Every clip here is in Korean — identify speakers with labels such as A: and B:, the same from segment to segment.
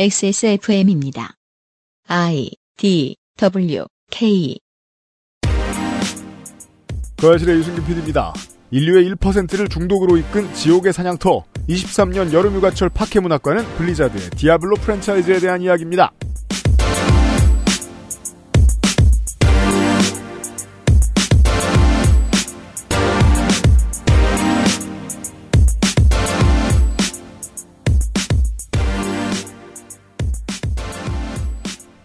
A: XSFM입니다. I D W K
B: 거실의 유승균 PD입니다. 인류의 1%를 중독으로 이끈 지옥의 사냥터 23년 여름휴가철 파케문학관은 블리자드의 디아블로 프랜차이즈에 대한 이야기입니다.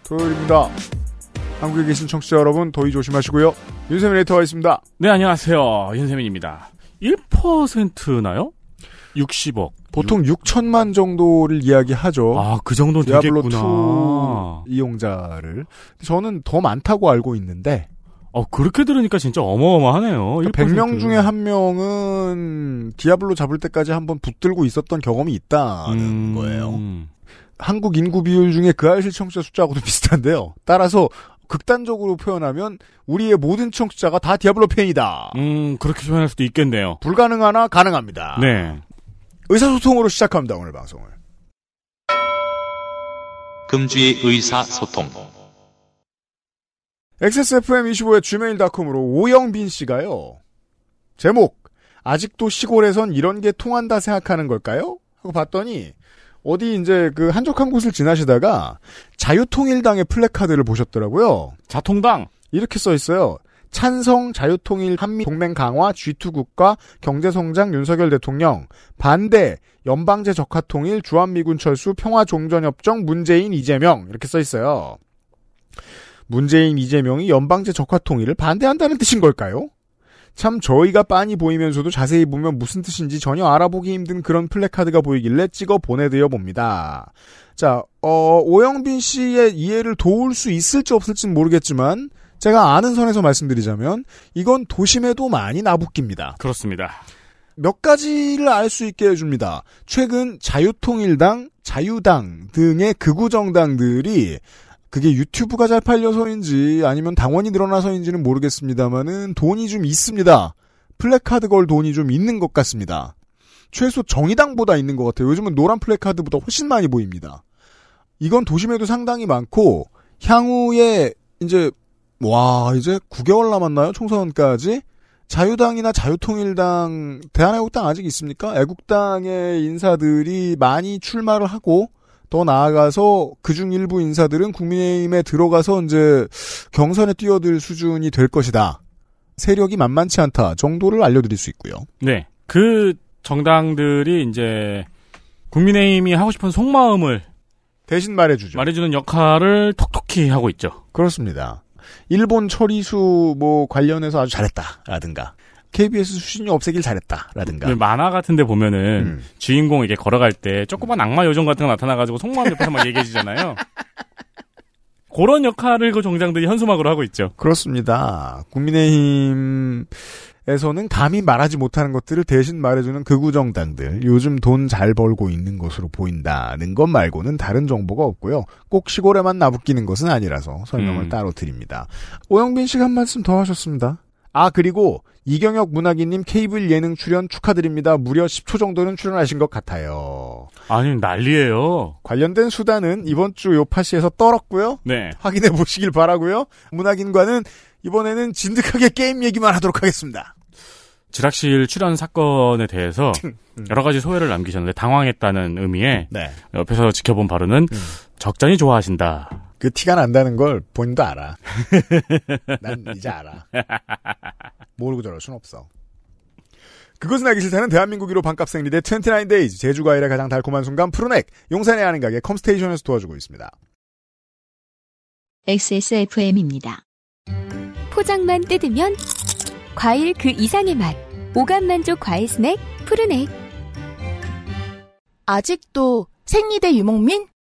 B: 토요일입니다. 한국에 계신 청취자 여러분 더위 조심하시고요. 윤세민 에이터가 있습니다.
C: 네, 안녕하세요. 윤세민입니다. 1%나요? 60억.
B: 보통 6천만 정도를 이야기하죠.
C: 아, 그 정도는
B: 디아블로
C: 되겠구나.
B: 2 이용자를. 저는 더 많다고 알고 있는데
C: 어, 그렇게 들으니까 진짜 어마어마하네요.
B: 그러니까 100명 중에 한 명은 디아블로 잡을 때까지 한번 붙들고 있었던 경험이
C: 음,
B: 있다는 거예요. 한국 인구 비율 중에 그 아실 청취자 숫자하고도 비슷한데요. 따라서 극단적으로 표현하면 우리의 모든 청취자가 다 디아블로 팬이다.
C: 음, 그렇게 표현할 수도 있겠네요.
B: 불가능하나 가능합니다.
C: 네.
B: 의사소통으로 시작합니다 오늘 방송을.
D: 금주의 의사소통.
B: XSFM25의 gmail.com으로 오영빈 씨가요. 제목, 아직도 시골에선 이런 게 통한다 생각하는 걸까요? 하고 봤더니, 어디 이제 그 한적한 곳을 지나시다가 자유통일당의 플래카드를 보셨더라고요.
C: 자통당.
B: 이렇게 써 있어요. 찬성 자유통일 한미 동맹 강화 G2 국가 경제 성장 윤석열 대통령 반대 연방제 적화 통일 주한미군 철수 평화 종전 협정 문재인 이재명 이렇게 써 있어요. 문재인 이재명이 연방제 적화 통일을 반대한다는 뜻인 걸까요? 참 저희가 빤히 보이면서도 자세히 보면 무슨 뜻인지 전혀 알아보기 힘든 그런 플래카드가 보이길래 찍어 보내드려 봅니다. 자, 어, 오영빈 씨의 이해를 도울 수 있을지 없을지는 모르겠지만 제가 아는 선에서 말씀드리자면 이건 도심에도 많이 나부깁니다.
C: 그렇습니다.
B: 몇 가지를 알 수 있게 해줍니다. 최근 자유통일당, 자유당 등의 극우 정당들이 그게 유튜브가 잘 팔려서인지 아니면 당원이 늘어나서인지는 모르겠습니다만은 돈이 좀 있습니다. 플래카드 걸 돈이 좀 있는 것 같습니다. 최소 정의당보다 있는 것 같아요. 요즘은 노란 플래카드보다 훨씬 많이 보입니다. 이건 도심에도 상당히 많고 향후에 이제 와 이제 9개월 남았나요 총선까지 자유당이나 자유통일당 대한애국당 아직 있습니까 애국당의 인사들이 많이 출마를 하고 더 나아가서 그중 일부 인사들은 국민의힘에 들어가서 이제 경선에 뛰어들 수준이 될 것이다 세력이 만만치 않다 정도를 알려드릴 수 있고요
C: 네. 그 정당들이 이제 국민의힘이 하고 싶은 속마음을
B: 대신 말해주죠
C: 말해주는 역할을 톡톡히 하고 있죠.
B: 그렇습니다. 일본 처리수 뭐 관련해서 아주 잘했다라든가 KBS 수신료 없애길 잘했다라든가
C: 왜그 만화 같은 데 보면은
B: 음.
C: 주인공에게 걸어갈 때 조그만 악마 요정 같은 거 나타나가지고 속마음 옆에서 막 얘기해주잖아요. 그런 역할을 그 정장들이 현수막으로 하고 있죠.
B: 그렇습니다. 국민의힘에서는 감히 말하지 못하는 것들을 대신 말해주는 극우정당들 요즘 돈 잘 벌고 있는 것으로 보인다는 것 말고는 다른 정보가 없고요. 꼭 시골에만 나부끼는 것은 아니라서 설명을
C: 음.
B: 따로 드립니다. 오영빈 씨가 한 말씀 더 하셨습니다. 아 그리고 이경혁 문학인님 케이블 예능 출연 축하드립니다. 무려 10초 정도는 출연하신 것 같아요.
C: 아니 난리예요.
B: 관련된 수단은 이번 주 요파시에서 떨었고요.
C: 네.
B: 확인해 보시길 바라고요. 문학인과는 이번에는 진득하게 게임 얘기만 하도록 하겠습니다.
C: 지락실 출연 사건에 대해서
B: 음.
C: 여러 가지 소회를 남기셨는데 당황했다는 의미에
B: 네.
C: 옆에서 지켜본 바로는 적잖이 좋아하신다.
B: 그 티가 난다는 걸 본인도 알아. 난 이제 알아. 모르고 저럴 순 없어. 그것은 알기 싫다는 대한민국 1호 반값 생리대 29데이즈 제주과일의 가장 달콤한 순간 푸르넥 용산의 아는 가게 컴스테이션에서 도와주고 있습니다.
A: XSFM입니다.
E: 포장만 뜯으면 과일 그 이상의 맛. 오감 만족 과일 스낵 푸르네.
F: 아직도 생리대 유목민?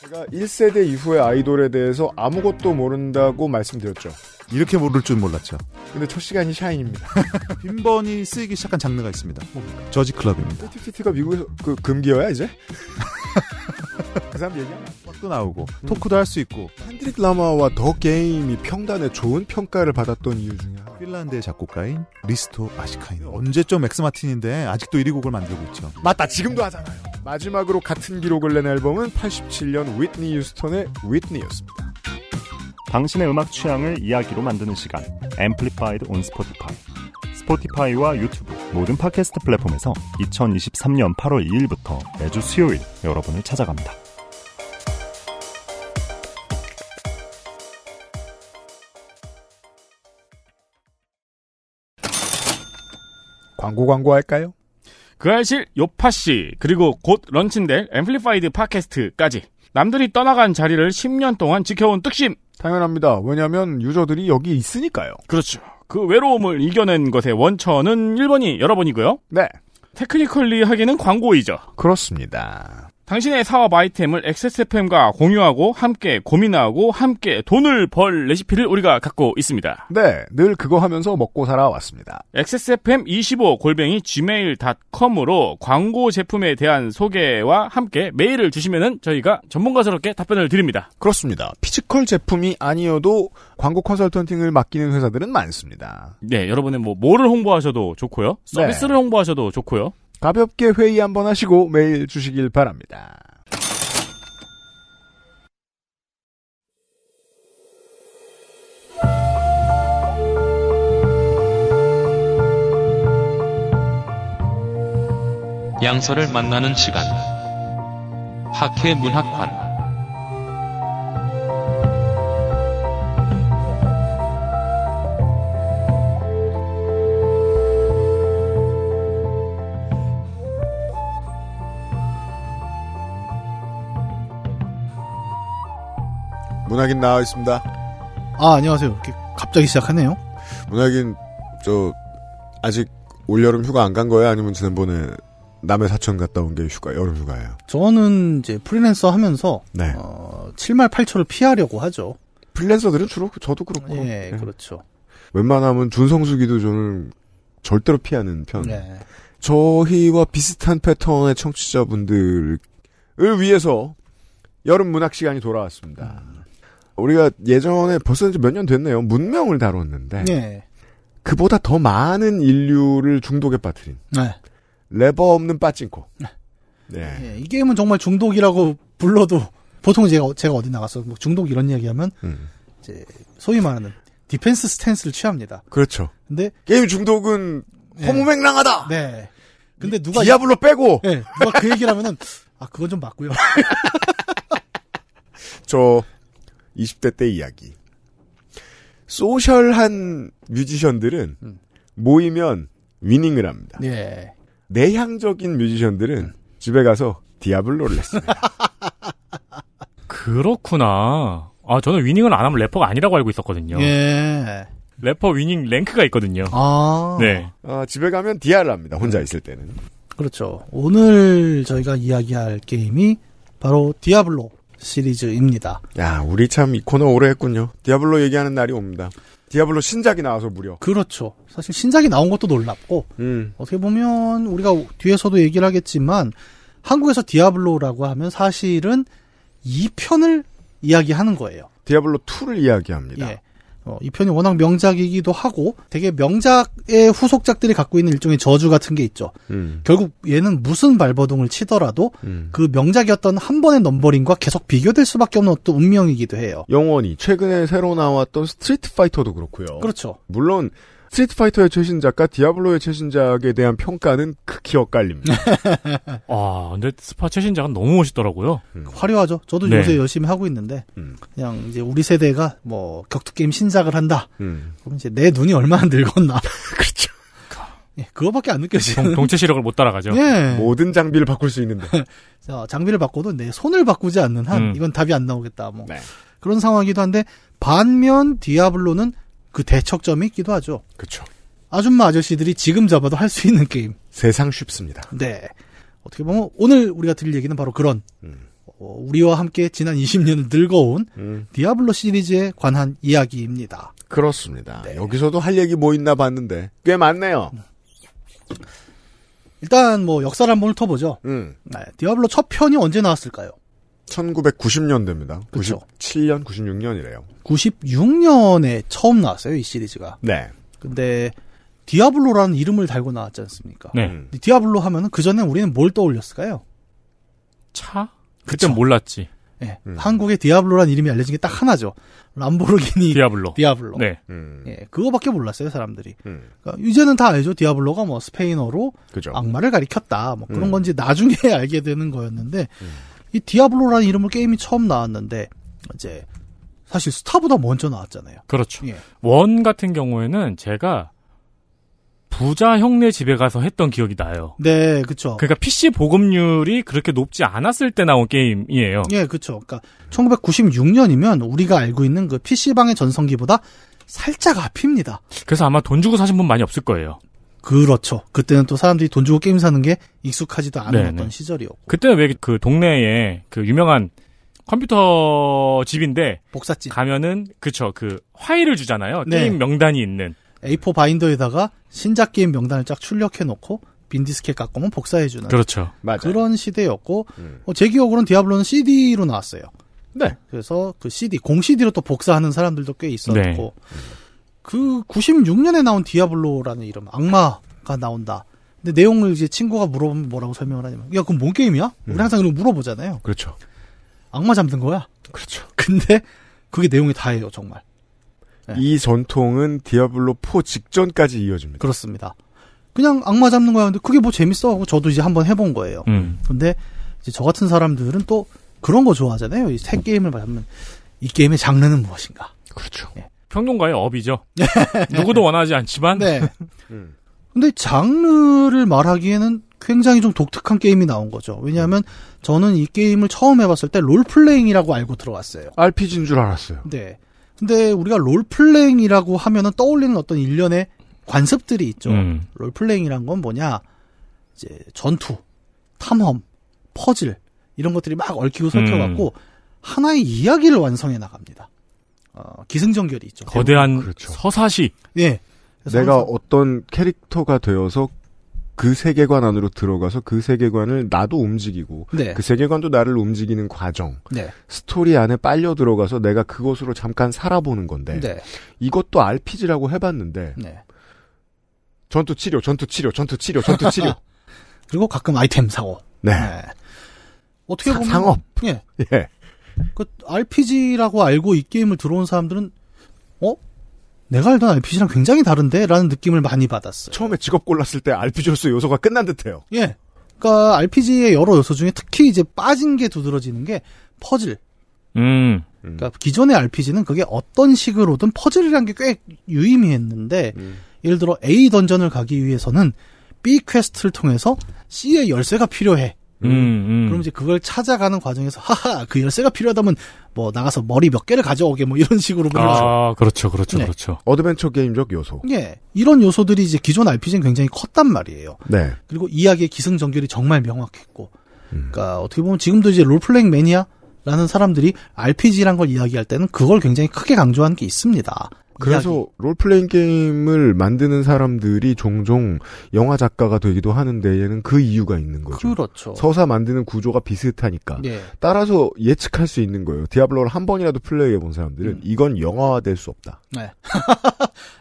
B: 제가 1세대 이후의 아이돌에 대해서 아무것도 모른다고 말씀드렸죠.
G: 이렇게 모를 줄 몰랐죠.
B: 근데 첫 시간이 샤인입니다.
G: 빈번히 쓰이기 시작한 장르가 있습니다. 뭡니까? 저지 클럽입니다.
B: 피트피트가 미국에서 그 금기어야 이제? 그 사람 얘기하면
G: 음악도 나오고 토크도 할 수 있고
B: 캔드릭 라마와 더 게임이 평단에 좋은 평가를 받았던 이유 중에 하나.
G: 핀란드의 작곡가인 리스토 아시카인 언제쯤 맥스 마틴인데 아직도 1위 곡을 만들고 있죠.
B: 맞다 지금도 하잖아요. 마지막으로 같은 기록을 낸 앨범은 87년 휘트니 유스턴의 휘트니였습니다.
H: 당신의 음악 취향을 이야기로 만드는 시간 앰플리파이드 온 스포티파이 스포티파이와 유튜브 모든 팟캐스트 플랫폼에서 2023년 8월 2일부터 매주 수요일 여러분을 찾아갑니다.
B: 광고 광고 할까요?
C: 그 알실 요파씨 그리고 곧 런칭될 앰플리파이드 팟캐스트까지 남들이 떠나간 자리를 10년 동안 지켜온 뚝심
B: 당연합니다. 왜냐하면 유저들이 여기 있으니까요.
C: 그렇죠 그 외로움을 이겨낸 것의 원천은 1번이 여러분이고요
B: 네,
C: 테크니컬리 하기는 광고이죠
B: 그렇습니다.
C: 당신의 사업 아이템을 XSFM과 공유하고 함께 고민하고 함께 돈을 벌 레시피를 우리가 갖고 있습니다
B: 네, 늘 그거 하면서 먹고 살아왔습니다.
C: XSFM25 골뱅이 gmail.com으로 광고 제품에 대한 소개와 함께 메일을 주시면은 저희가 전문가스럽게 답변을 드립니다
B: 그렇습니다. 피지컬 제품이 아니어도 광고 컨설턴팅을 맡기는 회사들은 많습니다.
C: 네, 여러분의 뭐 뭐를 홍보하셔도 좋고요. 서비스를 홍보하셔도 좋고요.
B: 가볍게 회의 한번 하시고 메일 주시길 바랍니다.
D: 양서를 만나는 시간. 학회 문학관.
B: 문학인 나와 있습니다.
I: 아, 안녕하세요. 이렇게 갑자기 시작하네요.
B: 문학인 저 아직 올 여름 휴가 안 간 거예요? 아니면 지난번에 남해 사천 갔다 온 게 휴가 여름 휴가예요?
I: 저는 이제 프리랜서 하면서
B: 네.
I: 어, 7말 8초를 피하려고 하죠.
B: 프리랜서들은 주로 저도
G: 어,
B: 그렇고
I: 예,
G: 네.
B: 예.
I: 그렇죠.
B: 웬만하면 준성수기도 저는 절대로 피하는 편.
I: 예.
B: 저희와 비슷한 패턴의 청취자분들을 위해서 여름 문학 시간이 돌아왔습니다. 우리가 예전에 벌써 몇 년 됐네요. 문명을
G: 네.
B: 다뤘는데
I: 예.
B: 그보다 더 많은 인류를 중독에 빠뜨린
I: 네.
B: 레버 없는 빠찐코. 네.
I: 예, 이 게임은 정말 중독이라고 불러도 보통 제가 제가 어디 나가서 뭐 중독 이런 얘기하면
B: 음.
I: 이제 소위 말하는 디펜스 스탠스를 취합니다.
B: 그렇죠.
I: 근데
B: 게임 중독은
I: 예.
B: 허무맹랑하다.
I: 네. 근데 누가
B: 디아블로 빼고
I: 예, 누가 그 얘기를 하면은 아, 그건 좀 맞고요.
B: 저 20대 때 이야기. 소셜한 뮤지션들은
I: 음.
B: 모이면 위닝을 합니다.
I: 예.
B: 내향적인
I: 음.
B: 뮤지션들은 집에 가서 디아블로를 했습니다.
C: 그렇구나. 아, 저는 위닝을 안 하면 래퍼가 아니라고 알고 있었거든요.
I: 예.
C: 래퍼 위닝 랭크가 있거든요.
I: 아.
C: 네.
B: 아, 집에 가면 디아를 합니다. 혼자 있을 때는.
I: 그렇죠. 오늘 저희가 이야기할 게임이 바로 디아블로 시리즈입니다.
B: 야, 우리 참 이 코너 오래 했군요. 디아블로 얘기하는 날이 옵니다. 디아블로 신작이 나와서 무려.
I: 그렇죠. 사실 신작이 나온 것도 놀랍고
B: 음.
I: 어떻게 보면 우리가 뒤에서도 얘기를 하겠지만 한국에서 디아블로라고 하면 사실은 이 편을 이야기하는 거예요.
B: 디아블로 2를 이야기합니다.
I: 예. 어, 이 편이 워낙 명작이기도 하고 되게 명작의 후속작들이 갖고 있는 일종의 저주 같은 게 있죠.
B: 음.
I: 결국 얘는 무슨 발버둥을 치더라도
B: 음.
I: 그 명작이었던 한 번의 넘버링과 계속 비교될 수밖에 없는 어떤 운명이기도 해요.
B: 영원히 최근에 새로 나왔던 스트리트 파이터도 그렇고요.
I: 그렇죠.
B: 물론 스트리트 파이터의 최신작과 디아블로의 최신작에 대한 평가는 극히 엇갈립니다.
C: 아, 근데 스파 최신작은 너무 멋있더라고요.
I: 화려하죠. 저도
C: 네.
I: 요새 열심히 하고 있는데
B: 음.
I: 그냥 이제 우리 세대가 뭐 격투 게임 신작을 한다.
B: 음.
I: 그럼 이제 내 눈이 얼마나 늙었나. 그렇죠. 예, 그거밖에 안
C: 동,
I: 느껴지는.
C: 동체 시력을 못 따라가죠.
I: 예.
B: 모든 장비를 바꿀 수 있는데.
I: 자, 장비를 바꿔도 내 손을 바꾸지 않는 한
C: 음.
I: 이건 답이 안 나오겠다. 뭐
B: 네.
I: 그런 상황이기도 한데 반면 디아블로는 그 대척점이 있기도 하죠.
B: 그렇죠.
I: 아줌마 아저씨들이 지금 잡아도 할 수 있는 게임.
B: 세상 쉽습니다.
I: 네. 어떻게 보면 오늘 우리가 드릴 얘기는 바로 그런
B: 음.
I: 어, 우리와 함께 지난 20년을 늙어온
B: 음,
I: 디아블로 시리즈에 관한 이야기입니다.
B: 그렇습니다. 여기서도 할 얘기 뭐 있나 봤는데 꽤 네. 많네요.
I: 일단 뭐 역사를 한번 훑어보죠.
B: 음,
I: 네, 디아블로 첫 편이 언제 나왔을까요?
B: 1990년대입니다.
I: 그쵸.
B: 97년, 96년이래요.
I: 96년에 처음 나왔어요, 이 시리즈가.
B: 네.
I: 근데 디아블로라는 이름을 달고 나왔지 않습니까?
C: 네.
B: 음.
I: 이 디아블로 하면은 그 전에 우리는 뭘 떠올렸을까요?
C: 차?
I: 그쵸.
C: 그땐 몰랐지.
I: 예,
B: 음.
I: 한국에 디아블로라는 이름이 알려진 게 딱 하나죠. 람보르기니
C: 디아블로.
I: 디아블로.
C: 네.
B: 음,
I: 예, 그거밖에 몰랐어요, 사람들이.
B: 음,
I: 그러니까 이제는 다 알죠. 디아블로가 뭐 스페인어로
B: 그죠.
I: 악마를 가리켰다. 뭐 그런
B: 음.
I: 건지 나중에 알게 되는 거였는데 이 디아블로라는 이름으로 게임이 처음 나왔는데 이제 사실 스타보다 먼저 나왔잖아요.
C: 그렇죠.
I: 예.
C: 원 같은 경우에는 제가 부자 형네 집에 가서 했던 기억이 나요.
I: 네, 그쵸.
C: 그러니까 PC 보급률이 그렇게 높지 않았을 때 나온 게임이에요.
I: 예, 그쵸. 그러니까 1996년이면 우리가 알고 있는 그 PC방의 전성기보다 살짝 앞입니다.
C: 그래서 아마 돈 주고 사신 분 많이 없을 거예요.
I: 그렇죠. 그때는 또 사람들이 돈 주고 게임 사는 게 익숙하지도 않은
C: 네,
I: 어떤
C: 네.
I: 시절이었고
C: 그때 왜 그 동네에 그 유명한 컴퓨터 집인데
I: 복사집
C: 가면은 그쵸 그 화일을 주잖아요.
I: 예. 네.
C: 게임 명단이 있는.
I: A4 바인더에다가 신작 게임 명단을 쫙 출력해 놓고 빈 디스켓 깎으면 복사해 주는
C: 그렇죠.
B: 맞아요.
I: 그런 시대였고
B: 음.
I: 어, 제 기억으로는 디아블로는 CD로 나왔어요.
B: 네.
I: 그래서 그 CD 공 CD로 또 복사하는 사람들도 꽤 있었고
C: 네.
I: 그 96년에 나온 디아블로라는 이름 악마가 나온다. 근데 내용을 이제 친구가 물어보면 뭐라고 설명을 하냐면 야 그럼 뭔 게임이야?
B: 음.
I: 우리 항상 그런 거 물어보잖아요.
B: 그렇죠.
I: 악마 잡는 거야.
B: 그렇죠.
I: 근데 그게 내용이 다예요 정말. 네.
B: 이 전통은 디아블로 4 직전까지 이어집니다.
I: 그렇습니다. 그냥 악마 잡는 거야. 근데 그게 뭐 재밌어 하고 저도 이제 한번 해본 거예요.
C: 음.
I: 근데 이제 저 같은 사람들은 또 그런 거 좋아하잖아요. 이 새 게임을 받으면 이 게임의 장르는 무엇인가?
B: 그렇죠.
C: 평론가의 업이죠. 누구도 원하지 않지만
I: 네.
B: 음.
I: 근데 장르를 말하기에는 굉장히 좀 독특한 게임이 나온 거죠. 왜냐하면 저는 이 게임을 처음 해봤을 때 롤플레잉이라고 알고 들어왔어요.
B: RPG인 줄 알았어요.
I: 네. 근데 우리가 롤플레잉이라고 하면은 떠올리는 어떤 일련의 관습들이 있죠.
C: 음.
I: 롤플레잉이란 건 뭐냐? 이제 전투, 탐험, 퍼즐 이런 것들이 막 얽히고 설켜갖고
B: 음.
I: 하나의 이야기를 완성해 나갑니다. 어, 기승전결이 있죠.
C: 거대한
B: 그렇죠.
C: 서사시.
I: 예. 그래서
B: 내가
I: 항상-
B: 어떤 캐릭터가 되어서 그 세계관 안으로 들어가서 그 세계관을 나도 움직이고
I: 네.
B: 그 세계관도 나를 움직이는 과정
I: 네.
B: 스토리 안에 빨려 들어가서 내가 그것으로 잠깐 살아보는 건데
I: 네. 음. 네.
B: 이것도 RPG라고 해봤는데 전투 치료 전투 치료 전투 치료 전투 치료
I: 그리고 가끔 아이템 사고.
B: 네
I: 네. 어떻게
B: 사-
I: 보면
B: 상업.
I: 예.
B: 예.
I: 그 RPG라고 알고 이 게임을 들어온 사람들은 어? 내가 알던 RPG랑 굉장히 다른데라는 느낌을 많이 받았어요.
B: 처음에 직업 골랐을 때 RPG로서 요소가 끝난 듯해요
I: 예. 그러니까 RPG의 여러 요소 중에 특히 이제 빠진 게 두드러지는 게 퍼즐.
C: 음.
I: 그러니까 기존의 RPG는 그게 어떤 식으로든 퍼즐이란 게 꽤 유의미했는데
C: 음.
I: 예를 들어 A 던전을 가기 위해서는 B 퀘스트를 통해서 C의 열쇠가 필요해.
C: 음. 음.
I: 그럼 이제 그걸 찾아가는 과정에서 하하 그 열쇠가 필요하다면 뭐 나가서 머리 몇 개를 가져오게 뭐 이런 식으로 그러죠.
C: 아, 그렇죠. 그렇죠.
I: 네.
C: 그렇죠.
B: 어드벤처 게임적 요소
I: 예. 이런 요소들이 이제 기존 RPG는 굉장히 컸단 말이에요.
B: 네
I: 그리고 이야기의 기승전결이 정말 명확했고.
B: 음.
I: 그러니까 어떻게 보면 지금도 이제 롤플레잉 매니아라는 사람들이 RPG란 걸 이야기할 때는 그걸 굉장히 크게 강조한 게 있습니다.
B: 그래서
I: 이야기.
B: 롤플레잉 게임을 만드는 사람들이 종종 영화 작가가 되기도 하는데 얘는 그 이유가 있는 거죠.
I: 그렇죠.
B: 서사 만드는 구조가 비슷하니까
I: 예.
B: 따라서 예측할 수 있는 거예요. 디아블로를 한 번이라도 플레이해 본 사람들은
I: 음.
B: 이건 영화화될 수 없다.
I: 네.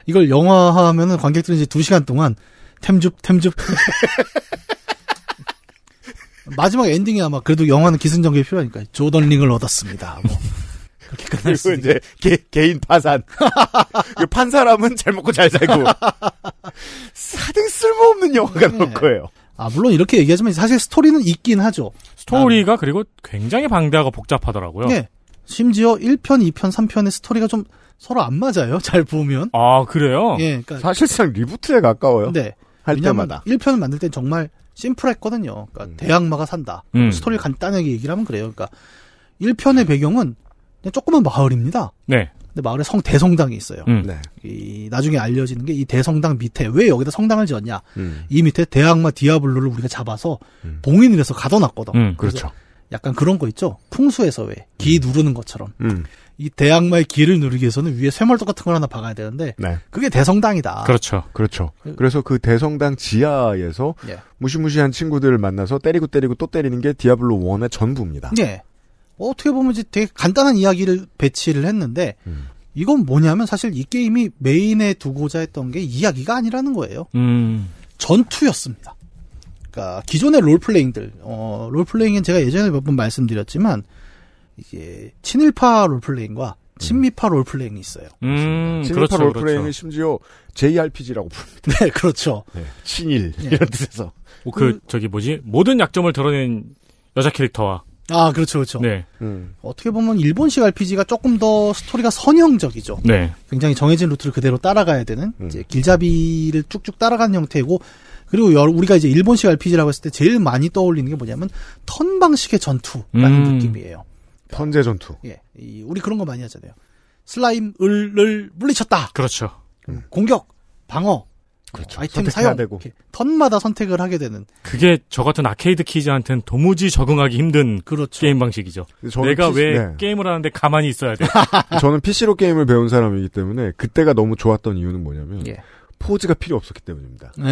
I: 이걸 영화하면은 관객들은 이제 두 시간 동안 템줍 템줍 마지막 엔딩이 아마 그래도 영화는 기승전결이 필요하니까 조던링을 얻었습니다. 뭐 그렇게 끝날 수
B: 그리고
I: 있
B: 이제 개, 인 파산. 그판 사람은 잘 먹고 잘 살고 사등 쓸모없는 영화가
I: 네.
B: 나올 거예요.
I: 아 물론 이렇게 얘기하지만 사실 스토리는 있긴 하죠.
C: 스토리가 그리고 굉장히 방대하고
B: 어.
C: 복잡하더라고요.
I: 예. 심지어 1편, 2편, 3편의 스토리가 좀 서로 안 맞아요. 잘 보면.
C: 아, 그래요?
I: 예. 그러니까
B: 어. 사실상 리부트에 가까워요.
I: 네.
B: 할
I: 왜냐면
B: 때마다.
I: 1편을 만들 땐 정말 심플했거든요. 그러니까
B: 음.
I: 대악마가 산다.
C: 음.
I: 스토리를 간단하게 얘기를 하면 그래요. 그러니까 1편의 배경은 그냥 조그만 마을입니다.
C: 네.
I: 근데 마을에 성 대성당이 있어요.
C: 음.
B: 네.
I: 이 나중에 알려지는 게 이 대성당 밑에 왜 여기다 성당을 지었냐?
B: 음.
I: 이 밑에 대악마 디아블로를 우리가 잡아서
B: 음.
I: 봉인을 해서 가둬놨거든.
C: 음.
B: 그렇죠.
I: 약간 그런 거 있죠. 풍수에서 왜 기 누르는 것처럼
B: 음.
I: 이 대악마의 기를 누르기 위해서는 위에 쇠멀도 같은 걸 하나 박아야 되는데
B: 네.
I: 그게 대성당이다.
C: 그렇죠.
B: 그렇죠. 그래서 그 대성당 지하에서
I: 예.
B: 무시무시한 친구들을 만나서 때리고 때리고 또 때리는 게 디아블로 1의 전부입니다.
I: 예. 어떻게 보면 이제 되게 간단한 이야기를 배치를 했는데
B: 음.
I: 이건 뭐냐면 사실 이 게임이 메인에 두고자 했던 게 이야기가 아니라는 거예요.
C: 음.
I: 전투였습니다. 그러니까 기존의 롤플레잉들, 어, 롤플레잉은 제가 예전에 몇 번 말씀드렸지만 이게 친일파 롤플레잉과 친미파 롤플레잉이 있어요.
C: 음.
B: 친일파
C: 그렇죠.
B: 롤플레잉을
C: 그렇죠.
B: 심지어 JRPG라고 부릅니다.
I: 네, 그렇죠.
B: 친일
I: 예.
B: 이런 뜻에서.
C: 뭐 그, 저기 뭐지? 모든 약점을 드러낸 여자 캐릭터와.
I: 아, 그렇죠, 그렇죠.
C: 네.
B: 음.
I: 어떻게 보면 일본식 RPG가 조금 더 스토리가 선형적이죠.
C: 네.
I: 굉장히 정해진 루트를 그대로 따라가야 되는
B: 음.
I: 이제 길잡이를 쭉쭉 따라가는 형태고 그리고 여러- 우리가 이제 일본식 RPG라고 했을 때 제일 많이 떠올리는 게 뭐냐면 턴 방식의 전투라는
C: 음.
I: 느낌이에요.
B: 턴제 전투.
I: 예, 이- 우리 그런 거 많이 하잖아요. 슬라임을 물리쳤다.
C: 그렇죠.
I: 공격, 방어, 아이템
B: 선택해야
I: 사용.
B: 되고.
I: 이렇게 턴마다 선택을 하게 되는
C: 그게 저 같은 아케이드 키즈한테는 도무지 적응하기 힘든
I: 그렇죠.
C: 게임 방식이죠.
B: 저는
C: 내가
B: PC
C: 왜
B: 네.
C: 게임을 하는데 가만히 있어야 돼?
B: 저는 PC로 게임을 배운 사람이기 때문에 그때가 너무 좋았던 이유는 뭐냐면
I: 예.
B: 포즈가 필요 없었기 때문입니다.
I: 예.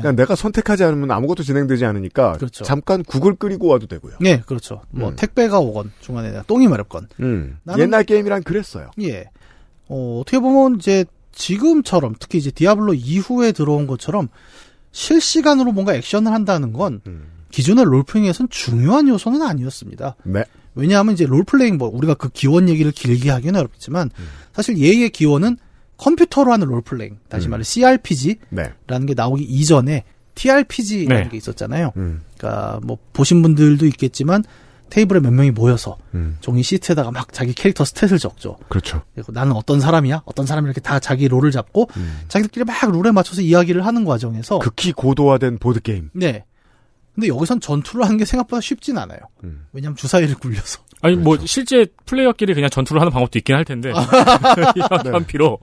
B: 그러니까 내가 선택하지 않으면 아무것도 진행되지 않으니까
I: 그렇죠.
B: 잠깐 국을 끓이고 와도 되고요.
I: 예, 그렇죠. 뭐
B: 음.
I: 택배가 오건 중간에 내가 똥이 마렵건
B: 음.
I: 나는-
B: 옛날 게임이랑 그랬어요.
I: 예. 어, 어떻게 보면 이제 지금처럼 특히 이제 디아블로 이후에 들어온 것처럼 실시간으로 뭔가 액션을 한다는 건
B: 음.
I: 기존의 롤플레잉에선 중요한 요소는 아니었습니다.
B: 네.
I: 왜냐하면 이제 롤플레잉 뭐 우리가 그 기원 얘기를 길게 하기는 어렵지만
B: 음.
I: 사실 얘의 기원은 컴퓨터로 하는 롤플레잉 다시
B: 음.
I: 말해 CRPG라는
B: 네.
I: 게 나오기 이전에 TRPG라는
C: 네.
I: 게 있었잖아요.
B: 음.
I: 그러니까 뭐 보신 분들도 있겠지만 테이블에 몇 명이 모여서
B: 음.
I: 종이 시트에다가 막 자기 캐릭터 스탯을 적죠.
B: 그렇죠.
I: 그리고 나는 어떤 사람이야? 어떤 사람이 이렇게 다 자기 롤을 잡고
B: 음.
I: 자기들끼리 막 롤에 맞춰서 이야기를 하는 과정에서
B: 극히 고도화된 보드 게임.
I: 네. 근데 여기선 전투를 하는 게 생각보다 쉽진 않아요.
B: 음.
I: 왜냐면 하 주사위를 굴려서.
C: 아니 뭐 실제 플레이어끼리 그냥 전투를 하는 방법도 있긴 할 텐데
B: 네.
C: 한피로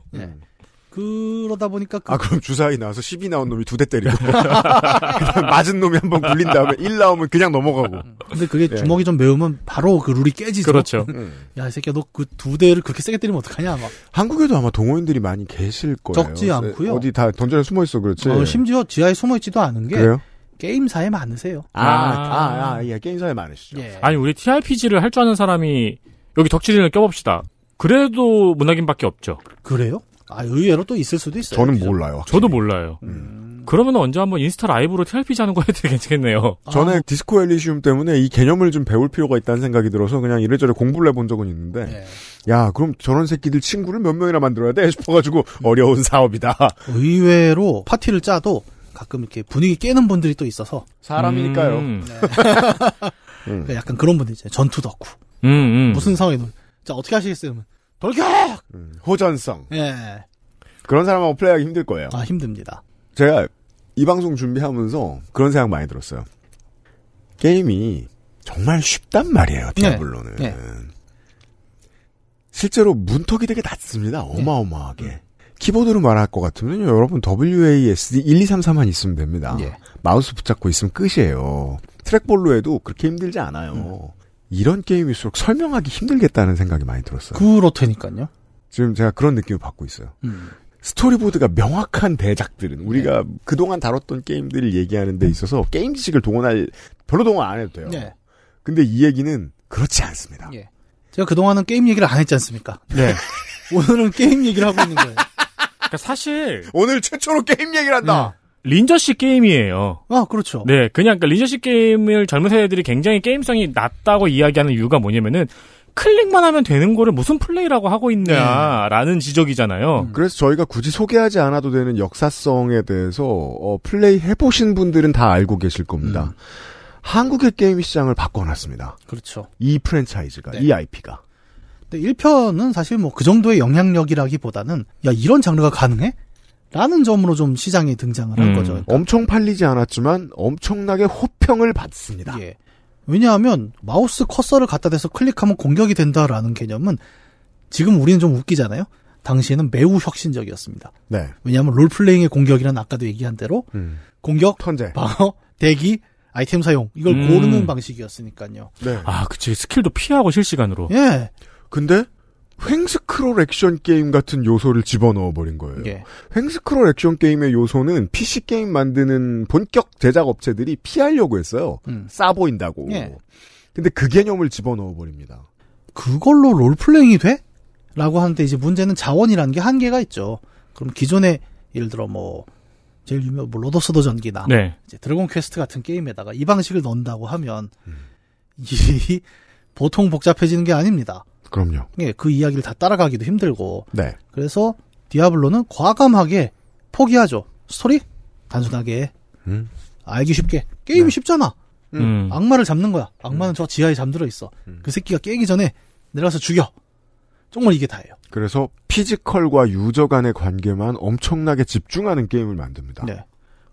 I: 그러다 보니까 그
B: 아 그럼 주사위 나와서 10이 나온 놈이 두 대 때리고 그다음 맞은 놈이 한 번 굴린 다음에 1 나오면 그냥 넘어가고.
I: 근데 그게
B: 예.
I: 주먹이 좀 매우면 바로 그 룰이 깨지죠.
C: 그렇죠.
B: 음.
I: 야, 이 새끼야, 너 그 두 대를 그렇게 세게 때리면 어떡하냐, 막.
B: 한국에도 아마 동호인들이 많이 계실 거예요.
I: 적지 않고요.
B: 어디 다 던전에 숨어 있어 그렇지.
I: 어, 심지어 지하에 숨어 있지도 않은 게
B: 네. 그래요?
I: 게임사에 많으세요.
B: 아, 아, 아, 예, 게임사에 많으시죠.
I: 예.
C: 아니 우리 TRPG를 할 줄 아는 사람이 여기 덕질인을 껴봅시다. 그래도 문학인밖에 없죠.
I: 그래요? 아, 의외로 또 있을 수도 있어요.
B: 저는
I: 그죠?
B: 몰라요. 확실히.
C: 저도 몰라요.
B: 음.
C: 그러면 언제 한번 인스타 라이브로 TRPG 하는 거 해도 괜찮겠네요.
I: 아,
B: 전에 디스코 엘리시움 때문에 이 개념을 좀 배울 필요가 있다는 생각이 들어서 그냥 이래저래 공부를 해본 적은 있는데
I: 예.
B: 야 그럼 저런 새끼들 친구를 몇 명이나 만들어야 돼 싶어가지고 어려운 사업이다
I: 의외로 파티를 짜도 가끔 이렇게 분위기 깨는 분들이 또 있어서
B: 사람이니까요 네.
C: 음,
B: 음.
I: 그러니까 약간 그런 분들 있잖아요. 전투 덕후.
C: 음, 음.
I: 무슨 상황에 놓 자, 어떻게 하시겠어요? 그러면 돌격!
B: 음, 호전성
I: 예.
B: 그런 사람하고 플레이하기 힘들 거예요
C: 음.
I: 아, 힘듭니다.
B: 제가 이 방송 준비하면서 그런 생각 많이 들었어요 게임이 정말 쉽단 말이에요 디아블로는
I: 네.
B: 실제로 문턱이 되게 낮습니다
I: 네.
B: 어마어마하게
I: 음.
B: 키보드로 말할 것 같으면 여러분 WASD 1233만 있으면 됩니다
I: 예.
B: 마우스 붙잡고 있으면 끝이에요. 트랙볼로 해도 그렇게 힘들지
I: 음.
B: 않아요. 이런 게임일수록 설명하기 힘들겠다는 생각이 많이
C: 음.
B: 들었어요.
I: 그렇다니까요.
B: 지금 제가 그런 느낌을 받고 있어요.
I: 음. 네.
B: 스토리보드가 명확한 대작들은 우리가 그동안 다뤘던 게임들을 얘기하는 데 있어서 게임 지식을 동원할 별로 동원 안 해도 돼요.
I: 예.
B: 근데 이 얘기는 그렇지 않습니다.
I: 예. 제가 그동안은 게임 얘기를 안 했지 않습니까? 네. 오늘은 게임 얘기를 하고 있는 거예요.
C: 그러니까 사실
B: 오늘 최초로 게임 얘기를 한다.
I: 네.
C: 린저씨 게임이에요.
I: 아,
B: 어.
I: 그렇죠.
C: 네, 그냥 그러니까 린저씨 게임을 젊은 세대들이 굉장히 게임성이 낮다고 이야기하는 이유가 뭐냐면은 클릭만 하면 되는 거를 무슨 플레이라고 하고 있냐라는 지적이잖아요.
B: 음. 그래서 저희가 굳이 소개하지 않아도 되는 역사성에 대해서 어, 플레이 해보신 분들은 다 알고 계실
I: 음.
B: 겁니다. 한국의 게임 시장을 바꿔놨습니다.
I: 그렇죠.
B: 이 프랜차이즈가,
I: 네.
B: 이 IP가.
I: 근데 1편은 사실 뭐 그 정도의 영향력이라기보다는 야, 이런 장르가 가능해? 라는 점으로 좀 시장에 등장을 한
C: 음.
I: 거죠.
B: 엄청 팔리지 않았지만 엄청나게 호평을 받습니다.
I: 예. 왜냐하면 마우스 커서를 갖다 대서 클릭하면 공격이 된다라는 개념은 지금 우리는 좀 웃기잖아요. 당시에는 매우 혁신적이었습니다.
B: 네.
I: 왜냐하면 롤플레잉의 공격이란 아까도 얘기한 대로
B: 음.
I: 공격,
B: 턴제.
I: 방어, 대기, 아이템 사용 이걸
C: 음.
I: 고르는 방식이었으니까요.
B: 어.
C: 아, 그치. 스킬도 피하고 실시간으로.
I: 예.
B: 근데 횡스크롤 액션 게임 같은 요소를 집어넣어 버린 거예요.
I: 예.
B: 횡스크롤 액션 게임의 요소는 PC 게임 만드는 본격 제작 업체들이 피하려고 했어요.
I: 음.
B: 싸 보인다고.
I: 예.
B: 근데 그 개념을 집어넣어 버립니다.
I: 그걸로 롤플레잉이 돼? 라고 하는데 이제 문제는 자원이라는 게 한계가 있죠. 그럼 기존에 예를 들어 뭐 제일 유명한 뭐 로더 소더 전기나
C: 네.
I: 이제 드래곤 퀘스트 같은 게임에다가 이 방식을 넣는다고 하면 이 보통 복잡해지는 게 아닙니다.
B: 그럼요.
I: 예, 그 이야기를 다 따라가기도 힘들고
B: 네.
I: 그래서 디아블로는 과감하게 포기하죠. 스토리 단순하게
B: 음.
I: 알기 쉽게 게임이 쉽잖아.
C: 네. 음.
I: 악마를 잡는 거야. 악마는 저 지하에 잠들어 있어. 그 새끼가 깨기 전에 내려서 죽여. 정말 이게 다예요.
B: 그래서 피지컬과 유저 간의 관계만 엄청나게 집중하는 게임을 만듭니다.
I: 네.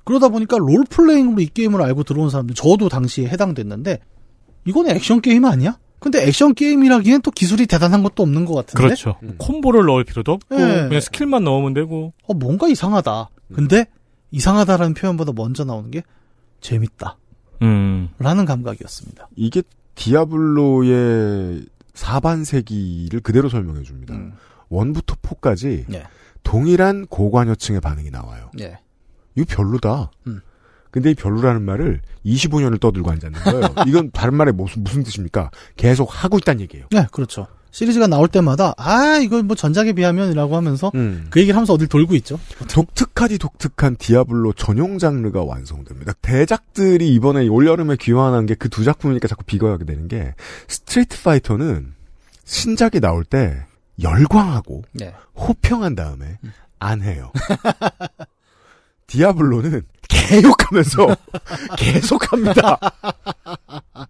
I: 그러다 보니까 롤플레잉으로 이 게임을 알고 들어온 사람들, 저도 당시에 해당됐는데, 이건 액션 게임 아니야? 근데 액션 게임이라기엔 또 기술이 대단한 것도 없는 것 같은데?
C: 그렇죠. 콤보를 넣을 필요도 없고,
I: 네.
C: 그냥 스킬만 넣으면 되고.
I: 어, 뭔가 이상하다. 근데, 이상하다라는 표현보다 먼저 나오는 게, 재밌다.
C: 음.
I: 라는 감각이었습니다.
B: 이게 디아블로의 사반세기를 그대로 설명해 줍니다.
I: 음.
B: 원부터 포까지
I: 네.
B: 동일한 고관여층의 반응이 나와요.
I: 예.
B: 이거 별로다.
I: 음.
B: 근데 이 별로라는 말을 25년을 떠들고 앉았는 거예요. 이건 다른 말에 무슨, 무슨 뜻입니까? 계속 하고 있다는 얘기예요.
I: 네, 그렇죠. 시리즈가 나올 때마다, 아, 이거 뭐 전작에 비하면이라고 하면서,
B: 음.
I: 그 얘기를 하면서 어딜 돌고 있죠.
B: 독특하디 독특한 디아블로 전용 장르가 완성됩니다. 대작들이 이번에 올여름에 귀환한 게 그 두 작품이니까 자꾸 비교하게 되는 게 스트레이트 파이터는 신작이 나올 때 열광하고
I: 네.
B: 호평한 다음에 안 해요. 디아블로는 개욕하면서 계속합니다.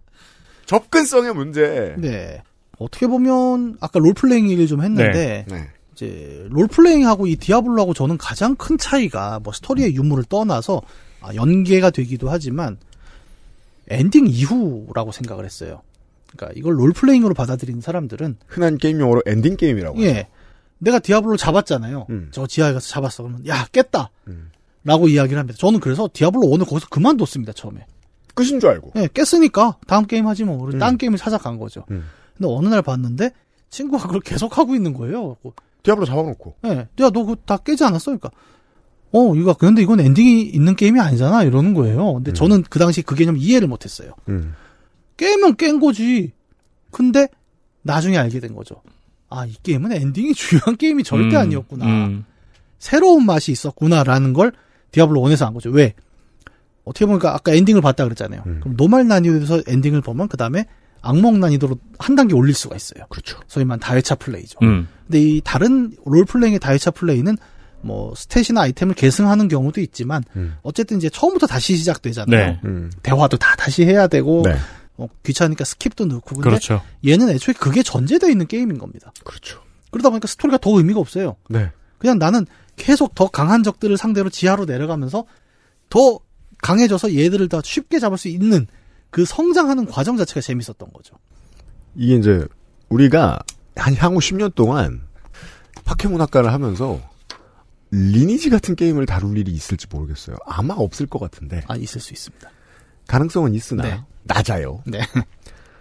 B: 접근성의 문제.
I: 네. 어떻게 보면, 아까 롤플레잉 얘기를 좀 했는데,
B: 네.
I: 이제 롤플레잉하고 이 디아블로하고 저는 가장 큰 차이가 뭐 스토리의 유무를 떠나서 아, 연계가 되기도 하지만 엔딩 이후라고 생각을 했어요. 그러니까 이걸 롤플레잉으로 받아들인 사람들은
B: 흔한 게임 용어로 엔딩 게임이라고. 하죠.
I: 예 내가 디아블로 잡았잖아요.
B: 음.
I: 저 지하에 가서 잡았어 그러면 야 깼다.
B: 음.
I: 라고 이야기를 합니다. 저는 그래서 디아블로 오늘 거기서 그만뒀습니다, 처음에.
B: 끝인 줄 알고.
I: 예, 깼으니까 다음 게임 하지 뭐. 우리 딴 게임을 찾아간 거죠.
B: 음.
I: 근데 어느 날 봤는데 친구가 그걸 계속 하고 있는 거예요.
B: 디아블로 잡아놓고.
I: 예. 야, 너 그거 다 깨지 않았어? 그러니까. 어, 이거, 근데 이건 엔딩이 있는 게임이 아니잖아? 이러는 거예요. 근데 저는 그 당시 그 개념 이해를 못 했어요.
B: 음.
I: 깨면 깬 거지. 근데, 나중에 알게 된 거죠. 아, 이 게임은 엔딩이 중요한 게임이 절대
C: 음,
I: 아니었구나.
C: 음.
I: 새로운 맛이 있었구나라는 걸 디아블로 1에서 안 거죠. 왜? 어떻게 보니까 아까 엔딩을 봤다 그랬잖아요.
B: 음.
I: 그럼 노말 난이도에서 엔딩을 보면 그 다음에 악몽 난이도로 한 단계 올릴 수가 있어요.
B: 그렇죠.
I: 소위 말 다회차 플레이죠.
C: 음.
I: 근데 이 다른 롤플레잉의 다이차 플레이는 뭐 스탯이나 아이템을 계승하는 경우도 있지만
B: 음.
I: 어쨌든 이제 처음부터 다시 시작되잖아요.
C: 네.
B: 음.
I: 대화도 다 다시 해야 되고
B: 네.
I: 어, 귀찮으니까 스킵도 넣고 근데
C: 그렇죠.
I: 얘는 애초에 그게 전제되어 있는 게임인 겁니다.
B: 그렇죠.
I: 그러다 보니까 스토리가 더 의미가 없어요.
B: 네.
I: 그냥 나는 계속 더 강한 적들을 상대로 지하로 내려가면서 더 강해져서 얘들을 다 쉽게 잡을 수 있는 그 성장하는 과정 자체가 재밌었던 거죠.
B: 이게 이제 우리가 한 향후 10년 동안 파케문학과를 하면서 리니지 같은 게임을 다룰 일이 있을지 모르겠어요. 아마 없을 것 같은데
I: 아 있을 수 있습니다.
B: 가능성은 있으나
I: 네.
B: 낮아요.
I: 네.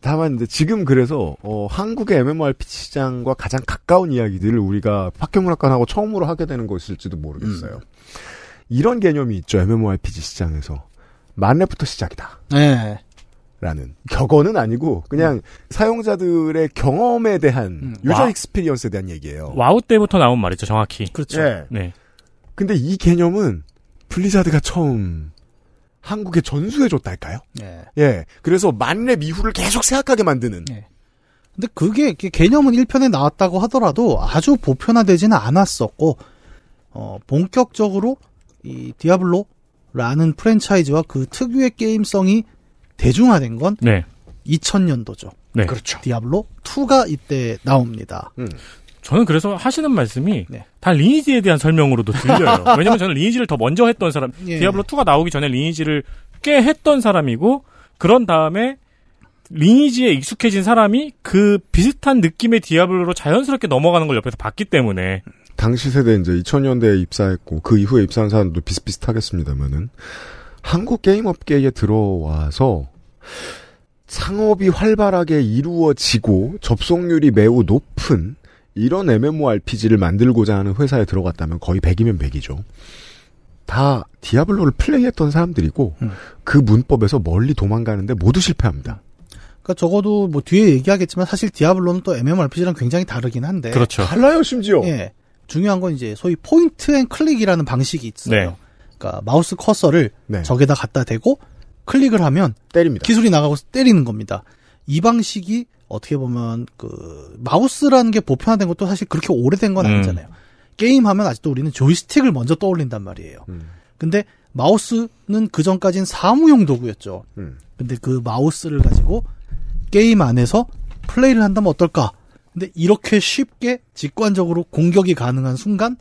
B: 다만 이제 지금 그래서 어, 한국의 MMORPG 시장과 가장 가까운 이야기들을 우리가 파케문학관하고 처음으로 하게 되는 것일지도 모르겠어요. 이런 개념이 있죠 MMORPG 시장에서 만렙부터 시작이다.
I: 네.
B: 라는 격언은 아니고 그냥 사용자들의 경험에 대한 유저
C: 와.
B: 익스피리언스에 대한 얘기예요.
C: 와우 때부터 나온 말이죠, 정확히.
I: 그렇죠.
B: 예.
C: 네.
B: 근데 이 개념은 블리자드가 처음 한국에 전수해 줬달까요?
I: 예.
B: 예. 그래서 만렙 이후를 계속 생각하게 만드는
I: 예. 근데 그게 이렇게 개념은 1편에 나왔다고 하더라도 아주 보편화되지는 않았었고 어, 본격적으로 이 디아블로라는 프랜차이즈와 그 특유의 게임성이 대중화된 건
C: 네.
I: 2000년도죠.
C: 네.
B: 그렇죠.
I: 디아블로 2가 이때 나옵니다.
C: 저는 그래서 하시는 말씀이
I: 네.
C: 다 리니지에 대한 설명으로도 들려요. 왜냐면 저는 리니지를 더 먼저 했던 사람,
I: 예.
C: 디아블로 2가 나오기 전에 리니지를 꽤 했던 사람이고 그런 다음에 리니지에 익숙해진 사람이 그 비슷한 느낌의 디아블로로 자연스럽게 넘어가는 걸 옆에서 봤기 때문에
I: 네.
B: 당시 세대 이제 2000년대에 입사했고 그 이후에 입사한 사람도 비슷비슷하겠습니다만은 한국 게임 업계에 들어와서 상업이 활발하게 이루어지고 접속률이 매우 높은 이런 MMORPG를 만들고자 하는 회사에 들어갔다면 거의 100이면 100이죠. 다 디아블로를 플레이했던 사람들이고
I: 음.
B: 그 문법에서 멀리 도망가는데 모두 실패합니다.
I: 그러니까 적어도 뭐 뒤에 얘기하겠지만 사실 디아블로는 또 MMORPG랑 굉장히 다르긴 한데
B: 그렇죠. 달라요 심지어.
I: 예. 중요한 건 이제 소위 포인트 앤 클릭이라는 방식이
C: 네.
B: 네.
I: 있어요. 그러니까 마우스 커서를 적에다 갖다 대고 클릭을 하면
B: 때립니다.
I: 기술이 나가고 때리는 겁니다. 이 방식이 어떻게 보면 그 마우스라는 게 보편화된 것도 사실 그렇게 오래된 건
J: 음.
I: 아니잖아요. 게임하면 아직도 우리는 조이스틱을 먼저 떠올린단 말이에요.
B: 음.
I: 근데 마우스는 그 전까진 사무용 도구였죠.
B: 음.
I: 근데 그 마우스를 가지고 게임 안에서 플레이를 한다면 어떨까? 근데 이렇게 쉽게 직관적으로 공격이 가능한 순간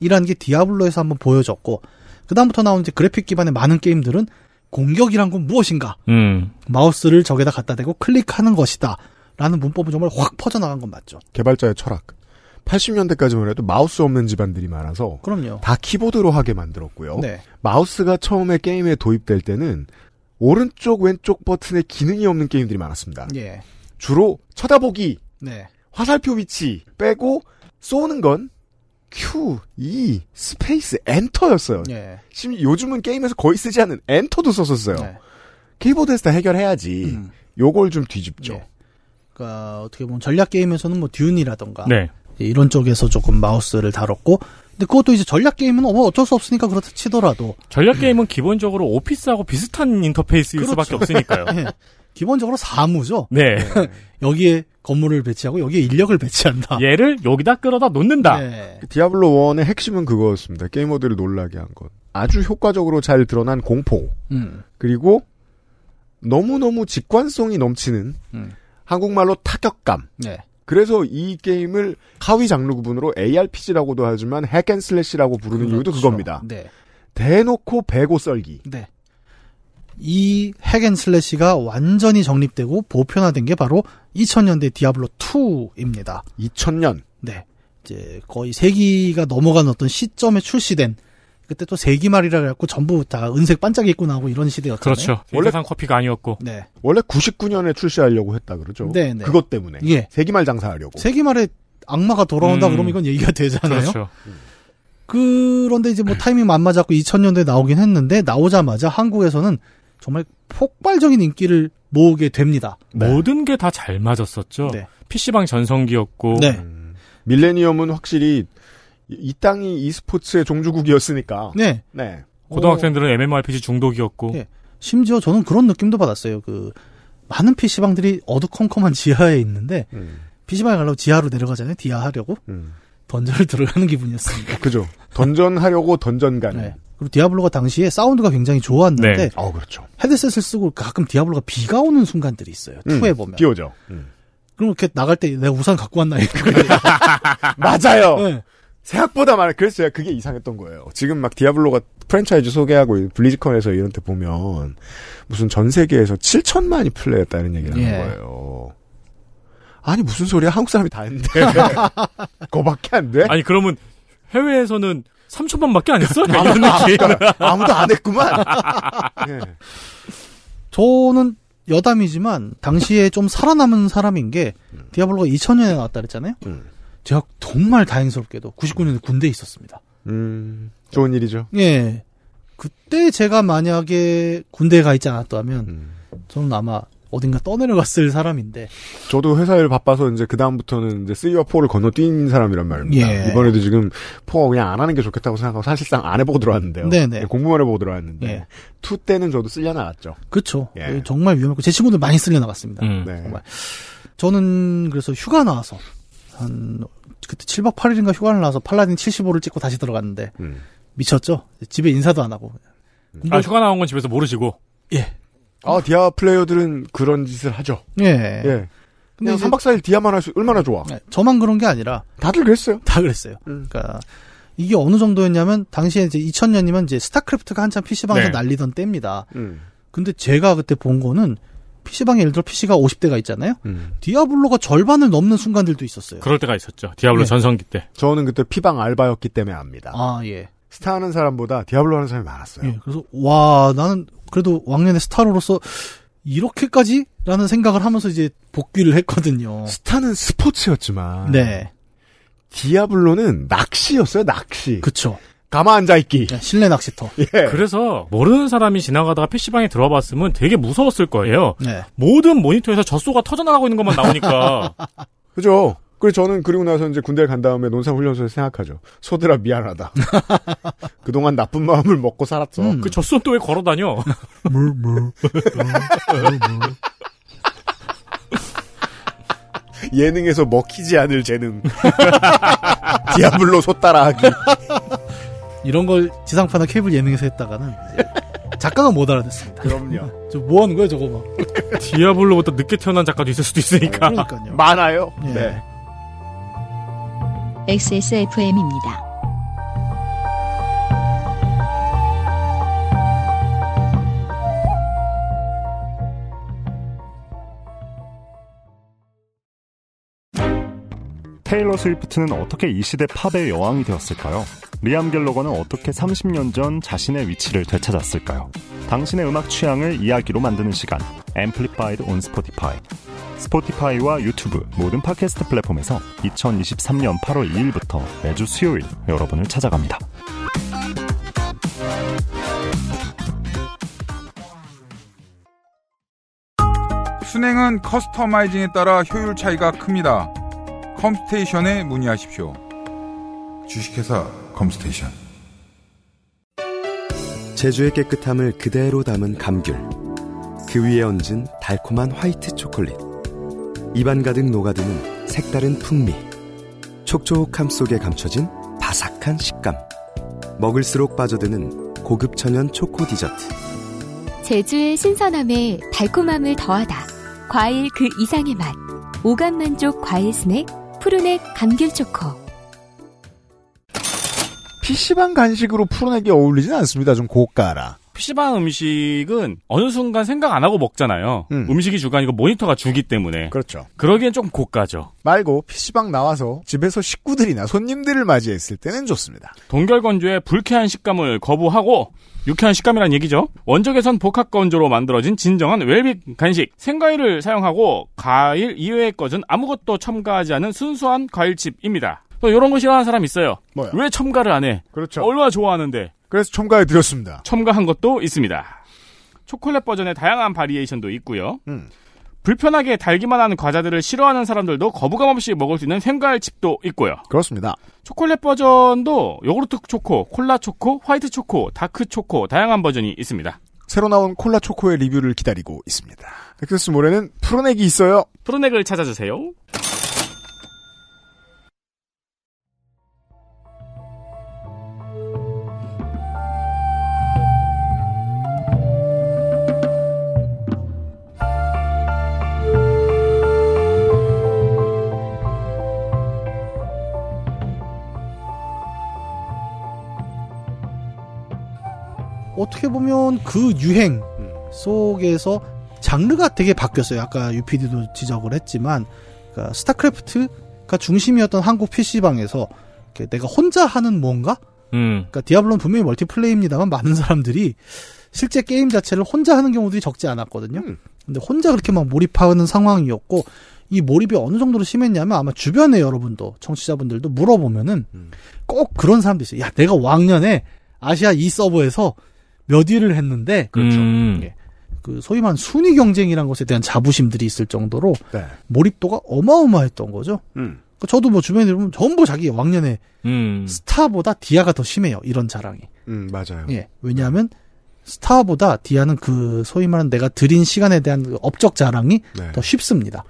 I: 이라는 게 디아블로에서 한번 보여졌고 그다음부터 나온 이제 그래픽 기반의 많은 게임들은 공격이란 건 무엇인가?
C: 음.
I: 마우스를 적에다 갖다 대고 클릭하는 것이다. 라는 문법은 정말 확 퍼져나간 건 맞죠.
B: 개발자의 철학. 80년대까지만 해도 마우스 없는 집안들이 많아서
I: 그럼요.
B: 다 키보드로 하게 만들었고요.
I: 네.
B: 마우스가 처음에 게임에 도입될 때는 오른쪽 왼쪽 버튼에 기능이 없는 게임들이 많았습니다.
I: 예.
B: 주로 쳐다보기,
I: 네.
B: 화살표 위치 빼고 쏘는 건 Q, E, 스페이스, 엔터였어요.
I: 예.
B: 심지어 요즘은 게임에서 거의 쓰지 않는 엔터도 썼었어요.
I: 네.
B: 키보드에서 다 해결해야지.
I: 음.
B: 요걸 좀
I: 예.
B: 뒤집죠.
I: 그러니까 어떻게 보면 전략 게임에서는 뭐 듀운이라던가
C: 네.
I: 이런 쪽에서 조금 마우스를 다뤘고 근데 그것도 이제 전략 게임은 뭐 어쩔 수 없으니까 그렇다 치더라도
C: 전략 게임은 기본적으로 오피스하고 비슷한 인터페이스일
I: 그렇죠.
C: 수밖에 없으니까요.
I: 예. 기본적으로 사무죠.
C: 네.
I: 여기에 건물을 배치하고 여기에 인력을 배치한다. 예.
C: 얘를 여기다 끌어다 놓는다.
I: 네.
B: 그 디아블로 1의 핵심은 그거였습니다. 게이머들을 놀라게 한 것. 아주 효과적으로 잘 드러난 공포.
I: 음.
B: 그리고 너무너무 직관성이 넘치는 한국말로 타격감.
I: 음. 네.
B: 그래서 이 게임을 하위 장르 구분으로 ARPG라고도 하지만 핵앤슬래시라고 부르는 이유도 그겁니다.
I: 네.
B: 대놓고 배고 썰기.
I: 네. 이 핵앤슬래시가 완전히 정립되고 보편화된 게 바로 2000년대 디아블로 2입니다.
B: 2000년.
I: 네. 이제 거의 세기가 넘어간 어떤 시점에 출시된 그때 또 세기 말이라 그래갖고 전부 다 은색 반짝이 입고 나오고 이런 시대였잖아요.
C: 원래 상 그렇죠. 커피가 아니었고.
I: 네.
B: 원래 99년에 출시하려고 했다 그러죠.
I: 네, 네.
B: 그것 때문에.
I: 예.
B: 세기말 장사하려고.
I: 세기 말에 악마가 돌아온다
B: 음.
I: 그러면 이건 얘기가 되잖아요.
B: 그렇죠.
I: 런데 이제 뭐 타이밍 안 맞았고 2000년대에 나오긴 했는데 나오자마자 한국에서는 정말 폭발적인 인기를 모으게 됩니다.
C: 모든 게 다 잘 맞았었죠.
I: 네.
C: PC방 전성기였고.
B: 음. 밀레니엄은 확실히 이, 이 땅이 e스포츠의 종주국이었으니까.
I: 네.
B: 네.
C: 고등학생들은 MMORPG 중독이었고.
I: 예. 심지어 저는 그런 느낌도 받았어요. 그 많은 PC방들이 어두컴컴한 지하에 있는데
B: 음.
I: PC방에 가려고 지하로 내려가잖아요. 디아하려고. 던전을 들어가는 기분이었습니다.
B: 그죠. 던전하려고 던전 가는.
I: 그리고 디아블로가 당시에 사운드가 굉장히 좋았는데
B: 네. 어, 그렇죠.
I: 헤드셋을 쓰고 가끔 디아블로가 비가 오는 순간들이 있어요.
B: 음,
I: 투에 보면.
B: 비 오죠.
I: 그럼 이렇게 나갈 때 내가 우산 갖고 왔나 이렇게.
B: 맞아요.
I: 네.
B: 생각보다 많아. 그래서 제가 그게 이상했던 거예요. 지금 막 디아블로가 프랜차이즈 소개하고 이 블리즈컨에서 이런 데 보면 무슨 전 세계에서 7천만이 플레이했다는 얘기를 하는
I: 예.
B: 거예요. 아니 무슨 소리야? 한국 사람이 다 했는데. 그거밖에 안 돼?
C: 아니 그러면 해외에서는 3천만밖에 안 했어?
B: 아무도
C: 이런
B: 안
C: 느낌.
B: 했구나. 아무도 안 했구만. 예.
I: 저는 여담이지만 당시에 좀 살아남은 사람인 게 디아블로가 2000년에 나왔다 그랬잖아요.
B: 음.
I: 제가 정말 다행스럽게도 99년에 군대에 있었습니다.
B: 음, 좋은 일이죠.
I: 예. 그때 제가 만약에 군대에 가 있지 않았다면
B: 음.
I: 저는 아마 어딘가 떠내려갔을 사람인데
B: 저도 회사일 바빠서 이제 그 다음부터는 이제 3와 4를 건너뛴 사람이란 말입니다.
I: 예.
B: 이번에도 지금 4가 그냥 안 하는 게 좋겠다고 생각하고 사실상 안 해보고 들어왔는데요. 예,
I: 네네.
B: 공부만 해보고 들어왔는데
I: 예.
B: 2 때는 저도 쓸려 나갔죠.
I: 그쵸 예, 정말 위험했고 제 친구들 많이 쓸려
C: 음.
I: 나갔습니다.
B: 네.
I: 음, 정말 저는 그래서 휴가 나와서 한 그때 7박 8일인가 휴가를 나와서 팔라딘 75를 찍고 다시 들어갔는데
B: 음.
I: 미쳤죠. 집에 인사도 안 하고
C: 아, 휴가 나온 건 집에서 모르시고.
B: 아 디아 플레이어들은 그런 짓을 하죠.
I: 예.
B: 예.
I: 근데
B: 그냥
I: 이제- 예.
B: 3박 4일 디아만 할 수 얼마나 좋아.
I: 네, 저만 그런 게 아니라
B: 다들 그랬어요.
I: 다 그랬어요. 그러니까 이게 어느 정도였냐면 당시에 이제 2000년이면 이제 스타크래프트가 한참 PC방에서
J: 네.
I: 날리던 때입니다. 근데 제가 그때 본 거는 PC방에 예를 들어 PC가 50대가 있잖아요.
B: 음.
I: 디아블로가 절반을 넘는 순간들도 있었어요.
C: 그럴 때가 있었죠. 디아블로
I: 예.
C: 전성기 때.
B: 저는 그때 피방 알바였기 때문에 압니다.
I: 아, 예.
B: 스타 하는 사람보다 디아블로 하는 사람이 많았어요.
I: 예, 그래서 와 나는 그래도 왕년의 스타로로서 이렇게까지라는 생각을 하면서 이제 복귀를 했거든요.
B: 스타는 스포츠였지만
I: 네.
B: 디아블로는 낚시였어요. 낚시.
I: 그쵸. 네, 예.
B: 가만 앉아 있기. 예.
I: 실내 낚시터.
C: 네. 그래서 모르는 사람이 지나가다가 PC방에 들어봤으면 되게 무서웠을 거예요.
I: 네.
C: 모든 모니터에서 젖소가 터져나가고 있는 것만 나오니까.
B: 그죠? 그래서 저는 그리고 나서 이제 군대를 간 다음에 논산훈련소에서 생각하죠. 소들아 미안하다. 그동안 나쁜 마음을 먹고 살았어.
C: 그 젖소 또왜 걸어다녀?
B: 예능에서 먹히지 않을 재능. 디아블로 소 따라하기.
I: 이런 걸 지상파나 케이블 예능에서 했다가는 이제 작가가 못 알아듣습니다.
B: 그럼요.
I: 저 뭐 하는 거야 저거 막.
C: 디아블로보다 늦게 태어난 작가도 있을 수도 있으니까.
I: 그러니까요.
B: 많아요.
I: 예.
B: 네.
A: XSFM입니다.
H: 테일러 스위프트는 어떻게 이 시대 팝의 여왕이 되었을까요? 리암 갤러거는 어떻게 30년 전 자신의 위치를 되찾았을까요? 당신의 음악 취향을 이야기로 만드는 시간 앰플리파이드 온 스포티파이 스포티파이와 유튜브 모든 팟캐스트 플랫폼에서 2023년 8월 2일부터 매주 수요일 여러분을 찾아갑니다.
J: 순행은 커스터마이징에 따라 효율 차이가 큽니다. 컴스테이션에 문의하십시오. 주식회사 컴스테이션.
K: 제주의 깨끗함을 그대로 담은 감귤. 그 위에 얹은 달콤한 화이트 초콜릿. 입안 가득 녹아드는 색다른 풍미. 촉촉함 속에 감춰진 바삭한 식감. 먹을수록 빠져드는 고급 천연 초코 디저트.
E: 제주의 신선함에 달콤함을 더하다. 과일 그 이상의 맛. 오감 만족 과일 스낵 푸르넥 감귤 초코.
L: PC방 간식으로 풀어내기 어울리진 않습니다. 좀 고가라.
C: PC방 음식은 어느 순간 생각 안 하고 먹잖아요.
L: 음.
C: 음. 식이 주가 아니고 모니터가 주기 때문에.
L: 그렇죠.
C: 그러기엔 조금 고가죠.
L: 말고 PC방 나와서 집에서 식구들이나 손님들을 맞이했을 때는 좋습니다.
C: 동결건조의 불쾌한 식감을 거부하고 유쾌한 식감이란 얘기죠. 원적에선 복합건조로 만들어진 진정한 웰빙 간식. 생과일을 사용하고 과일 이외의 것은 아무것도 첨가하지 않은 순수한 과일칩입니다. 또 이런 거 싫어하는 사람 있어요.
L: 뭐요?
C: 왜 첨가를 안 해?
L: 그렇죠.
C: 얼마나 좋아하는데.
L: 그래서 첨가해 드렸습니다.
C: 첨가한 것도 있습니다. 초콜릿 버전의 다양한 바리에이션도 있고요. 불편하게 달기만 하는 과자들을 싫어하는 사람들도 거부감 없이 먹을 수 있는 생과일 칩도 있고요.
L: 그렇습니다.
C: 초콜릿 버전도 요구르트 초코, 콜라 초코, 화이트 초코, 다크 초코 다양한 버전이 있습니다.
L: 새로 나온 콜라 초코의 리뷰를 기다리고 있습니다. 엑세스 모레는 풀어내기 있어요.
C: 프로넥을 찾아주세요.
I: 어떻게 보면 그 유행 속에서 장르가 되게 바뀌었어요. 아까 UPD도 지적을 했지만 그러니까 스타크래프트가 중심이었던 한국 PC방에서 내가 혼자 하는 뭔가?
C: 음.
I: 그러니까 디아블로는 분명히 멀티플레이입니다만 많은 사람들이 실제 게임 자체를 혼자 하는 경우들이 적지 않았거든요. 근데 혼자 그렇게 막 몰입하는 상황이었고 이 몰입이 어느 정도로 심했냐면 아마 주변에 여러분도 청취자분들도 물어보면은 꼭 그런 사람도 있어요. 야, 내가 왕년에 아시아 이 서버에서 몇 위를 했는데
C: 그렇죠.
I: 예. 그 소위 말한 순위 경쟁이란 것에 대한 자부심들이 있을 정도로
L: 네.
I: 몰입도가 어마어마했던 거죠.
L: 음.
I: 그 저도 뭐 주변에 보면 전부 자기 왕년에
C: 음.
I: 스타보다 디아가 더 심해요. 이런 자랑이.
B: 음, 맞아요.
I: 예. 왜냐하면 스타보다 디아는 그 소위 말하는 내가 들인 시간에 대한 그 업적 자랑이
B: 네.
I: 더 쉽습니다.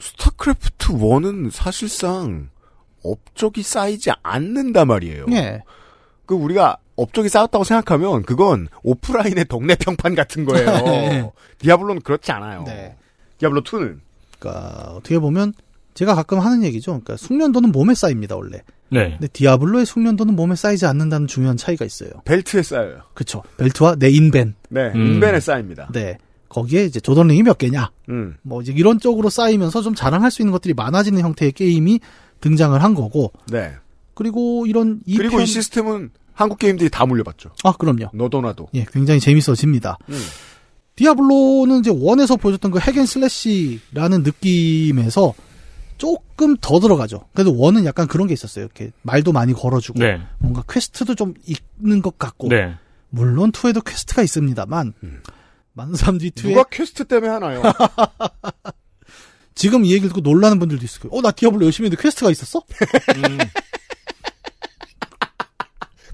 B: 스타크래프트 1은 사실상 업적이 쌓이지 않는단 말이에요.
I: 예.
B: 그 우리가 업적이 쌓였다고 생각하면 그건 오프라인의 동네 평판 같은 거예요. 디아블로는 그렇지 않아요.
I: 네.
B: 디아블로 2는
I: 그러니까 어떻게 보면 제가 가끔 하는 얘기죠. 그러니까 숙련도는 몸에 쌓입니다, 원래.
C: 네.
I: 근데 디아블로의 숙련도는 몸에 쌓이지 않는다는 중요한 차이가 있어요.
B: 벨트에 쌓여요.
I: 그쵸. 벨트와 내 인벤.
B: 네,
C: 음.
B: 인벤에 쌓입니다.
I: 네. 거기에 이제 조던링이 몇 개냐.
B: 음.
I: 뭐 이제 이런 쪽으로 쌓이면서 좀 자랑할 수 있는 것들이 많아지는 형태의 게임이 등장을 한 거고.
B: 네.
I: 그리고 이런 이
B: 그리고
I: 편-
B: 이 시스템은 한국 게임들이 다 물려봤죠.
I: 아, 그럼요.
B: 너도 나도.
I: 예, 굉장히 재밌어집니다.
B: 음.
I: 디아블로는 이제 원에서 보여줬던 그 핵앤 슬래시라는 느낌에서 조금 더 들어가죠. 그래도 원은 약간 그런 게 있었어요. 이렇게 말도 많이 걸어주고
C: 네.
I: 뭔가 퀘스트도 좀 있는 것 같고
C: 네. 음.
I: 물론 투에도 퀘스트가 있습니다만 많은 사람들이 2에
B: 누가 퀘스트 때문에 하나요?
I: 지금 이 얘기를 듣고 놀라는 분들도 있을 거예요. 어, 나 디아블로 열심히 했는데 퀘스트가 있었어?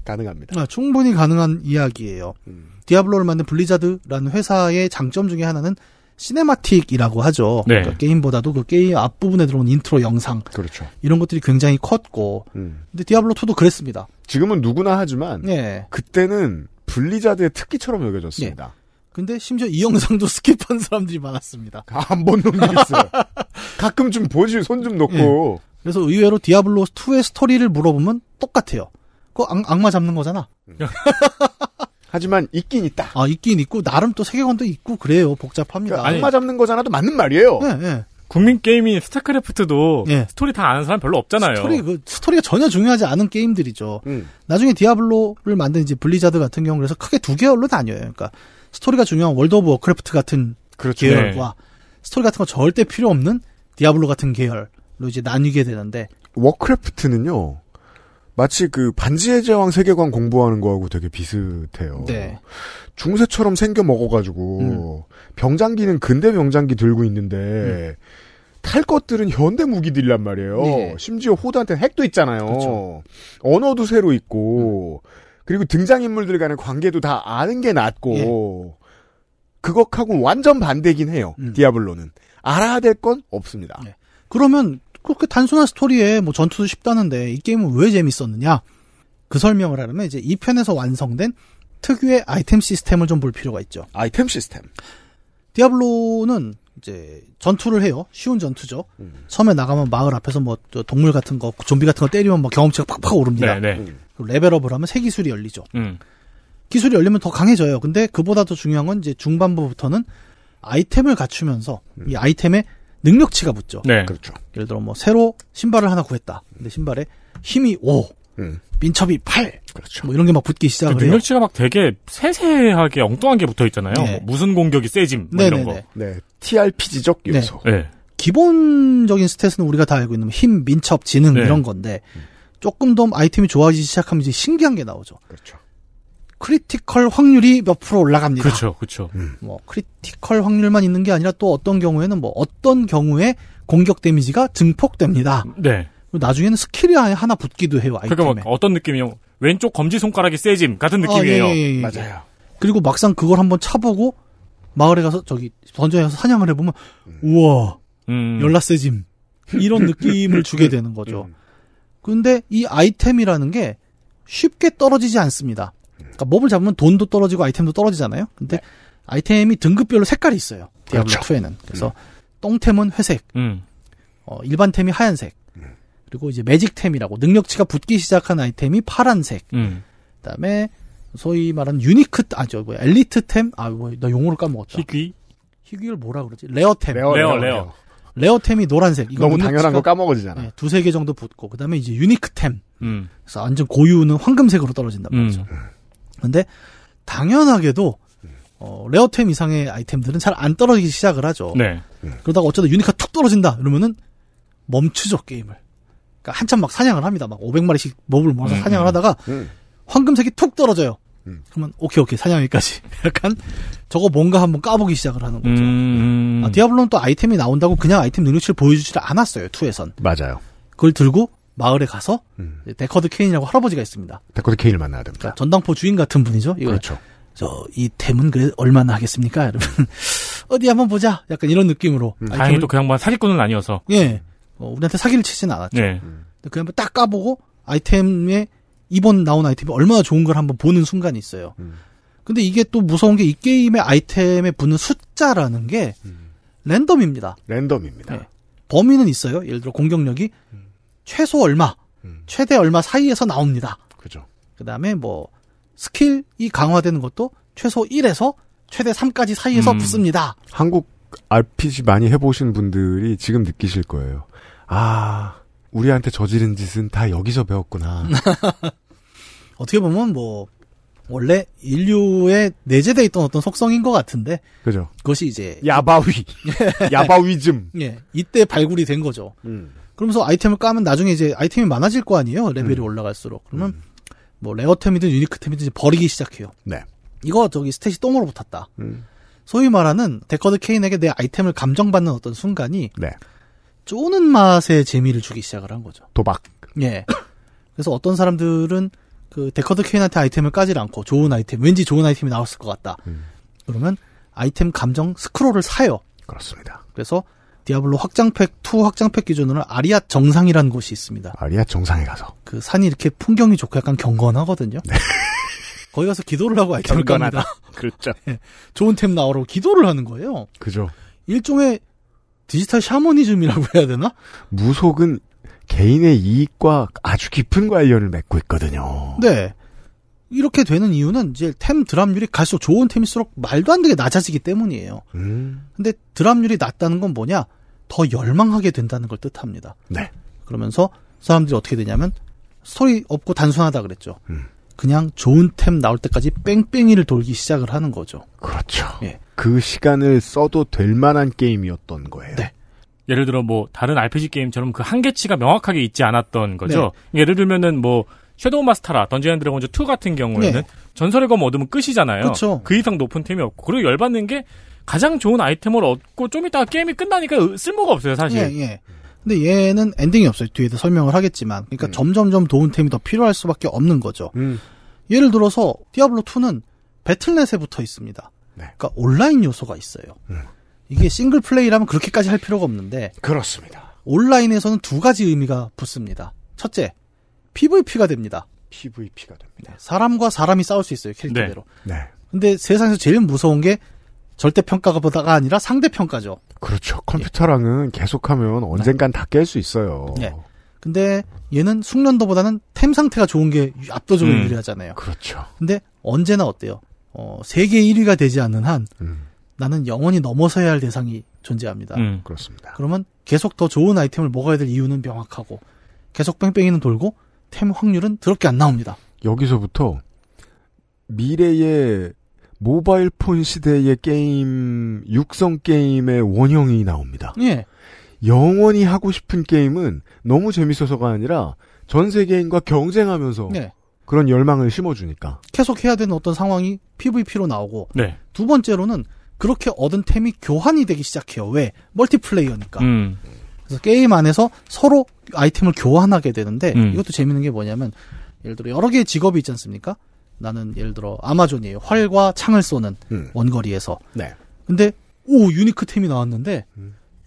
B: 가능합니다.
I: 아, 충분히 가능한 이야기예요.
C: 음.
I: 디아블로를 만든 블리자드라는 회사의 장점 중에 하나는 시네마틱이라고 하죠.
B: 네.
I: 그러니까 게임보다도 그 게임 앞부분에 들어온 인트로 영상
B: 그렇죠.
I: 이런 것들이 굉장히 컸고 근데 디아블로 2도 그랬습니다.
B: 음.
I: 예.
B: 지금은 누구나 하지만
C: 음.
I: 네.
B: 그때는 블리자드의 특기처럼 여겨졌습니다.
I: 근데 심지어 이 영상도 스킵한 사람들이 많았습니다.
C: 아.
B: 안 본 놈들이 있어요. 가끔 좀 보지 손 좀 놓고.
I: 그래서 의외로 디아블로 2의 스토리를 물어보면 똑같아요. 그 악마 잡는 거잖아.
B: 하지만 있긴 있다.
I: 아 있긴 있고 나름 또 세계관도 있고 그래요. 복잡합니다.
C: 그러니까 악마
B: 잡는 거잖아도 맞는 말이에요.
I: 네, 네.
C: 국민 게임인 스타크래프트도 스토리 다 아는 사람 별로 없잖아요.
I: 스토리 그 스토리가 전혀 중요하지 않은 게임들이죠.
B: 음.
I: 나중에 디아블로를 만든 이제 블리자드 같은 경우 그래서 크게 두 계열로 나뉘어요. 그러니까 스토리가 중요한 월드 오브 워크래프트 같은
B: 그렇죠. 네.
I: 계열과 스토리 같은 거 절대 필요 없는 디아블로 같은 계열로 이제 나뉘게 되는데
B: 워크래프트는요. 마치 그 반지의 제왕 세계관 공부하는 거하고 되게 비슷해요.
I: 네.
B: 중세처럼 생겨 먹어가지고 병장기는 근대 병장기 들고 있는데 탈 것들은 현대 무기들이란 말이에요.
M: 네.
B: 심지어 호드한테 핵도 있잖아요.
M: 그렇죠.
B: 언어도 새로 있고 그리고 등장 인물들 간의 관계도 다 아는 게 낫고 그것하고 완전 반대긴 해요. 디아블로는 알아야 될 건 없습니다.
I: 그러면 그렇게 단순한 스토리에 뭐 전투도 쉽다는데 이 게임은 왜 재밌었느냐? 그 설명을 하려면 이제 이 편에서 완성된 특유의 아이템 시스템을 좀 볼 필요가 있죠.
B: 아이템 시스템.
I: 디아블로는 이제 전투를 해요. 쉬운 전투죠. 섬에 나가면 마을 앞에서 뭐저 동물 같은 거, 좀비 같은 거 때리면 뭐 경험치가 팍팍 오릅니다.
C: 네, 네.
I: 그리고 레벨업을 하면 새 기술이 열리죠.
C: 음.
I: 기술이 열리면 더 강해져요. 근데 그보다 더 중요한 건 이제 중반부부터는 아이템을 갖추면서 이 아이템에 능력치가 붙죠.
C: 네.
B: 그렇죠.
I: 예를 들어 뭐 새로 신발을 하나 구했다. 근데 신발에 힘이 5, 민첩이 8.
B: 그렇죠.
I: 뭐 이런 게 막 붙기
C: 그
I: 시작을 해요.
C: 능력치가 막 되게 세세하게 엉뚱한 게 붙어 있잖아요. 뭐
I: 네.
C: 무슨 공격이 세짐 뭐 이런 거.
I: 네네네.
B: TRPG적
C: 요소. 네.
I: 기본적인 스탯은 우리가 다 알고 있는 힘, 민첩, 지능
C: 네.
I: 이런 건데 조금 더 아이템이 좋아지기 시작하면 이제 신기한 게 나오죠.
B: 그렇죠.
I: 크리티컬 확률이 몇 프로 올라갑니다.
C: 그렇죠, 그렇죠.
I: 뭐 크리티컬 확률만 있는 게 아니라 또 어떤 경우에는 뭐 어떤 경우에 공격 데미지가 증폭됩니다.
C: 네.
I: 그리고 나중에는 스킬이 하나 붙기도 해요. 아이템에.
C: 그러니까 막 어떤 느낌이요? 왼쪽 검지 손가락이 세짐 같은 느낌이에요.
I: 아, 예, 예, 예, 예. 그리고 막상 그걸 한번 차보고 마을에 가서 저기 던전에 가서 사냥을 해보면 우와
C: 음.
I: 연락세짐 이런
B: 네.
I: 느낌을 주게 되는
B: 음.
I: 거죠. 근데 이 아이템이라는 게 쉽게 떨어지지 않습니다. 그러니까 몹을 잡으면 돈도 떨어지고 아이템도 떨어지잖아요.
B: 네.
I: 근데 아이템이 등급별로 색깔이 있어요.
B: 그렇죠.
I: 디아블로 2에는
B: 음.
I: 그래서 똥템은 회색,
C: 음.
I: 어, 일반템이 하얀색,
B: 음.
I: 그리고 이제 매직템이라고 능력치가 붙기 시작한 아이템이 파란색.
C: 음.
I: 그다음에 소위 말하는 유니크 아저 뭐야 엘리트템 아뭐나 용어를 까먹었다.
C: 희귀
I: 희귀를 뭐라 그러지? 레어템.
B: 레어, 레어, 레어. 레어.
I: 레어템이 노란색. 이거
B: 너무
I: 능력치가
B: 당연한 거 까먹어지잖아.
I: 네, 두세 개 정도 붙고 그다음에 이제 유니크템.
C: 음.
I: 그래서 완전 고유는 황금색으로 떨어진단
C: 음.
I: 말이죠. 근데 당연하게도 어, 레어템 이상의 아이템들은 잘 안 떨어지기 시작을 하죠.
C: 네.
I: 그러다가 어쩌다 유니카 툭 떨어진다 이러면은 멈추죠 게임을. 그러니까 한참 막 사냥을 합니다. 막 500마리씩 몹을 모아서
M: 음,
I: 사냥을
M: 음.
I: 하다가
M: 음.
I: 황금색이 툭 떨어져요. 그러면 오케이 오케이 사냥이까지 약간 저거 뭔가 한번 까보기 시작을 하는 거죠.
C: 음.
I: 아, 디아블로는 또 아이템이 나온다고 그냥 아이템 능력치를 보여주지를 않았어요. 2에선
B: 맞아요.
I: 그걸 들고 마을에 가서 데커드 케인이라고 할아버지가 있습니다.
B: 데코드 케인을 만나야 됩니다.
I: 그러니까 전당포 주인 같은 분이죠. 이거.
B: 그렇죠.
I: 저 이 템은 그래 얼마나 하겠습니까? 여러분 어디 한번 보자. 약간 이런 느낌으로.
C: 음, 다행히 또그 양반 사기꾼은 아니어서.
I: 예. 어, 우리한테 사기를 치진 않았죠.
C: 네.
I: 근데 그 한번 딱 까보고 아이템에 이번 나온 아이템이 얼마나 좋은 걸 한번 보는 순간이 있어요.
C: 음.
I: 근데 이게 또 무서운 게 이 게임의 아이템에 붙는 숫자라는 게
C: 음.
I: 랜덤입니다.
B: 랜덤입니다.
I: 네. 범위는 있어요. 예를 들어 공격력이
C: 음.
I: 최소 얼마, 최대 얼마 사이에서 나옵니다.
B: 그죠.
I: 그다음에 뭐 스킬이 강화되는 것도 최소 1에서 최대 3까지 사이에서
B: 음.
I: 붙습니다.
B: 한국 RPG 많이 해보신 분들이 지금 느끼실 거예요. 아, 우리한테 저지른 짓은 다 여기서 배웠구나.
I: 어떻게 보면 뭐 원래 인류에 내재돼 있던 어떤 속성인 것 같은데
B: 그죠.
I: 그것이 이제
B: 야바위. 야바위즘.
I: 예, 이때 발굴이 된 거죠. 그러면서 아이템을 까면 나중에 이제 아이템이 많아질 거 아니에요. 레벨이 올라갈수록. 그러면 뭐 레어템이든 유니크템이든 이제 버리기 시작해요.
B: 네.
I: 이거 저기 스탯이 똥으로 붙었다. 소위 말하는 데커드 케인에게 내 아이템을 감정받는 어떤 순간이
B: 네.
I: 쪼는 맛에 재미를 주기 시작을 한 거죠.
B: 도박.
I: 예. 그래서 어떤 사람들은 그 데커드 케인한테 아이템을 까질 않고 좋은 아이템, 왠지 좋은 아이템이 나왔을 것 같다.
B: 음.
I: 그러면 아이템 감정 스크롤을 사요.
B: 그렇습니다.
I: 그래서 디아블로 확장팩 2 확장팩 기준으로는 아리아 정상이라는 곳이 있습니다.
B: 아리아 정상에 가서
I: 그 산이 이렇게 풍경이 좋고 약간 경건하거든요. 거기 가서 기도를 하고 아이템을
B: 네. 경건하다.
I: 깝니다. 예.
B: 그렇죠.
I: 좋은 템 나오라고 기도를 하는 거예요.
B: 그죠.
I: 일종의 디지털 샤머니즘이라고 해야 되나?
B: 무속은 개인의 이익과 아주 깊은 관련을 맺고 있거든요.
I: 네. 이렇게 되는 이유는 이제 템 드랍률이 갈수록 좋은 템일수록 말도 안 되게 낮아지기 때문이에요.
B: 음.
I: 근데 드랍률이 낮다는 건 뭐냐? 더 열망하게 된다는 걸 뜻합니다.
B: 네.
I: 그러면서 사람들이 어떻게 되냐면 스토리 없고 단순하다 그랬죠. 그냥 좋은 템 나올 때까지 뺑뺑이를 돌기 시작을 하는 거죠.
B: 그렇죠.
I: 예.
B: 그 시간을 써도 될 만한 게임이었던 거예요.
I: 네.
C: 예를 들어 뭐 다른 RPG 게임처럼 그 한계치가 명확하게 있지 않았던 거죠. 예를 들면은 뭐 섀도우 마스터라 던전 앤 드래곤즈 2 같은 경우에는
I: 네.
C: 전설의 검 얻으면 끝이잖아요.
I: 그쵸.
C: 그 이상 높은 템이 없고 그리고 열받는 게 가장 좋은 아이템을 얻고 좀 이따가 게임이 끝나니까 으- 쓸모가 없어요, 사실.
I: 예, 예. 근데 얘는 엔딩이 없어요. 뒤에도 설명을 하겠지만.
C: 음.
I: 그러니까 점점점 도운템이 더 필요할 수밖에 없는 거죠. 예를 들어서 디아블로2는 배틀넷에 붙어 있습니다.
C: 네.
I: 그러니까 온라인 요소가 있어요.
C: 음.
I: 이게 싱글 플레이라면 그렇게까지 할 필요가 없는데
B: 그렇습니다.
I: 온라인에서는 두 가지 의미가 붙습니다. 첫째, PVP가 됩니다.
B: PVP가 됩니다.
I: 사람과 사람이 싸울 수 있어요, 캐릭터대로.
B: 네.
I: 근데 세상에서 제일 무서운 게 절대 평가보다가 아니라 상대 평가죠.
B: 그렇죠. 컴퓨터랑은 계속하면 언젠간 다 깰 수 있어요.
I: 네. 근데 얘는 숙련도보다는 템 상태가 좋은 게 유- 압도적으로
B: 음.
I: 유리하잖아요.
B: 그렇죠.
I: 근데 언제나 어때요? 어, 세계 1위가 되지 않는 한 나는 영원히 넘어서야 할 대상이 존재합니다.
B: 음. 그렇습니다.
I: 그러면 계속 더 좋은 아이템을 먹어야 될 이유는 명확하고 계속 뺑뺑이는 돌고 템 확률은 더럽게 안 나옵니다.
B: 여기서부터 미래의 모바일 폰 시대의 게임, 육성 게임의 원형이 나옵니다.
I: 예.
B: 영원히 하고 싶은 게임은 너무 재밌어서가 아니라 전 세계인과 경쟁하면서
I: 네.
B: 그런 열망을 심어주니까.
I: 계속 해야 되는 어떤 상황이 PVP로 나오고
C: 네.
I: 두 번째로는 그렇게 얻은 템이 교환이 되기 시작해요. 왜? 멀티플레이어니까.
C: 음.
I: 그래서 게임 안에서 서로 아이템을 교환하게 되는데
C: 음.
I: 이것도 재밌는 게 뭐냐면 예를 들어 여러 개의 직업이 있지 않습니까? 나는 예를 들어 아마존이에요. 활과 창을 쏘는
B: 음.
I: 원거리에서.
B: 네.
I: 근데 오 유니크 템이 나왔는데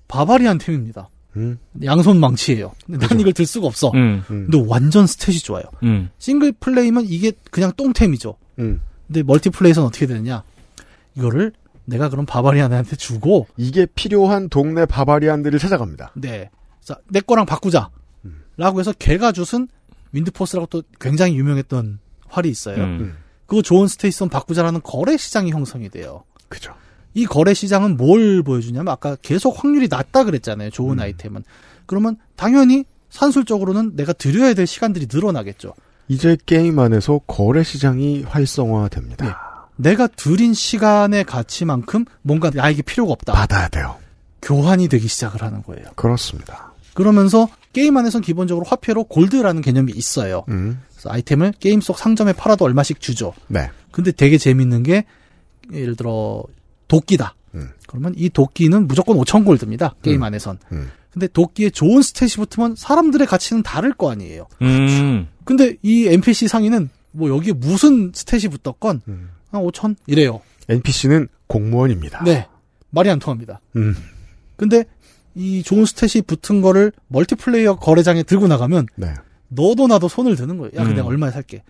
I: 바바리안 템입니다.
B: 음.
I: 양손 망치예요. 근데 난 이걸 들 수가 없어.
C: 음.
I: 근데 완전 스탯이 좋아요.
C: 음.
I: 싱글 플레이면 이게 그냥 똥템이죠.
B: 음.
I: 근데 멀티플레이에서는 어떻게 되느냐? 이거를 내가 그럼 바바리안한테 주고
B: 이게 필요한 동네 바바리안들을 찾아갑니다.
I: 네. 자, 내 거랑 바꾸자. 라고 해서 걔가 주신 윈드포스라고 또 굉장히 유명했던 활이 있어요.
B: 음.
I: 그거 좋은 스테이션 바꾸자라는 거래 시장이 형성이 돼요.
B: 그죠.
I: 이 거래 시장은 뭘 보여주냐면 아까 계속 확률이 낮다 그랬잖아요. 좋은 아이템은. 그러면 당연히 산술적으로는 내가 들여야 될 시간들이 늘어나겠죠.
B: 이제 게임 안에서 거래 시장이 활성화됩니다.
I: 내가 들인 시간의 가치만큼 뭔가 나에게 필요가 없다.
B: 받아야 돼요.
I: 교환이 되기 시작을 하는 거예요.
B: 그렇습니다.
I: 그러면서 게임 안에선 기본적으로 화폐로 골드라는 개념이 있어요.
B: 음.
I: 그래서 아이템을 게임 속 상점에 팔아도 얼마씩 주죠.
B: 네.
I: 근데 되게 재밌는 게 예를 들어 도끼다.
B: 음.
I: 그러면 이 도끼는 무조건 5천 골드입니다. 게임
B: 음.
I: 안에선.
B: 음.
I: 근데 도끼에 좋은 스탯이 붙으면 사람들의 가치는 다를 거 아니에요.
C: 음.
I: 근데 이 NPC 상인은 뭐 여기에 무슨 스탯이 붙었건 한 5천 이래요.
B: NPC는 공무원입니다.
I: 네. 말이 안 통합니다.
B: 음.
I: 근데 이 좋은 스탯이 붙은 거를 멀티플레이어 거래장에 들고 나가면
B: 네.
I: 너도 나도 손을 드는 거예요. 야, 근데
B: 음.
I: 내가 얼마에 살게.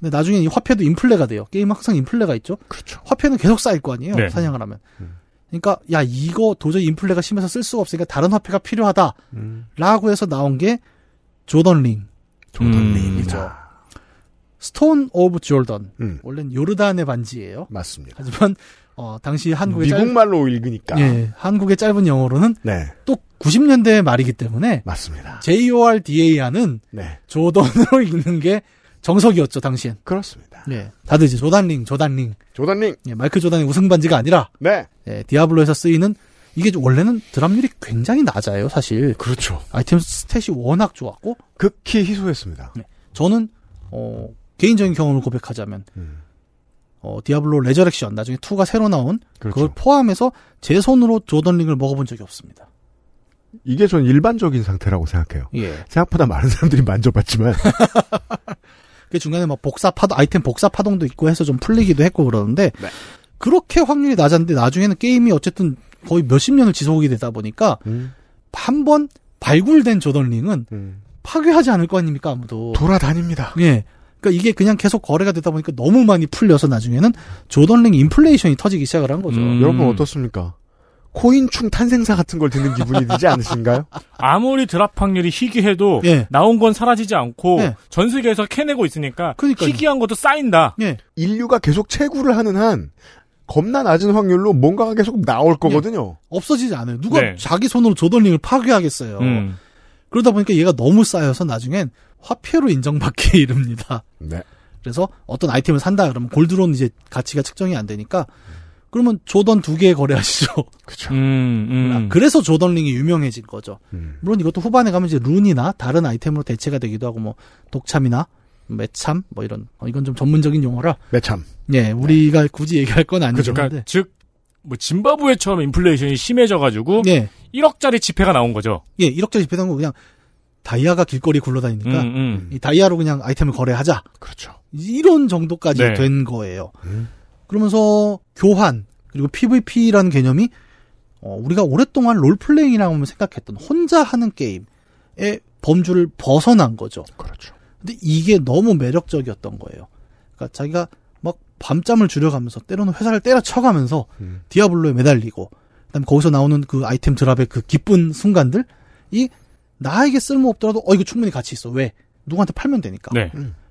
I: 근데 나중에 이 화폐도 인플레가 돼요. 게임 항상 인플레가 있죠. 화폐는 계속 쌓일 거 아니에요.
B: 그렇죠. 네.
I: 사냥을 하면. 그러니까 야 이거 도저히 인플레가 심해서 쓸 수가 없으니까 다른 화폐가 필요하다라고 해서 나온 게 조던 링.
B: 조던
I: 링이죠. 스톤 오브 조던.
B: 음.
I: 원래는 요르단의 반지예요.
B: 맞습니다.
I: 하지만 어, 당시 한국의 짧-
B: 미국말로 읽으니까.
I: 예, 한국의 짧은 영어로는
B: 네.
I: 또 90년대 말이기 때문에
B: 맞습니다.
I: JORDA는
B: 네.
I: 조던으로 읽는 게 정석이었죠 당시엔.
B: 그렇습니다.
I: 네, 다들 이제 조단링, 조단링,
B: 조단링.
I: 예, 마이클 조단의 우승 반지가 아니라
B: 네.
I: 예, 디아블로에서 쓰이는 이게 원래는 드랍률이 굉장히 낮아요, 사실.
B: 그렇죠.
I: 아이템 스탯이 워낙 좋았고
B: 극히 희소했습니다.
I: 네. 저는 어, 개인적인 경험을 고백하자면 어, 디아블로 레저렉션 나중에 2가 새로 나온 그걸
B: 그렇죠.
I: 포함해서 제 손으로 조던링을 먹어본 적이 없습니다.
B: 이게 전 일반적인 상태라고 생각해요.
I: 예.
B: 생각보다 많은 사람들이 만져봤지만
I: 그 중간에 막 복사 파동 아이템 복사 파동도 있고 해서 좀 풀리기도 했고 그러는데
B: 네.
I: 그렇게 확률이 낮았는데 나중에는 게임이 어쨌든 거의 몇십 년을 지속이 되다 보니까
B: 음.
I: 한 번 발굴된 조던링은 파괴하지 않을 거 아닙니까 아무도
B: 돌아다닙니다.
I: 예. 그러니까 이게 그냥 계속 거래가 되다 보니까 너무 많이 풀려서 나중에는 조던링 인플레이션이 터지기 시작을 한 거죠.
B: 여러분 어떻습니까? 코인충 탄생사 같은 걸 듣는 기분이 들지 않으신가요?
C: 아무리 드랍 확률이 희귀해도
B: 예.
C: 나온 건 사라지지 않고
B: 예.
C: 전 세계에서 캐내고 있으니까
B: 그러니까요.
C: 희귀한 것도 쌓인다.
I: 예.
B: 인류가 계속 채굴을 하는 한 겁나 낮은 확률로 뭔가가 계속 나올 거거든요.
I: 없어지지 않아요. 누가
B: 네.
I: 자기 손으로 조던링을 파괴하겠어요.
B: 음.
I: 그러다 보니까 얘가 너무 쌓여서 나중엔 화폐로 인정받기에 이릅니다.
B: 네.
I: 그래서 어떤 아이템을 산다 그러면 골드론 이제 가치가 측정이 안 되니까 그러면 조던 두 개 거래하시죠.
B: 그렇죠.
C: 음.
I: 그래서 조던링이 유명해진 거죠. 물론 이것도 후반에 가면 이제 룬이나 다른 아이템으로 대체가 되기도 하고 뭐 독참이나 매참 뭐 이런 어, 이건 좀 전문적인 용어라.
B: 매참.
I: 예, 우리가 굳이 얘기할 건 아니죠.
C: 네. 그러니까 즉, 뭐 짐바브웨처럼 인플레이션이 심해져가지고
I: 네.
C: 1억짜리 지폐가 나온 거죠.
I: 예, 1억짜리 집회던 거 그냥 다이아가 길거리 굴러다니니까
C: 음, 음.
I: 이 다이아로 그냥 아이템을 거래하자.
B: 그렇죠.
I: 이런 정도까지
C: 네.
I: 된 거예요. 그러면서 교환 그리고 PVP라는 개념이 어, 우리가 오랫동안 롤플레잉이라고 하면 생각했던 혼자 하는 게임의 범주를 벗어난 거죠.
B: 그렇죠.
I: 근데 이게 너무 매력적이었던 거예요. 그러니까 자기가 막 밤잠을 줄여가면서 때로는 회사를 때려쳐가면서 디아블로에 매달리고 그다음에 거기서 나오는 그 아이템 드랍의 그 기쁜 순간들 이 나에게 쓸모 없더라도 어 이거 충분히 가치 있어 왜 누구한테 팔면 되니까
C: 네.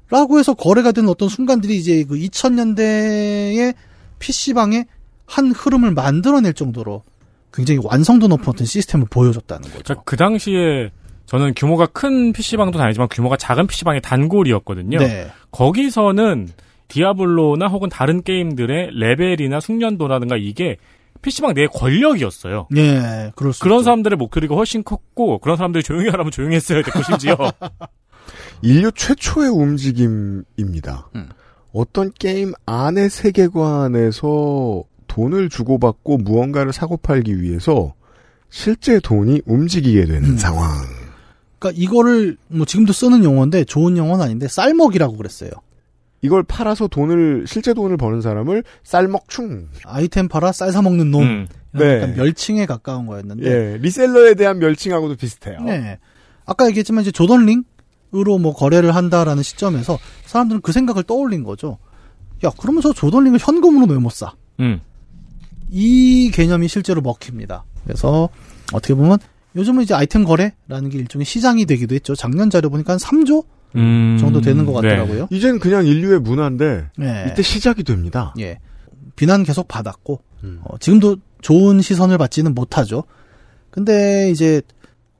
I: 라고 해서 거래가 되는 어떤 순간들이 이제 그 2000년대의 PC방의 한 흐름을 만들어낼 정도로 굉장히 완성도 높은 어떤 시스템을 보여줬다는 거죠.
C: 그 당시에 저는 규모가 큰 PC방도 다니지만 규모가 작은 PC방의 단골이었거든요.
I: 네.
C: 거기서는 디아블로나 혹은 다른 게임들의 레벨이나 숙련도라든가 이게 PC방 내의 권력이었어요.
I: 예, 그럴 수
C: 그런 사람들의 목소리가 훨씬 컸고 그런 사람들이 조용히 하라면 조용히 했어야 됐고 심지어
B: 인류 최초의 움직임입니다. 어떤 게임 안의 세계관에서 돈을 주고받고 무언가를 사고 팔기 위해서 실제 돈이 움직이게 되는 상황.
I: 그러니까 이거를 뭐 지금도 쓰는 용어인데 좋은 용어는 아닌데 쌀먹이라고 그랬어요.
B: 이걸 팔아서 돈을 실제 돈을 버는 사람을 쌀먹충
I: 아이템 팔아 쌀 사 먹는 놈.
B: 음.
I: 이런
B: 네.
I: 약간 멸칭에 가까운 거였는데.
B: 예, 리셀러에 대한 멸칭하고도
C: 예.
B: 비슷해요.
I: 네. 아까 얘기했지만 이제 조던링으로 뭐 거래를 한다라는 시점에서 사람들은 그 생각을 떠올린 거죠. 야, 그러면서 조던링을 현금으로 왜 못 사?
C: 음.
I: 이 개념이 실제로 먹힙니다. 그래서 어떻게 보면 요즘은 이제 아이템 거래라는 게 일종의 시장이 되기도 했죠. 작년 자료 보니까 한 3조 정도 되는
C: 음.
I: 것 같더라고요.
B: 이젠 그냥 인류의 문화인데
I: 네.
B: 음, 네. 이때 시작이 됩니다.
I: 예. 비난 계속 받았고 어, 지금도 좋은 시선을 받지는 못하죠. 근데 이제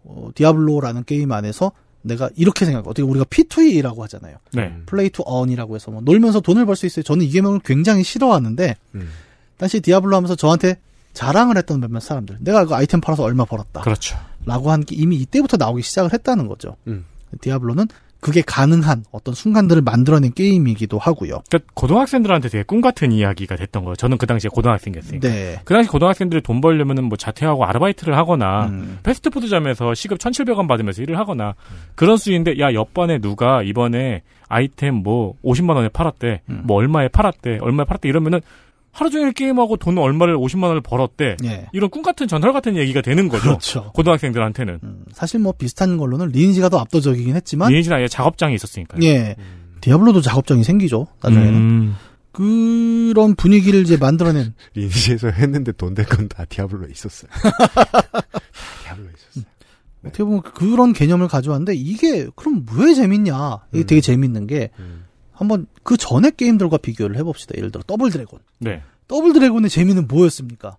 I: 어, 디아블로라는 게임 안에서 내가 이렇게 생각 어떻게 우리가 P2E라고 하잖아요.
C: 네.
I: 플레이 투 언이라고 해서 뭐 놀면서 돈을 벌 수 있어요. 저는 이 개념을 굉장히 싫어하는데 당시 디아블로 하면서 저한테 자랑을 했던 몇몇 사람들 내가 그 아이템 팔아서 얼마 벌었다.
C: 그렇죠.
I: 라고 한 게 이미 이때부터 나오기 시작을 했다는 거죠.
B: 음.
I: 디아블로는 그게 가능한 어떤 순간들을 만들어낸 게임이기도 하고요.
C: 그러니까 고등학생들한테 되게 꿈 같은 이야기가 됐던 거예요. 저는 그 당시에 고등학생이었으니까.
I: 네.
C: 그 당시 고등학생들이 돈 벌려면은 뭐 자퇴하고 아르바이트를 하거나
I: 음.
C: 패스트푸드점에서 시급 1,700원 받으면서 일을 하거나 그런 수준인데 야 옆반에 누가 이번에 아이템 뭐 50만 원에 팔았대.
I: 음.
C: 뭐 얼마에 팔았대. 얼마에 팔았대 이러면은 하루 종일 게임하고 돈 얼마를 50만 원을 벌었대.
I: 예.
C: 이런 꿈 같은 전설 같은 얘기가 되는 거죠.
I: 그렇죠.
C: 고등학생들한테는.
I: 사실 뭐 비슷한 걸로는 리니지가 더 압도적이긴 했지만
C: 니네진 아예 작업장이 있었으니까요.
I: 예 디아블로도 작업장이 생기죠 나중에는
C: 음.
I: 그런 분위기를 이제 만들어낸
B: 리니지에서 했는데 돈 될 건 다 디아블로에 있었어요.
I: 어떻게 보면 그런 개념을 가져왔는데 이게 그럼 왜 재밌냐 이게 되게 재밌는 게 한번 그 전에 게임들과 비교를 해봅시다 예를 들어 더블 드래곤
C: 네.
I: 더블 드래곤의 재미는 뭐였습니까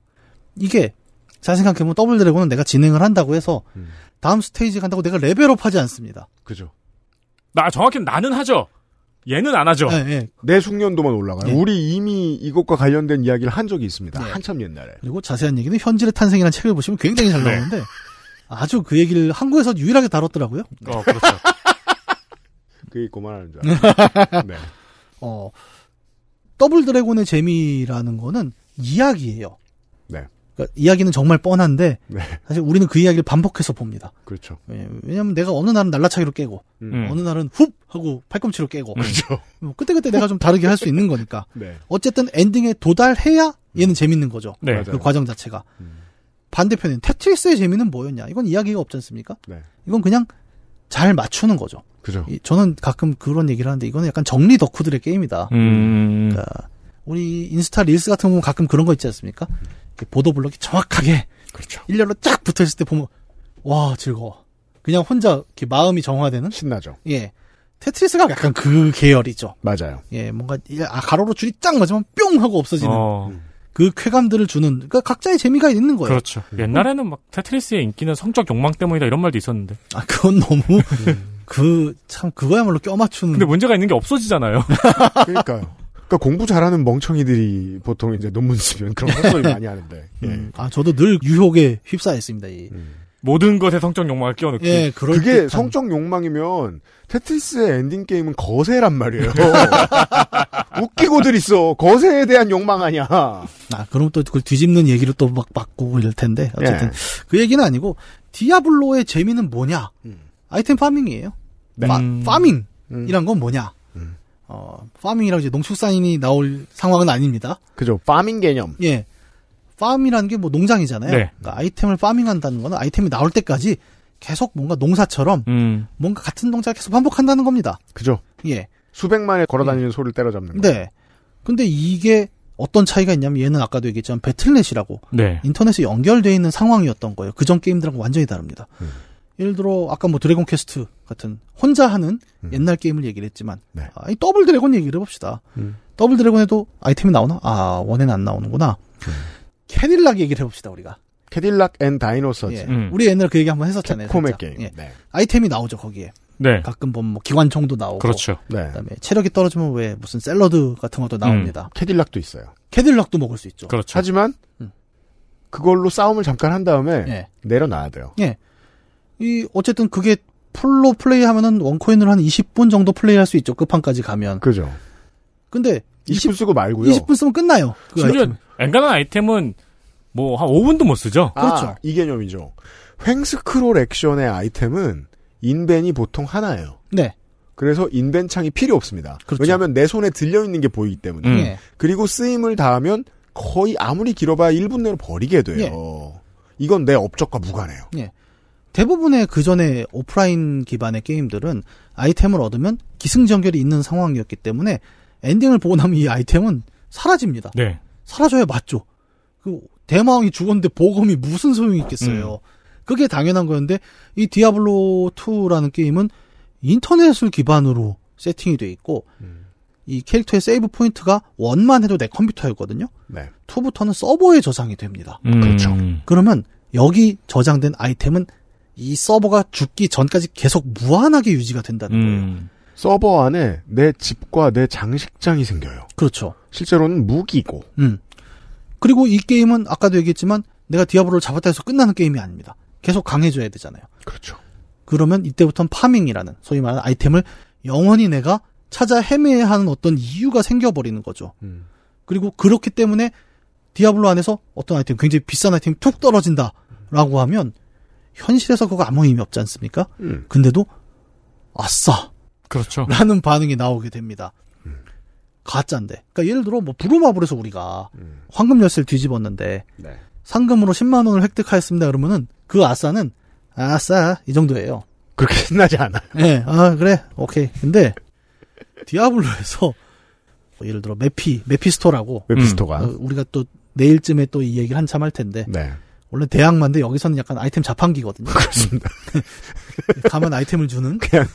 I: 이게 잘 생각해보면 더블 드래곤은 내가 진행을 한다고 해서 다음 스테이지 간다고 내가 레벨업 하지 않습니다
B: 그죠.
C: 나 정확히 나는 하죠.
N: 얘는 안 하죠.
B: 내 숙련도만 올라가요.
I: 예.
B: 우리 이미 이것과 관련된 이야기를 한 적이 있습니다.
I: 예.
B: 한참 옛날에.
I: 그리고 자세한 얘기는 현질의 탄생이라는 책을 보시면 굉장히 잘 나오는데 아주 그 얘기를 한국에서 유일하게 다뤘더라고요.
B: 어, 그렇죠. 그게 고만하는 줄 알아요. 네.
I: 어, 더블 드래곤의 재미라는 거는 이야기예요.
B: 네.
I: 그러니까 이야기는 정말 뻔한데
B: 네.
I: 사실 우리는 그 이야기를 반복해서 봅니다.
B: 그렇죠.
I: 왜냐면 하 내가 어느 날은 날라차기로 깨고
B: 음.
I: 어느 날은 훅 하고 팔꿈치로 깨고
B: 그렇죠.
I: 뭐 그때그때 내가 좀 다르게 할 수 있는 거니까
B: 네.
I: 어쨌든 엔딩에 도달해야 얘는 재밌는 거죠.
B: 네.
I: 그
B: 맞아요. 음.
I: 과정 자체가. 반대편은 테트리스의 재미는 뭐였냐? 이건 이야기가 없지 않습니까?
B: 네.
I: 이건 그냥 잘 맞추는 거죠.
B: 그죠.
I: 이- 저는 가끔 그런 얘기를 하는데 이거는 약간 정리 덕후들의 게임이다.
C: 음.
I: 그러니까 우리 인스타 릴스 같은 거 보면 가끔 그런 거 있지 않습니까? 이렇게 보도 블록이 정확하게
C: 그렇죠.
I: 일렬로 쫙 붙어 있을 때 보면 와 즐거워. 그냥 혼자 이렇게 마음이 정화되는
B: 신나죠.
I: 예. 테트리스가 약간 그 계열이죠.
B: 맞아요.
I: 예, 뭔가 이- 아, 가로로 줄이 쫙 맞으면 뿅 하고 없어지는
C: 어.
I: 그 쾌감들을 주는 그러니까 각자의 재미가 있는 거예요. 음.
C: 그렇죠. 옛날에는 막 테트리스의 인기는 성적 욕망 때문이다 이런 말도 있었는데.
I: 아 그건 너무 그 참 그거야말로 껴맞추는.
C: 근데 뭐, 문제가 있는 게 없어지잖아요.
B: 그러니까요. 그러니까 공부 잘하는 멍청이들이 보통 이제 논문 쓰면 그런 헛소리 많이 하는데. 예.
I: 음, 아 저도 늘 유혹에 휩싸였습니다. 이.
C: 음. 모든 것에 성적 욕망을 끼워넣기.
I: 예, 그럴
B: 그게
I: 듯한.
B: 성적 욕망이면 테트리스의 엔딩 게임은 거세란 말이에요. 웃기고들 있어. 거세에 대한 욕망 아니야.
I: 아, 그럼 또 그걸 뒤집는 얘기를 또 막 바꾸고 이럴 텐데. 어쨌든
B: 예.
I: 그 얘기는 아니고 디아블로의 재미는 뭐냐? 아이템 파밍이에요.
C: 네.
I: 파,
C: 음.
I: 파밍이란 건 뭐냐? 어, 파밍이라고 이제 농축산인이 나올 상황은 아닙니다.
B: 그죠. 파밍 개념.
I: 예. 팜이라는 게 뭐 농장이잖아요.
B: 네.
I: 그러니까 아이템을 파밍한다는 거는 아이템이 나올 때까지 계속 뭔가 농사처럼
C: 음.
I: 뭔가 같은 동작을 계속 반복한다는 겁니다.
B: 그죠.
I: 예.
B: 수백만에 걸어다니는 소리를 때려잡는 거.
I: 음. 네. 근데 이게 어떤 차이가 있냐면 얘는 아까도 얘기했지만 배틀넷이라고
C: 네.
I: 인터넷에 연결돼 있는 상황이었던 거예요. 그전 게임들하고 완전히 다릅니다. 예를 들어 아까 뭐 드래곤 퀘스트 같은 혼자 하는 옛날 게임을 얘기를 했지만 아, 이 더블 드래곤 얘기를 해봅시다. 더블 드래곤에도 아이템이 나오나? 아 원에는 안 나오는구나. 캐딜락 얘기를 해봅시다 우리가.
B: 캐딜락 앤 다이노서즈.
I: 예. 우리 옛날에 그 얘기 한번 했었잖아요.
B: 음. 캡콤의
I: 살짝.
B: 게임. 네.
I: 예. 아이템이 나오죠 거기에.
C: 네.
I: 가끔 보면 뭐 기관총도 나오고.
C: 그렇죠.
B: 네.
I: 그다음에 체력이 떨어지면 왜 무슨 샐러드 같은 것도 나옵니다.
B: 캐딜락도 있어요.
I: 캐딜락도 먹을 수 있죠.
C: 그렇죠.
B: 하지만 그걸로 싸움을 잠깐 한 다음에
I: 음. 예.
B: 내려놔야 돼요.
I: 예. 이 어쨌든 그게 풀로 플레이하면은 원코인으로 한 20분 정도 플레이할 수 있죠. 그 끝판까지 가면.
B: 그죠.
I: 근데
B: 20분 쓰고 말고요.
I: 20분 쓰면 끝나요. 그
C: 심지어
I: 아이템.
C: 엔간한 아이템은 뭐 한 5분도 못 쓰죠.
I: 그렇죠.
B: 아, 이 개념이죠. 횡스크롤 액션의 아이템은 인벤이 보통 하나예요.
I: 네.
B: 그래서 인벤 창이 필요 없습니다. 왜냐하면 내 손에 들려 있는 게 보이기 때문에.
I: 음. 예.
B: 그리고 쓰임을 다하면 거의 아무리 길어봐야 1분 내로 버리게 돼요. 이건 내 업적과 무관해요.
I: 예. 대부분의 그 전에 오프라인 기반의 게임들은 아이템을 얻으면 기승전결이 있는 상황이었기 때문에 엔딩을 보고 나면 이 아이템은 사라집니다.
C: 네.
I: 사라져야 맞죠. 그 대마왕이 죽었는데 보검이 무슨 소용이 있겠어요. 그게 당연한 거였는데 이 디아블로 2라는 게임은 인터넷을 기반으로 세팅이 돼 있고 이 캐릭터의 세이브 포인트가 원만 해도 내 컴퓨터였거든요.
B: 네.
I: 2부터는 서버에 저장이 됩니다.
C: 그렇죠.
I: 그러면 여기 저장된 아이템은 이 서버가 죽기 전까지 계속 무한하게 유지가 된다는 거예요.
B: 서버 안에 내 집과 내 장식장이 생겨요.
I: 그렇죠.
B: 실제로는 무기고.
I: 음. 그리고 이 게임은 아까도 얘기했지만 내가 디아블로를 잡았다 해서 끝나는 게임이 아닙니다. 계속 강해져야 되잖아요.
B: 그렇죠.
I: 그러면 이때부터는 파밍이라는 소위 말하는 아이템을 영원히 내가 찾아 헤매야 하는 어떤 이유가 생겨버리는 거죠. 그리고 그렇기 때문에 디아블로 안에서 어떤 아이템 굉장히 비싼 아이템이 툭 떨어진다라고 하면 현실에서 그거 아무 의미 없지 않습니까?
B: 음.
I: 근데도 아싸
C: 그렇죠.
I: 라는 반응이 나오게 됩니다.
B: 음.
I: 가짜인데. 그러니까 예를 들어 뭐 브루마블에서 우리가
B: 음.
I: 황금 열쇠를 뒤집었는데
B: 네.
I: 상금으로 10만 원을 획득하였습니다. 그러면은 그 아싸는 아싸 이 정도예요.
B: 그렇게 신나지 않아.
I: 예. 아 그래. 오케이. 근데 디아블로에서 뭐 예를 들어 메피 메피스토라고
B: 메피스토가. 네.
I: 어, 우리가 또 내일쯤에 또 이 얘기를 한참 할 텐데. 원래 대학만데 여기서는 약간 아이템 자판기거든요.
B: 그렇습니다.
I: 가만 아이템을 주는
B: 그냥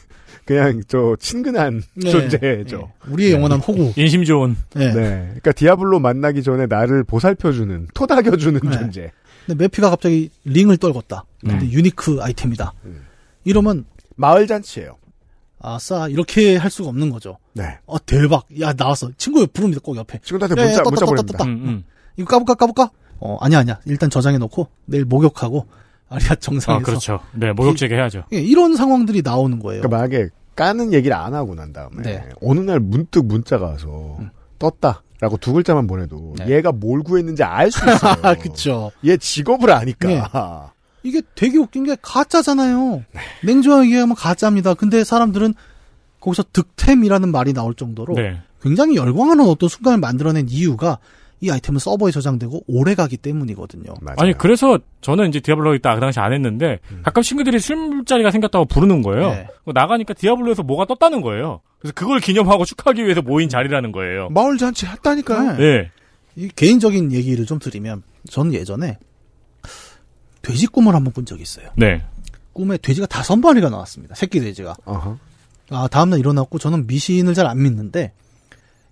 B: 그냥 저 친근한
I: 네.
B: 존재죠.
I: 네. 우리의 영원한 호구.
C: 인심 좋은.
I: 네.
B: 그러니까 디아블로 만나기 전에 나를 보살펴주는, 토닥여주는
I: 네.
B: 존재.
I: 근데 메피가 갑자기
O: 네.
B: 음.
I: 링을 떨궜다. 근데 유니크 아이템이다. 이러면
B: 마을 잔치예요.
I: 아싸 이렇게 할 수가 없는 거죠.
B: 네.
I: 어 대박. 야 나왔어. 친구 옆 부릅니다. 꼭 옆에.
B: 친구한테
I: 야, 야,
B: 문자-
I: 떴다,
B: 문자
I: 떴다,
B: 보냅니다.
I: 떴다.
B: 음, 음.
I: 이거 까볼까 까볼까? 어 아니야 아니야. 일단 저장해 놓고 내일 목욕하고 아리아 정상에서.
O: 아, 그렇죠. 네, 목욕제게 해야죠.
I: 예, 이런 상황들이 나오는 거예요.
B: 그러니까 만약에 까는 얘기를 안 하고 난 다음에
I: 네. 음.
B: 어느 날 문득 문자가 와서 떴다라고 두 글자만 보내도 얘가 뭘 구했는지 알 수 있어요.
I: 네. 그렇죠.
B: 얘 직업을 아니까.
I: 네. 이게 되게 웃긴 게 가짜잖아요.
B: 네.
I: 냉정하게 얘기하면 가짜입니다. 근데 사람들은 거기서 득템이라는 말이 나올 정도로
O: 네.
I: 굉장히 열광하는 어떤 순간을 만들어낸 이유가 이 아이템은 서버에 저장되고 오래 가기 때문이거든요.
O: 아니 그래서 저는 이제 디아블로 있다 그 당시 안 했는데 가끔 친구들이 술자리가 생겼다고 부르는 거예요. 그거 나가니까 디아블로에서 뭐가 떴다는 거예요. 그래서 그걸 기념하고 축하하기 위해서 모인 자리라는 거예요.
B: 마을 잔치 했다니까요. 예.
O: 네.
I: 이 개인적인 얘기를 좀 드리면 전 예전에 돼지 꿈을 한번 꾼 적이 있어요.
O: 네.
I: 꿈에 돼지가 다섯 마리가 나왔습니다. 새끼 돼지가. 아 다음날 일어났고 저는 미신을 잘 안 믿는데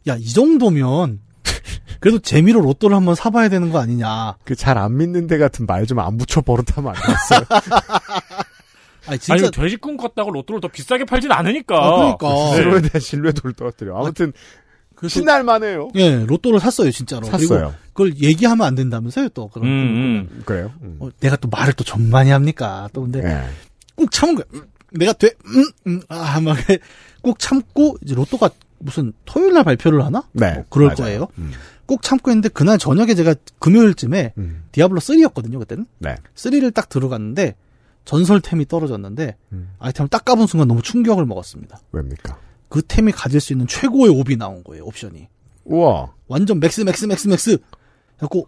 I: 야 이 정도면 그래도 재미로 로또를 한번 사봐야 되는 거 아니냐.
B: 그 잘 안 믿는 데 같은 말 좀 안 붙여 버릇하면 안 되겠어요.
I: 아니
O: 아니, 이거 돼지 꿈 같다고 로또를 더 비싸게 팔진 않으니까.
I: 아,
O: 네.
B: 실로에 대한 신뢰도를 떨어뜨려. 아무튼 신날 만해요.
I: 예, 로또를 그 샀어요, 진짜로.
B: 그 샀어요. 음.
I: 그리고 그걸 얘기하면 안 된다면서요, 또.
O: 음,
I: 그런
B: 그래요. 음.
I: 어, 내가 또 말을 또 좀 많이 합니까? 또 근데
B: 네.
I: 꾹 참은 거야. 음, 내가 돼, 음, 음, 아, 막, 꾹 참고, 이제 로또가 무슨 토요일 날 발표를 하나?
B: 네.
I: 뭐 그럴
B: 맞아요.
I: 거예요. 꾹 참고 했는데, 그날 저녁에 제가 금요일쯤에
B: 음.
I: 디아블로 3였거든요, 그때는.
B: 네.
I: 3를 딱 들어갔는데, 전설템이 떨어졌는데,
B: 음.
I: 아이템을 딱 까본 순간 너무 충격을 먹었습니다.
B: 왜입니까?
I: 그 템이 가질 수 있는 최고의 옵이 나온 거예요, 옵션이.
B: 우와.
I: 완전 맥스, 맥스, 맥스, 맥스! 해갖고,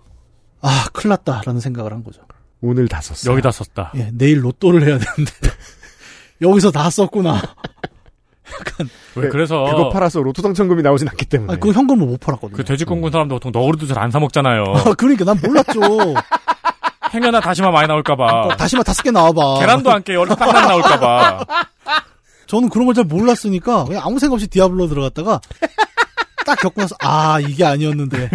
I: 아, 큰일 났다라는 생각을 한 거죠.
B: 오늘 다 썼어.
O: 여기다 썼다.
I: 예, 내일 로또를 해야 되는데 여기서 다 썼구나. 아,
O: 왜 그래서
B: 그거 팔아서 로또 당첨금이 나오진 않기 때문에.
I: 아, 그 현금을 못 팔았거든요.
O: 네. 그 돼지 꿈꾼 사람들 보통 너구리도 잘 안 사 먹잖아요.
I: 아, 그러니까 난 몰랐죠. 어,
O: 행여나 다시마 많이 나올까봐.
I: 다시마 다섯 개 나와봐.
O: 아. 계란도 안 깨요. 얼른 빵빵 나올까봐.
I: 저는 그런 걸 잘 몰랐으니까 그냥 아무 생각 없이 디아블로 들어갔다가 딱 겪고 나서 아 이게 아니었는데.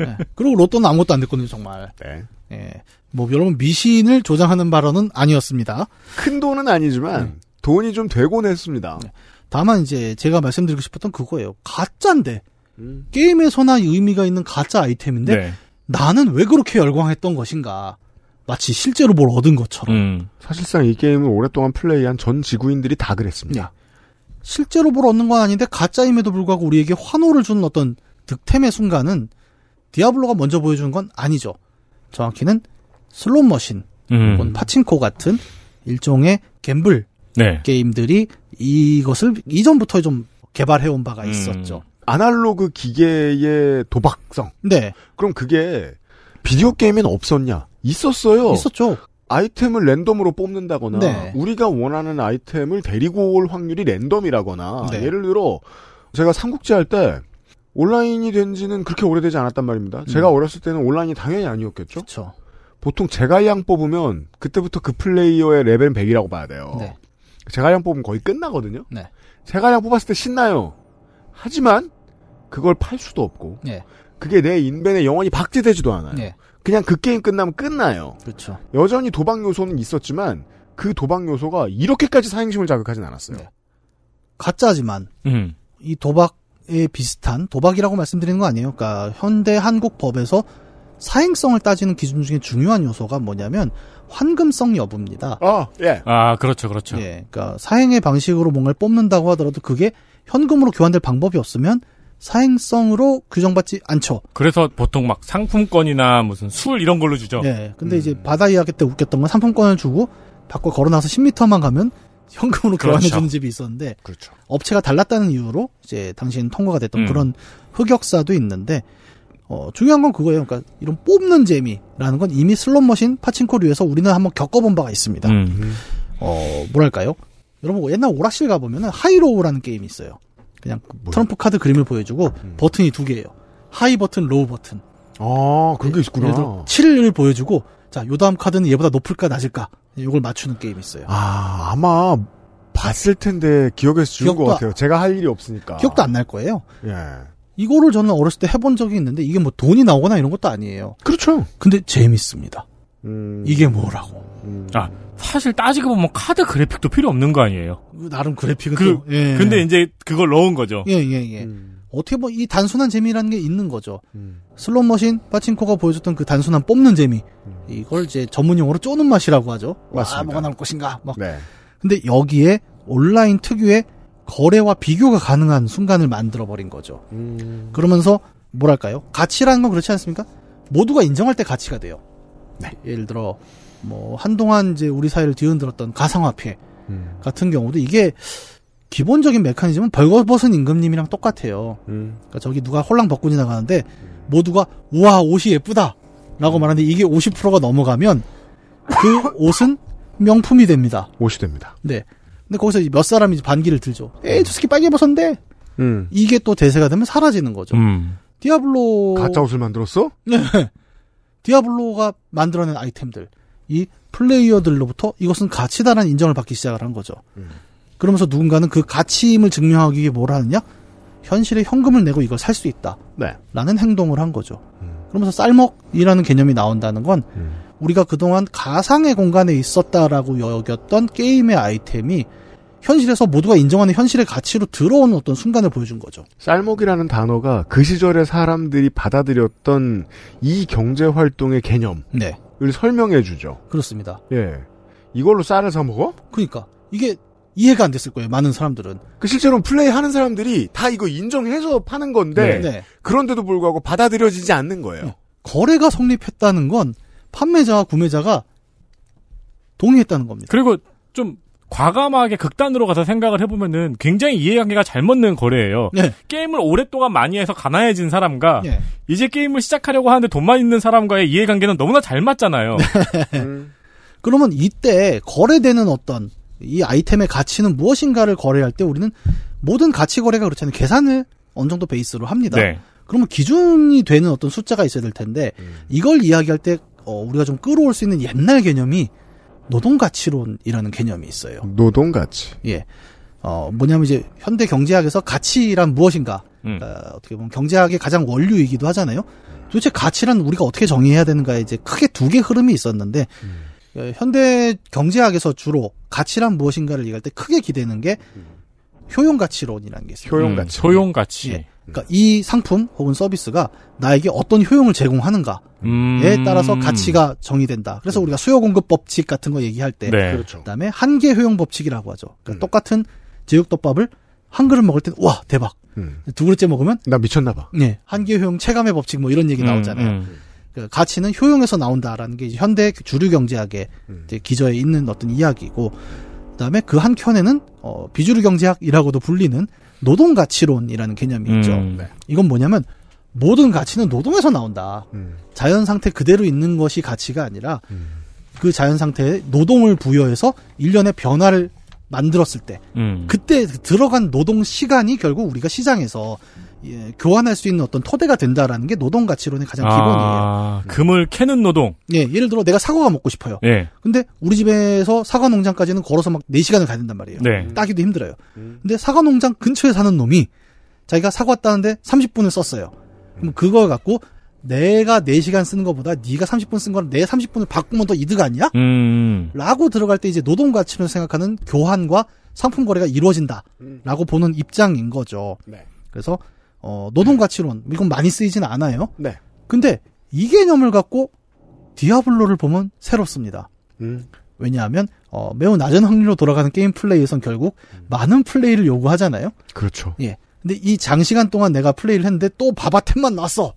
I: 예, 그리고 로또는 아무것도 안 됐거든요 정말.
B: 네.
I: 예. 뭐 여러분 미신을 조장하는 발언은 아니었습니다.
B: 큰 돈은 아니지만 돈이 좀 되곤 했습니다.
I: 다만 이제 제가 말씀드리고 싶었던 그거예요. 가짜인데 게임에서나 의미가 있는 가짜 아이템인데
B: 네.
I: 나는 왜 그렇게 열광했던 것인가? 마치 실제로 뭘 얻은
D: 음.
I: 것처럼.
C: 음.
B: 사실상 이 게임을 오랫동안 플레이한 전 지구인들이 다 그랬습니다.
I: 실제로 뭘 얻는 건 아닌데 가짜임에도 불구하고 우리에게 환호를 주는 어떤 득템의 순간은 디아블로가 먼저 보여주는 건 아니죠. 정확히는 슬롯 머신
O: 음.
I: 혹은 파친코 같은 일종의 갬블
O: 네.
I: 게임들이 이것을 이전부터 좀 개발해온 바가 있었죠.
B: 아날로그 기계의 도박성.
I: 네.
B: 그럼 그게 비디오 게임엔 없었냐? 있었어요.
I: 있었죠.
B: 아이템을 랜덤으로 뽑는다거나
I: 네.
B: 우리가 원하는 아이템을 데리고 올 확률이 랜덤이라거나 예를 들어 제가 삼국지 할 때 온라인이 된 지는 그렇게 오래되지 않았단 말입니다. 제가 어렸을 때는 온라인이 당연히 아니었겠죠. 보통 제갈량 뽑으면 그때부터 그 플레이어의 레벨은 100이라고 봐야 돼요.
I: 네.
B: 제갈량 뽑으면 거의 끝나거든요. 제갈량 뽑았을 때 신나요. 하지만 그걸 팔 수도 없고
I: 네.
B: 그게 내 인벤에 영원히 박제되지도 않아요.
I: 네.
B: 그냥 그 게임 끝나면 끝나요.
I: 그렇죠.
B: 여전히 도박 요소는 있었지만 그 도박 요소가 이렇게까지 사행심을 자극하진 않았어요.
I: 네. 가짜지만
O: 음.
I: 이 도박에 비슷한 도박이라고 말씀드리는 거 아니에요. 그러니까 현대 한국 법에서 사행성을 따지는 기준 중에 중요한 요소가 뭐냐면 환금성 여부입니다.
B: 아, 예.
O: 아, 그렇죠, 그렇죠.
I: 그러니까 사행의 방식으로 뭔가를 뽑는다고 하더라도 그게 현금으로 교환될 방법이 없으면 사행성으로 규정받지 않죠.
O: 그래서 보통 막 상품권이나 무슨 술 이런 걸로 주죠.
I: 예. 근데 이제 바다 이야기 때 웃겼던 건 상품권을 주고 밖으로 걸어나서 10m만 가면 현금으로
O: 그렇죠.
I: 교환해주는 집이 있었는데 업체가 달랐다는 이유로 이제 당시에는 통과가 됐던
O: 음.
I: 그런 흑역사도 있는데 어, 중요한 건 그거예요. 그러니까 이런 뽑는 재미라는 건 이미 슬롯머신 파친코류에서 우리는 한번 겪어본 바가 있습니다.
B: 음.
I: 어, 뭐랄까요? 여러분 옛날 오락실 가보면 하이로우라는 게임이 있어요. 그냥 트럼프 카드 그림을 보여주고
B: 음.
I: 버튼이 두 개예요. 하이 버튼, 로우 버튼.
B: 아, 그게 있구나.
I: 예를 들어 7을 보여주고 자, 요 다음 카드는 얘보다 높을까 낮을까 요걸 맞추는 게임이 있어요.
B: 아, 아마 봤을 텐데 기억에서 지운
I: 기억도
B: 것 같아요. 제가 할 일이 없으니까.
I: 기억도 안 날 거예요.
B: 예.
I: 이거를 저는 어렸을 때 해본 적이 있는데 이게 뭐 돈이 나오거나 이런 것도 아니에요.
B: 그렇죠.
I: 음.
B: 음,
I: 근데 재밌습니다. 이게 뭐라고?
O: 아, 사실 따지고 보면 카드 그래픽도 필요 없는 거 아니에요.
I: 나름 그래픽은
O: 그,
I: 또, 예.
O: 근데 이제 그걸 넣은 거죠.
I: 예, 예, 예.
B: 음,
I: 어떻게 보면 이 단순한 재미라는 게 있는 거죠. 슬롯 머신, 빠친코가 보여줬던 그 단순한 뽑는 재미. 이걸 이제 전문용어로 쪼는 맛이라고 하죠. 와, 뭐가 나올 것인가. 막.
B: 네.
I: 근데 여기에 온라인 특유의 거래와 비교가 가능한 순간을 만들어버린 거죠.
B: 음,
I: 그러면서, 뭐랄까요? 가치라는 건 그렇지 않습니까? 모두가 인정할 때 가치가 돼요. 예를 들어, 뭐, 한동안 이제 우리 사회를 뒤흔들었던 가상화폐
B: 음.
I: 같은 경우도 이게 기본적인 메커니즘은 벌거벗은 임금님이랑 똑같아요.
B: 음.
I: 그러니까 저기 누가 홀랑 벗고 지나가는데 모두가 우와
B: 음.
I: 옷이 예쁘다라고 말하는데 이게 50%가 넘어가면 그 옷은 명품이 됩니다.
B: 옷이 됩니다.
I: 네. 근데 거기서 이몇 사람이 이제 반기를 들죠. 에이 저 새끼 빨개 벗었는데
B: 음.
I: 이게 또 대세가 되면 사라지는 거죠. 디아블로
B: 가짜 옷을 만들었어?
I: 네. 디아블로가 만들어낸 아이템들 이 플레이어들로부터 이것은 가치다라는 인정을 받기 시작을 한 거죠. 그러면서 누군가는 그 가치임을 증명하기 위해 뭘 하느냐? 현실에 현금을 내고 이걸 살 수 있다. 라는 행동을 한 거죠. 그러면서 쌀먹이라는 개념이 나온다는 건 우리가 그동안 가상의 공간에 있었다라고 여겼던 게임의 아이템이 현실에서 모두가 인정하는 현실의 가치로 들어오는 어떤 순간을 보여준 거죠.
B: 쌀먹이라는 단어가 그 시절의 사람들이 받아들였던 이 경제 활동의 개념을
I: 네.
B: 설명해 주죠.
I: 그렇습니다.
B: 예. 이걸로 쌀을 사 먹어?
I: 그러니까 이게 이해가 안 됐을 거예요. 많은 사람들은.
B: 그 실제로 플레이 하는 사람들이 다 이거 인정해서 파는 건데
I: 네. 네.
B: 그런데도 불구하고 받아들여지지 않는 거예요.
I: 거래가 성립했다는 건 판매자와 구매자가 동의했다는 겁니다.
O: 그리고 좀 과감하게 극단으로 가서 생각을 해보면은 굉장히 이해관계가 잘 맞는 거래예요.
I: 네.
O: 게임을 오랫동안 많이 해서 가난해진 사람과
I: 예.
O: 이제 게임을 시작하려고 하는데 돈만 있는 사람과의 이해관계는 너무나 잘 맞잖아요.
I: 네, 그러면 이때 거래되는 어떤 이 아이템의 가치는 무엇인가를 거래할 때 우리는 모든 가치 거래가 그렇잖아요. 계산을 어느 정도 베이스로 합니다.
O: 네.
I: 그러면 기준이 되는 어떤 숫자가 있어야 될 텐데 이걸 이야기할 때 어, 우리가 좀 끌어올 수 있는 옛날 개념이 노동 가치론이라는 개념이 있어요.
B: 노동 가치.
I: 예. 어, 뭐냐면 이제 현대 경제학에서 가치란 무엇인가?
O: 음.
I: 어, 떻게 보면 경제학의 가장 원류이기도 하잖아요. 도대체 가치란 우리가 어떻게 정의해야 되는가에 이제 크게 두 개 흐름이 있었는데
O: 음.
I: 어, 현대 경제학에서 주로 가치란 무엇인가를 얘기할 때 크게 기대는 게 효용 가치론이라는 게 있어요.
O: 효용 가치. 음, 효용 가치.
I: 예. 그러니까 이 상품 혹은 서비스가 나에게 어떤 효용을 제공하는가? 에
O: 음.
I: 예, 따라서 가치가 정의된다. 그래서 우리가 수요 공급 법칙 같은 거 얘기할 때,
O: 네. 그렇죠.
I: 그다음에 한계 효용 법칙이라고 하죠. 그러니까 똑같은 제육덮밥을 한 그릇 먹을 때는 와 대박, 두 그릇째 먹으면
B: 나 미쳤나 봐.
I: 네, 한계 효용 체감의 법칙 뭐 이런 얘기 나오잖아요. 그 가치는 효용에서 나온다라는 게 이제 현대 주류 경제학의 이제 기저에 있는 어떤 이야기고, 그다음에 그 한켠에는 어, 비주류 경제학이라고도 불리는 노동 가치론이라는 개념이 있죠.
O: 음.
I: 이건 뭐냐면 모든 가치는 노동에서 나온다.
B: 음.
I: 자연 상태 그대로 있는 것이 가치가 아니라
O: 음.
I: 그 자연 상태에 노동을 부여해서 일련의 변화를 만들었을 때
O: 음.
I: 그때 들어간 노동 시간이 결국 우리가 시장에서 예, 교환할 수 있는 어떤 토대가 된다라는 게 노동 가치론의 가장 기본이에요.
O: 아, 금을 캐는 노동.
I: 예, 예를 들어 내가 사과가 먹고 싶어요.
O: 예.
I: 근데 우리 집에서 사과 농장까지는 걸어서 막 4시간을 가야 된단 말이에요.
O: 네.
I: 따기도 힘들어요. 근데 사과 농장 근처에 사는 놈이 자기가 사과 따는데 30분을 썼어요. 그럼 그걸 갖고 내가 4시간 쓰는 것보다 네가 30분 쓴 거랑 내 30분을 바꾸면 더 이득 아니야?
O: 음.
I: 라고 들어갈 때 이제 노동 가치를 생각하는 교환과 상품 거래가 이루어진다라고 보는 입장인 거죠. 그래서 어, 노동 가치론 이건 많이 쓰이진 않아요.
B: 네.
I: 근데 이 개념을 갖고 디아블로를 보면 새롭습니다.
B: 음.
I: 왜냐하면 어, 매우 낮은 확률로 돌아가는 게임 플레이에선 결국
C: 음.
I: 많은 플레이를 요구하잖아요.
B: 그렇죠.
I: 예. 근데 이 장시간 동안 내가 플레이를 했는데 또 바바템만 나왔어.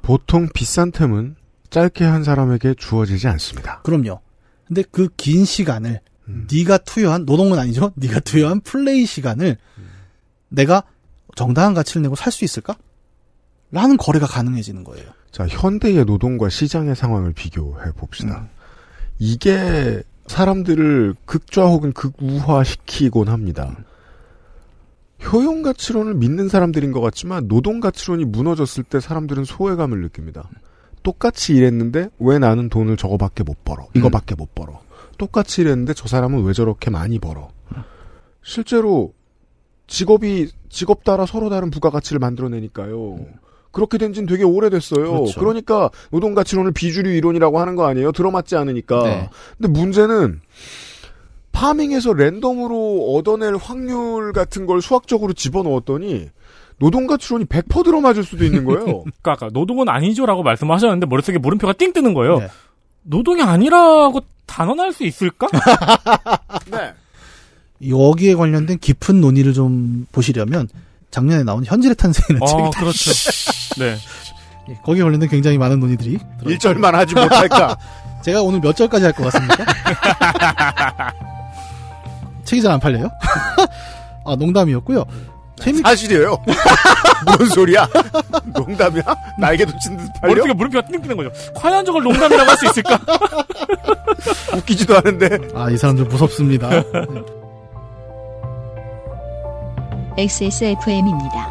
B: 보통 비싼 템은 짧게 한 사람에게 주어지지 않습니다.
I: 그럼요. 근데 그 긴 시간을
C: 음.
I: 네가 투여한 노동은 아니죠. 네가 투여한 플레이 시간을
C: 음.
I: 내가 정당한 가치를 내고 살 수 있을까? 라는 거래가 가능해지는 거예요.
B: 자, 현대의 노동과 시장의 상황을 비교해 봅시다. 이게 사람들을 극좌 혹은 극우화시키곤 합니다. 효용 가치론을 믿는 사람들인 것 같지만 노동 가치론이 무너졌을 때 사람들은 소외감을 느낍니다. 똑같이 일했는데 왜 나는 돈을 저거밖에 못 벌어?
P: 음.
B: 이거밖에 못 벌어. 똑같이 일했는데 저 사람은 왜 저렇게 많이 벌어? 실제로 직업이 직업 따라 서로 다른 부가가치를 만들어내니까요. 그렇게 된 지는 되게 오래됐어요.
P: 그렇죠.
B: 러니까 노동 가치론을 비주류 이론이라고 하는 거 아니에요? 들어맞지 않으니까.
P: 네.
B: 근데 문제는 파밍에서 랜덤으로 얻어낼 확률 같은 걸 수학적으로 집어넣었더니 노동 가치론이 100% 들어맞을 수도 있는 거예요.
C: 그러니까 아까 노동은 아니죠라고 말씀하셨는데 머릿속에 물음표가 띵 뜨는 거예요. 노동이 아니라고 단언할 수 있을까?
P: 네.
I: 예. 여기에 관련된 깊은 논의를 좀 보시려면 작년에 나온 현질의 탄생이라는 책이
C: 어,
I: 다-
C: 그렇죠. 네.
I: 예, 거기에 관련된 굉장히 많은 논의들이 들어있-
B: 일절만 하지 못할까?
I: 제가 오늘 몇 절까지 할 것 같습니까? 책이 잘 안 팔려요? 아 농담이었고요. 재미...
B: 사실이에요. 뭔 소리야? 농담이야? 날개도 친 듯 팔려?
C: 머릿속에 물음표가 띵 뜨는 거죠. 과연 저걸 농담이라고 할 수 있을까?
B: 웃기지도 않은데.
I: 아 이 사람들 무섭습니다.
A: XSFM입니다.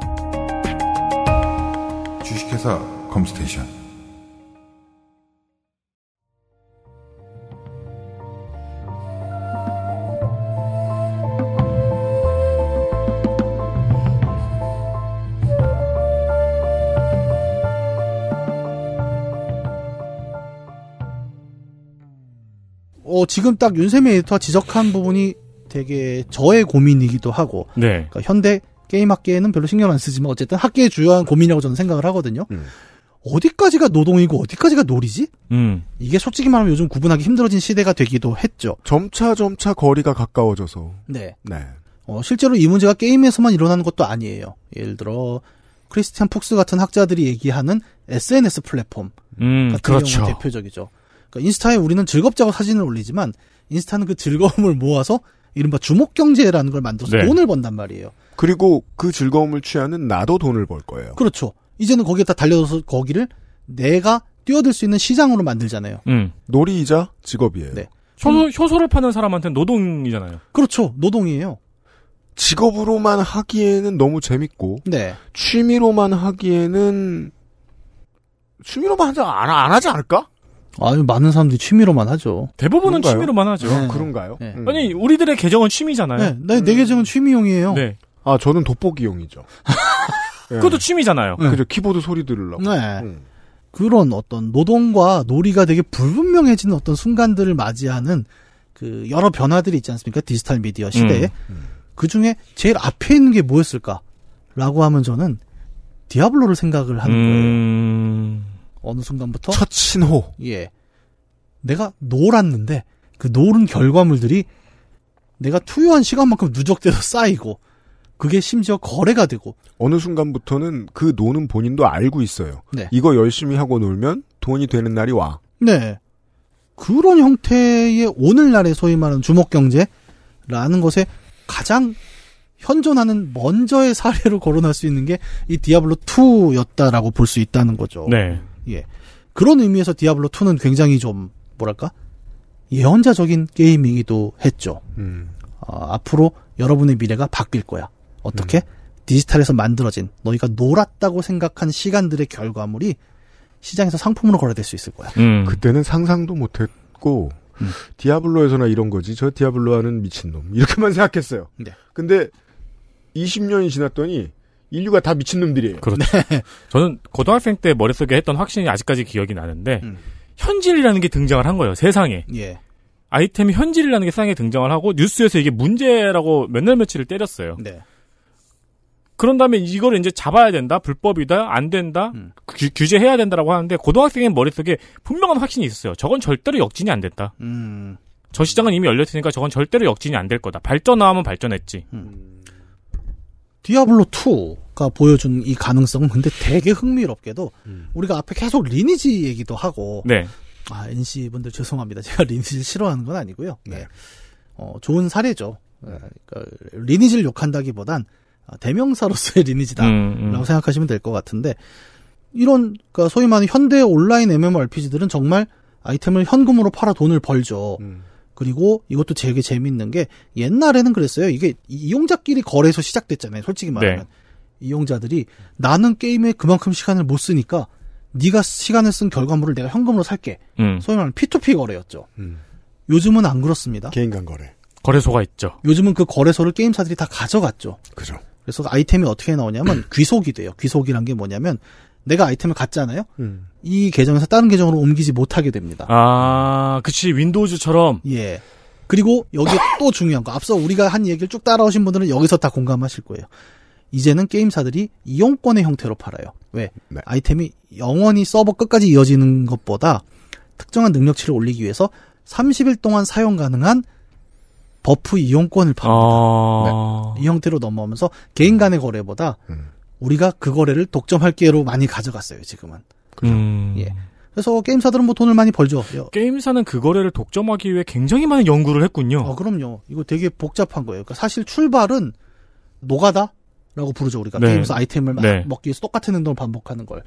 D: 주식회사 컴스테이션
I: 어, 지금 딱 윤세미 에디터가 지적한 부분이 되게 저의 고민이기도 하고
C: 네.
I: 그러니까 현대 게임 학계에는 별로 신경 안 쓰지만 어쨌든 학계의 주요한 고민이라고 저는 생각을 하거든요. 어디까지가 노동이고 어디까지가 놀이지?
C: 음.
I: 이게 솔직히 말하면 요즘 구분하기 힘들어진 시대가 되기도 했죠.
B: 점차 점차 거리가 가까워져서.
I: 네.
B: 네.
I: 어, 실제로 이 문제가 게임에서만 일어나는 것도 아니에요. 예를 들어 크리스티안 푹스 같은 학자들이 얘기하는 SNS 플랫폼
C: 음,
I: 같은
C: 그렇죠.
I: 경우는 대표적이죠. 그러니까 인스타에 우리는 즐겁자고 사진을 올리지만 인스타는 그 즐거움을 모아서 이른바 주목 경제라는 걸 만들어서
B: 네.
I: 돈을 번단 말이에요.
B: 그리고 그 즐거움을 취하는 나도 돈을 벌 거예요.
I: 그렇죠. 이제는 거기에다 달려서 거기를 내가 뛰어들 수 있는 시장으로 만들잖아요.
C: 음.
B: 놀이이자 직업이에요.
I: 네.
C: 효소, 효소를 파는 사람한테는 노동이잖아요.
I: 그렇죠. 노동이에요.
B: 직업으로만 하기에는 너무 재밌고
I: 네.
B: 취미로만 하기에는 취미로만 하지 안, 안 하지 않을까?
I: 아유 많은 사람들이 취미로만 하죠.
C: 대부분은
I: 그런가요?
C: 취미로만 하죠.
I: 네.
B: 그런가요? 음.
C: 아니, 우리들의 계정은 취미잖아요.
I: 네, 네, 내 계정은 취미용이에요.
C: 네.
B: 아 저는 돋보기용이죠. 예.
C: 그것도 취미잖아요.
B: 그죠 키보드 소리 들으려고.
I: 네. 그런 어떤 노동과 놀이가 되게 불분명해지는 어떤 순간들을 맞이하는 그 여러 변화들이 있지 않습니까? 디지털 미디어 시대에. 그 중에 제일 앞에 있는 게 뭐였을까? 라고 하면 저는 디아블로를 생각을 하는
C: 음.
I: 거예요. 어느 순간부터.
B: 첫 신호.
I: 예. 내가 놀았는데 그 놀은 결과물들이 내가 투여한 시간만큼 누적돼서 쌓이고 그게 심지어 거래가 되고
B: 어느 순간부터는 그 노는 본인도 알고 있어요.
I: 네.
B: 이거 열심히 하고 놀면 돈이 되는 날이 와.
I: 네. 그런 형태의 오늘날의 소위 말하는 주목경제라는 것에 가장 현존하는 먼저의 사례로 거론할 수 있는 게 이 디아블로2였다라고 볼 수 있다는 거죠.
C: 네.
I: 예. 그런 의미에서 디아블로2는 굉장히 좀, 뭐랄까? 예언자적인 게임이기도 했죠. 어, 앞으로 여러분의 미래가 바뀔 거야. 어떻게? 디지털에서 만들어진 너희가 놀았다고 생각한 시간들의 결과물이 시장에서 상품으로 거래될 수 있을 거야.
C: 음.
B: 그때는 상상도 못했고
I: 음.
B: 디아블로에서나 이런 거지 저 디아블로 하는 미친놈 이렇게만 생각했어요.
I: 네.
B: 근데 20년이 지났더니 인류가 다 미친놈들이에요.
C: 그렇죠. 저는 고등학생 때 음. 머릿속에 했던 확신이 아직까지 기억이 나는데 현질이라는 게 등장을 한 거예요. 세상에.
I: 예.
C: 아이템이 현질이라는 게 세상에 등장을 하고 뉴스에서 이게 문제라고 몇 날 며칠을 때렸어요. 그런 다음에 이걸 이제 잡아야 된다, 불법이다, 안 된다,
I: 음.
C: 규, 규제해야 된다라고 하는데 고등학생의 머릿속에 분명한 확신이 있었어요. 저건 절대로 역진이 안 된다.
I: 음.
C: 저 시장은 이미 열렸으니까 저건 절대로 역진이 안 될 거다. 발전하면 발전했지.
I: 뭐, 디아블로 2가 보여준 이 가능성은 근데 되게 흥미롭게도 우리가 앞에 계속 리니지 얘기도 하고
C: 네.
I: 아 NC 분들 죄송합니다 제가 리니지를 싫어하는 건 아니고요 네. 어, 좋은 사례죠 어, 그러니까 리니지를 욕한다기보단 아, 대명사로서의 리니지다라고
Q: 음, 음.
I: 생각하시면 될 것 같은데 이런 그러니까 소위 말하는 현대 온라인 MMORPG들은 정말 아이템을 현금으로 팔아 돈을 벌죠.
Q: 음.
I: 그리고 이것도 되게 재밌는 게 옛날에는 그랬어요. 이게 이- 이용자끼리 거래에서 시작됐잖아요. 솔직히 말하면
Q: 네.
I: 이용자들이 나는 게임에 그만큼 시간을 못 쓰니까 네가 시간을 쓴 결과물을 내가 현금으로 살게.
C: 음.
I: 소위 말하는 P2P 거래였죠.
Q: 음.
I: 요즘은 안 그렇습니다.
B: 개인 간 거래.
C: 거래소가 있죠.
I: 요즘은 그 거래소를 게임사들이 다 가져갔죠.
B: 그죠.
I: 그래서 아이템이 어떻게 나오냐면 귀속이 돼요. 귀속이란 게 뭐냐면 내가 아이템을 갖잖아요.
B: 음.
I: 이 계정에서 다른 계정으로 옮기지 못하게 됩니다.
C: 아, 그치 윈도우즈처럼.
I: 예. 그리고 여기 에또 중요한 거 앞서 우리가 한 얘기를 쭉 따라오신 분들은 여기서 다 공감하실 거예요. 이제는 게임사들이 이용권의 형태로 팔아요. 왜?
B: 네.
I: 아이템이 영원히 서버 끝까지 이어지는 것보다 특정한 능력치를 올리기 위해서 30일 동안 사용 가능한 버프 이용권을 팝니다.
C: 아.
I: 네. 이 형태로 넘어오면서 개인 간의 거래보다
Q: 음.
I: 우리가 그 거래를 독점할 기회로 많이 가져갔어요, 지금은.
C: 그죠.
I: 예. 그래서 게임사들은 뭐 돈을 많이 벌죠. 여-
C: 음. 게임사는 그 거래를 독점하기 위해 굉장히 많은 연구를 했군요.
I: 어, 그럼요. 이거 되게 복잡한 거예요. 그러니까 사실 출발은 노가다라고 부르죠 우리가
Q: 네.
I: 게임에서 아이템을 막
Q: 네.
I: 먹기 위해서 똑같은 행동을 반복하는 걸.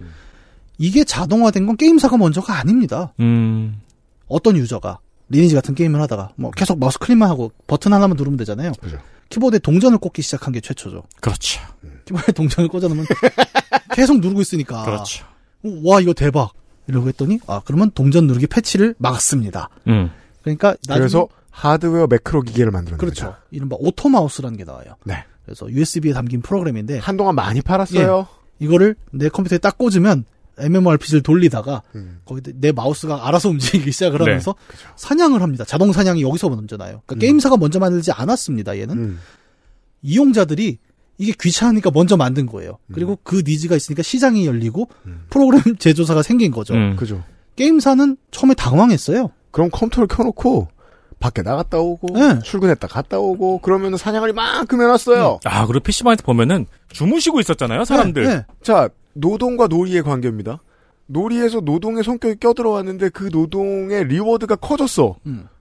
I: 이게 자동화된 건 게임사가 먼저가 아닙니다.
C: 음.
I: 어떤 유저가 리니지 같은 게임을 하다가 뭐 계속 마우스 클릭만 하고 버튼 하나만 누르면 되잖아요. 키보드에 동전을 꽂기 시작한 게 최초죠.
C: 그렇죠.
I: 키보드에 동전을 꽂아놓으면 계속 누르고 있으니까.
C: 그렇죠.
I: 와 이거 대박 이러고 했더니 아 그러면 동전 누르기 패치를 막았습니다.
C: 음.
I: 그러니까 나중에
B: 그래서 하드웨어 매크로 기계를 만드는
I: 그렇죠. 이른바 오토마우스라는 게 나와요.
B: 네.
I: 그래서 USB에 담긴 프로그램인데
B: 한동안 많이 팔았어요.
I: 이거를 내 컴퓨터에 딱 꽂으면 MMORPG를 돌리다가 거기 내 마우스가 알아서 움직이기 시작을
Q: 네.
I: 하면서 사냥을 합니다. 자동 사냥이 여기서 먼저 나요. 그러니까 게임사가 먼저 만들지 않았습니다. 얘는 이용자들이 이게 귀찮으니까 먼저 만든 거예요. 그리고 그 니즈가 있으니까 시장이 열리고 프로그램 제조사가 생긴 거죠.
C: 음.
B: 그죠.
I: 게임사는 처음에 당황했어요.
B: 그럼 컴퓨터를 켜놓고 밖에 나갔다 오고
I: 예.
B: 출근했다 갔다 오고 그러면 사냥을 이만큼 해놨어요.
C: 아, 그리고 PC방에서 보면은 주무시고
I: 네,
C: 있었잖아요, 사람들.
B: 자 노동과 놀이의 관계입니다. 놀이에서 노동의 성격이 껴들어왔는데 그 노동의 리워드가 커졌어.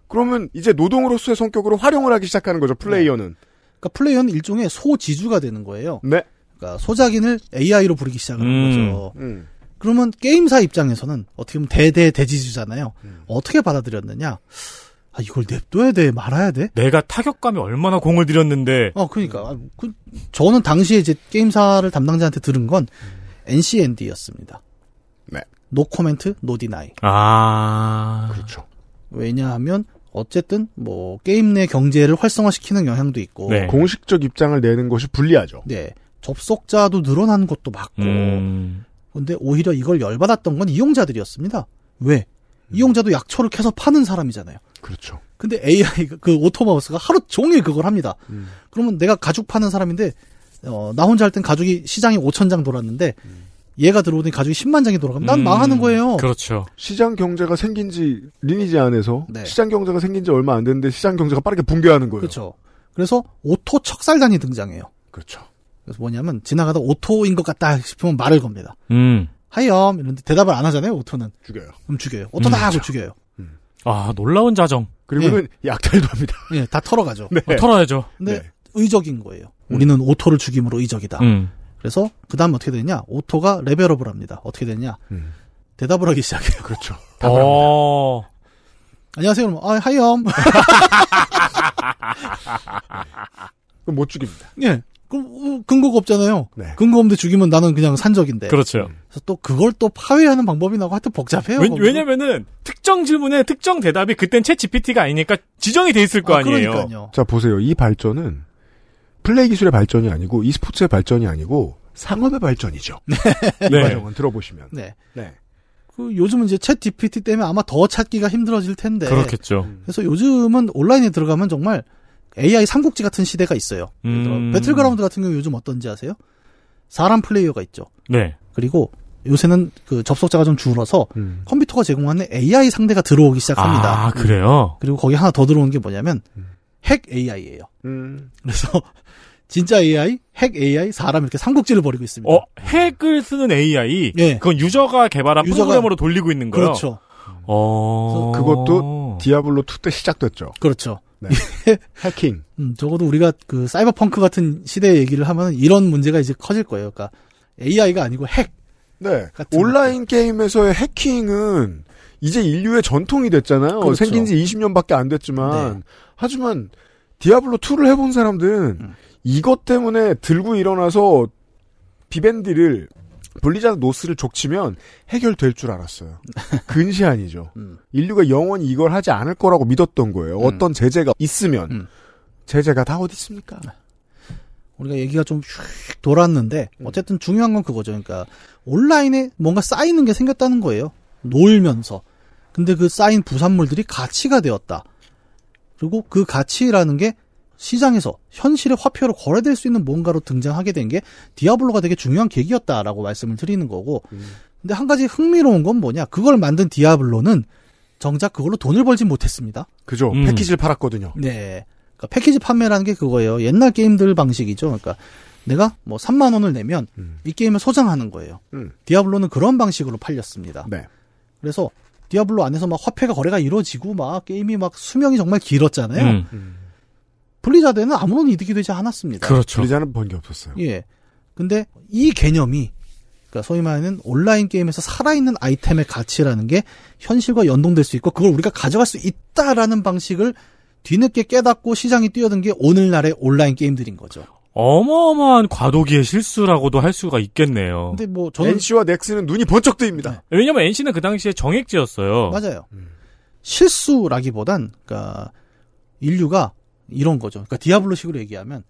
B: 그러면 이제 노동으로서의 성격으로 활용을 하기 시작하는 거죠 플레이어는.
I: 그러니까 플레이어는 일종의 소지주가 되는 거예요.
B: 네.
I: 그러니까 소작인을 AI로 부르기 시작하는
Q: 음.
I: 거죠. 그러면 게임사 입장에서는 어떻게 보면 대대 대지주잖아요. 어떻게 받아들였느냐? 아 이걸 냅둬야 돼 말아야 돼?
C: 내가 타격감이 얼마나 공을 들였는데.
I: 어 그러니까 아, 그, 저는 당시에 이제 게임사를 담당자한테 들은 건 NCND였습니다.
B: 네.
I: 노 코멘트 노 디나이.
C: 아.
B: 그렇죠.
I: 왜냐하면 어쨌든 뭐 게임 내 경제를 활성화시키는 영향도 있고
B: 네. 공식적 입장을 내는 것이 불리하죠.
I: 네. 접속자도 늘어난 것도 맞고.
C: 음.
I: 근데 오히려 이걸 열받았던 건 이용자들이었습니다. 왜? 이용자도 약초를 캐서 파는 사람이잖아요.
B: 그렇죠.
I: 근데 AI, 가그 오토마우스가 하루 종일 그걸 합니다.
C: 음.
I: 그러면 내가 가죽 파는 사람인데, 어, 나 혼자 할 땐 가죽이 시장에 5천 장 돌았는데, 얘가 들어오더니 가죽이 10만 장이 돌아가면 난 망하는 거예요.
C: 음. 그렇죠.
B: 시장 경제가 생긴 지 리니지 안에서
I: 네.
B: 시장 경제가 생긴 지 얼마 안 됐는데 시장 경제가 빠르게 붕괴하는 거예요.
I: 그렇죠. 그래서 오토 척살단이 등장해요.
B: 그렇죠.
I: 그래서 뭐냐면 지나가다 오토인 것 같다 싶으면 말을 겁니다. um,
C: 음.
I: 하이엄 이런데 대답을 안 하잖아요. 오토는
B: 죽여요.
I: 그럼 죽여요. 오토다
C: 음,
I: 하고
C: 그렇죠.
I: 죽여요.
C: 아, 놀라운 자정.
B: 그리고는 약탈도 합니다.
I: 예, 다 털어가죠.
C: 네. 어, 털어야죠.
I: 근데 의적인 거예요. 우리는 오토를 죽임으로 의적이다.
C: 음.
I: 그래서 그 다음 어떻게 되냐? 오토가 레벨업을 합니다. 어떻게 되냐?
C: 음.
I: 대답을 하기 시작해요.
B: 그렇죠.
C: 어.
I: 안녕하세요. 그럼, 아, 하이엄.
B: 그럼 못 죽입니다.
I: 예. 그럼 어, 근거가 없잖아요. 근거 없는데 죽이면 나는 그냥 산적인데.
C: 네. 그렇죠.
I: 그래서 또 그걸 또 파괴하는 방법이 나고 하여튼 네. 복잡해요.
C: 왜,
I: 거기서.
C: 왜냐면은 특정 질문에 특정 대답이 그땐 채 GPT가 아니니까 지정이 돼 있을 거 아, 니에요
B: 자 보세요. 이 발전은 플레이 기술의 발전이 아니고
C: 네.
B: e스포츠의 발전이 아니고 상업의 발전이죠. 이 과정은 들어보시면.
I: 네. 그 요즘은 이제 챗 GPT 때문에 아마 더 찾기가 힘들어질 텐데.
O: 그렇겠죠.
I: 그래서 요즘은 온라인에 들어가면 정말 AI 삼국지 같은 시대가 있어요. 예를 들어
O: 음.
I: 배틀그라운드 같은 경우 요즘 어떤지 아세요? 사람 플레이어가 있죠.
O: 네.
I: 그리고 요새는 그 접속자가 좀 줄어서
B: 음.
I: 컴퓨터가 제공하는 AI 상대가 들어오기 시작합니다.
O: 아, 그래요?
I: 그리고 거기 하나 더 들어오는 게 뭐냐면
O: 음.
I: 핵 AI예요. 그래서 진짜 AI, 핵 AI, 사람 이렇게 삼국지를 벌이고 있습니다.
O: 어, 핵을 쓰는 AI. 그건 유저가 개발한
I: 예. 유저가-
O: 프로그램으로 돌리고 있는 거예요.
I: 그렇죠.
O: 어.
B: 그것도 디아블로 2 때 시작됐죠.
I: 그렇죠.
B: 해킹.
I: 음, 적어도 우리가 그 사이버펑크 같은 시대의 얘기를 하면 이런 문제가 이제 커질 거예요. 그러니까 AI가 아니고 핵.
B: 네. 온라인 게임에서의 해킹은 이제 인류의 전통이 됐잖아요.
I: 그렇죠. 네.
B: 생긴 지 20년밖에 안 됐지만 하지만 디아블로 2를 해본 사람들은
I: 음.
B: 이것 때문에 들고 일어나서 비밴디를 블리자드 노스를 족치면 해결될 줄 알았어요. 근시안이죠.
I: 음.
B: 인류가 영원히 이걸 하지 않을 거라고 믿었던 거예요. 어떤 제재가 있으면
I: 음.
B: 제재가 다 어디 있습니까?
I: 네. 우리가 얘기가 좀 휙 돌았는데 어쨌든 중요한 건 그거죠. 그러니까 온라인에 뭔가 쌓이는 게 생겼다는 거예요. 놀면서. 근데 그 쌓인 부산물들이 가치가 되었다. 그리고 그 가치라는 게 시장에서 현실의 화폐로 거래될 수 있는 뭔가로 등장하게 된 게 디아블로가 되게 중요한 계기였다라고 말씀을 드리는 거고. 근데 한 가지 흥미로운 건 뭐냐? 그걸 만든 디아블로는 정작 그걸로 돈을 벌지 못했습니다.
B: 그죠.
I: 음.
B: 패키지를 팔았거든요.
I: 네. 그러니까 패키지 판매라는 게 그거예요. 옛날 게임들 방식이죠. 그러니까 내가 뭐 3만 원을 내면 이 게임을 소장하는 거예요. 디아블로는 그런 방식으로
B: 음.
I: 팔렸습니다.
B: 네.
I: 그래서 디아블로 안에서 막 화폐가 거래가 이루어지고 막 게임이 막 수명이 정말 길었잖아요.
C: 음.
I: 블리자드는 아무런 이득이 되지 않았습니다.
C: 그
O: 그렇죠.
B: 블리자는 번게 없었어요.
I: 예. 근데 이 개념이 그러니까 소위 말하는 온라인 게임에서 살아있는 아이템의 가치라는 게 현실과 연동될 수 있고 그걸 우리가 가져갈 수 있다라는 방식을 뒤늦게 깨닫고 시장이 뛰어든 게 오늘날의 온라인 게임들인 거죠.
O: 어마어마한 과도기의 실수라고도 할 수가 있겠네요.
C: 어.
I: 근데 뭐 저는 네.
B: NC와 넥슨은 눈이 번쩍 뜨입니다.
O: 왜냐면 NC는 그 당시에 정액제였어요.
I: 맞아요. 실수라기보단 그러니까 인류가 이런 거죠. 그러니까 디아블로식으로 얘기하면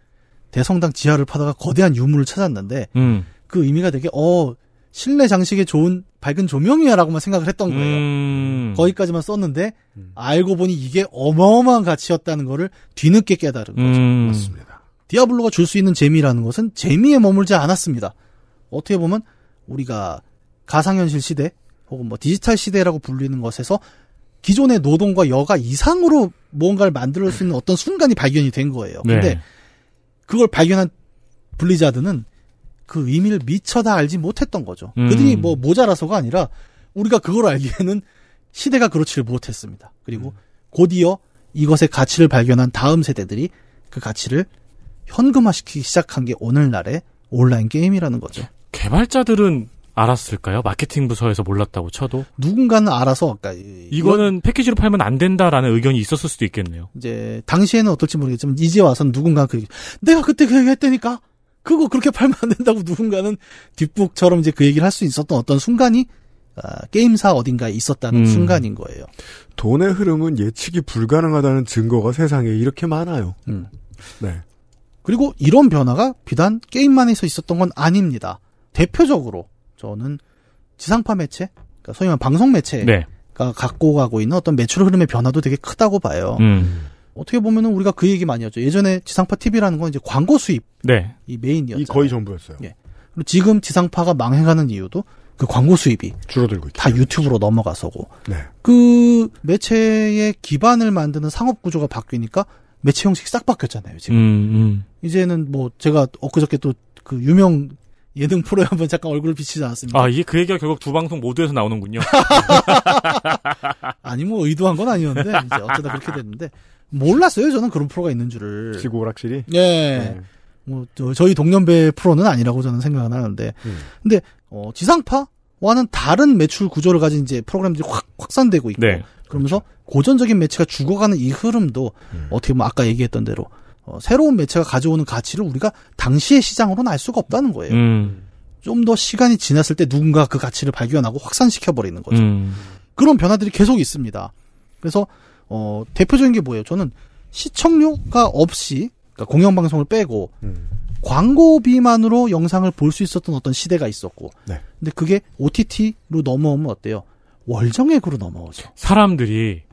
I: 대성당 지하를 파다가 거대한 유물을 찾았는데
O: 음.
I: 그 의미가 되게 어 실내 장식에 좋은 밝은 조명이야라고만 생각을 했던
C: 음.
I: 거예요.
O: 음.
I: 거기까지만 썼는데 알고 보니 이게 어마어마한 가치였다는 거를 뒤늦게 깨달은
C: 음.
I: 거죠.
O: 음.
B: 맞습니다.
I: 디아블로가 줄 수 있는 재미라는 것은 재미에 머물지 않았습니다. 어떻게 보면 우리가 가상현실 시대 혹은 뭐 디지털 시대라고 불리는 것에서 기존의 노동과 여가 이상으로 무언가를 만들 수 있는 어떤 순간이 발견이 된 거예요. 근데
O: 네.
I: 그걸 발견한 블리자드는 그 의미를 미처 다 알지 못했던 거죠.
O: 음.
I: 그들이 뭐 모자라서가 아니라 우리가 그걸 알기에는 시대가 그렇지를 못했습니다. 그리고
O: 음.
I: 곧이어 이것의 가치를 발견한 다음 세대들이 그 가치를 현금화시키기 시작한 게 오늘날의 온라인 게임이라는 거죠.
O: 개발자들은 알았을까요? 마케팅 부서에서 몰랐다고 쳐도
I: 누군가는 알아서 그러니까 이-
O: 이거는 패키지로 팔면 안 된다라는 의견이 있었을 수도 있겠네요.
I: 이제 당시에는 어떨지 모르겠지만 이제 와선 누군가 그 내가 그때 그 얘기했다니까 그거 그렇게 팔면 안 된다고 누군가는 뒷북처럼 이제 그 얘기를 할 수 있었던 어떤 순간이 아, 게임사 어딘가에 있었다는
B: 음.
I: 순간인 거예요.
B: 돈의 흐름은 예측이 불가능하다는 증거가 세상에 이렇게 많아요.
I: 음.
B: 네.
I: 그리고 이런 변화가 비단 게임만에서 있었던 건 아닙니다. 대표적으로 저는 지상파 매체, 그러니까 소위 말하는 방송 매체가
O: 네.
I: 갖고 가고 있는 어떤 매출 흐름의 변화도 되게 크다고 봐요.
O: 음.
I: 어떻게 보면은 우리가 그 얘기 많이 하죠. 예전에 지상파 TV라는 건 이제 광고 수입
O: 네.
I: 이 메인이었죠. 이
B: 거의 전부였어요.
I: 예. 그리고 지금 지상파가 망해가는 이유도 그 광고 수입이
B: 줄어들고
I: 다 유튜브로 넘어가서고
B: 그렇죠. 네.
I: 그 매체의 기반을 만드는 상업 구조가 바뀌니까 매체 형식이 싹 바뀌었잖아요. 지금
O: 음,
I: 이제는 뭐 제가 엊그저께 또 그 유명 예능 프로에 한번 잠깐 얼굴을 비치지 않았습니까?
O: 아, 이게 그 얘기가 결국 두 방송 모두에서 나오는군요.
I: 아니 뭐 의도한 건 아니었는데 이제 어쩌다 그렇게 됐는데 몰랐어요 저는 그런 프로가 있는 줄을
B: 지구 네. 오락실이
I: 예. 뭐 저, 저희 동년배 프로는 아니라고 저는 생각은 하는데
O: 음.
I: 근데 어, 지상파와는 다른 매출 구조를 가진 이제 프로그램들이 확 확산되고 있고
O: 네.
I: 그러면서 고전적인 매체가 죽어가는 이 흐름도
O: 음.
I: 어떻게 보면 아까 얘기했던 대로 어, 새로운 매체가 가져오는 가치를 우리가 당시의 시장으로는 알 수가 없다는 거예요.
O: 음.
I: 좀 더 시간이 지났을 때 누군가 그 가치를 발견하고 확산시켜버리는 거죠.
O: 음.
I: 그런 변화들이 계속 있습니다. 그래서, 어, 대표적인 게 뭐예요? 저는 시청료가 없이, 그러니까 공영방송을 빼고,
B: 음.
I: 광고비만으로 영상을 볼 수 있었던 어떤 시대가 있었고,
B: 네.
I: 근데 그게 OTT로 넘어오면 어때요? 월정액으로 넘어오죠.
O: 사람들이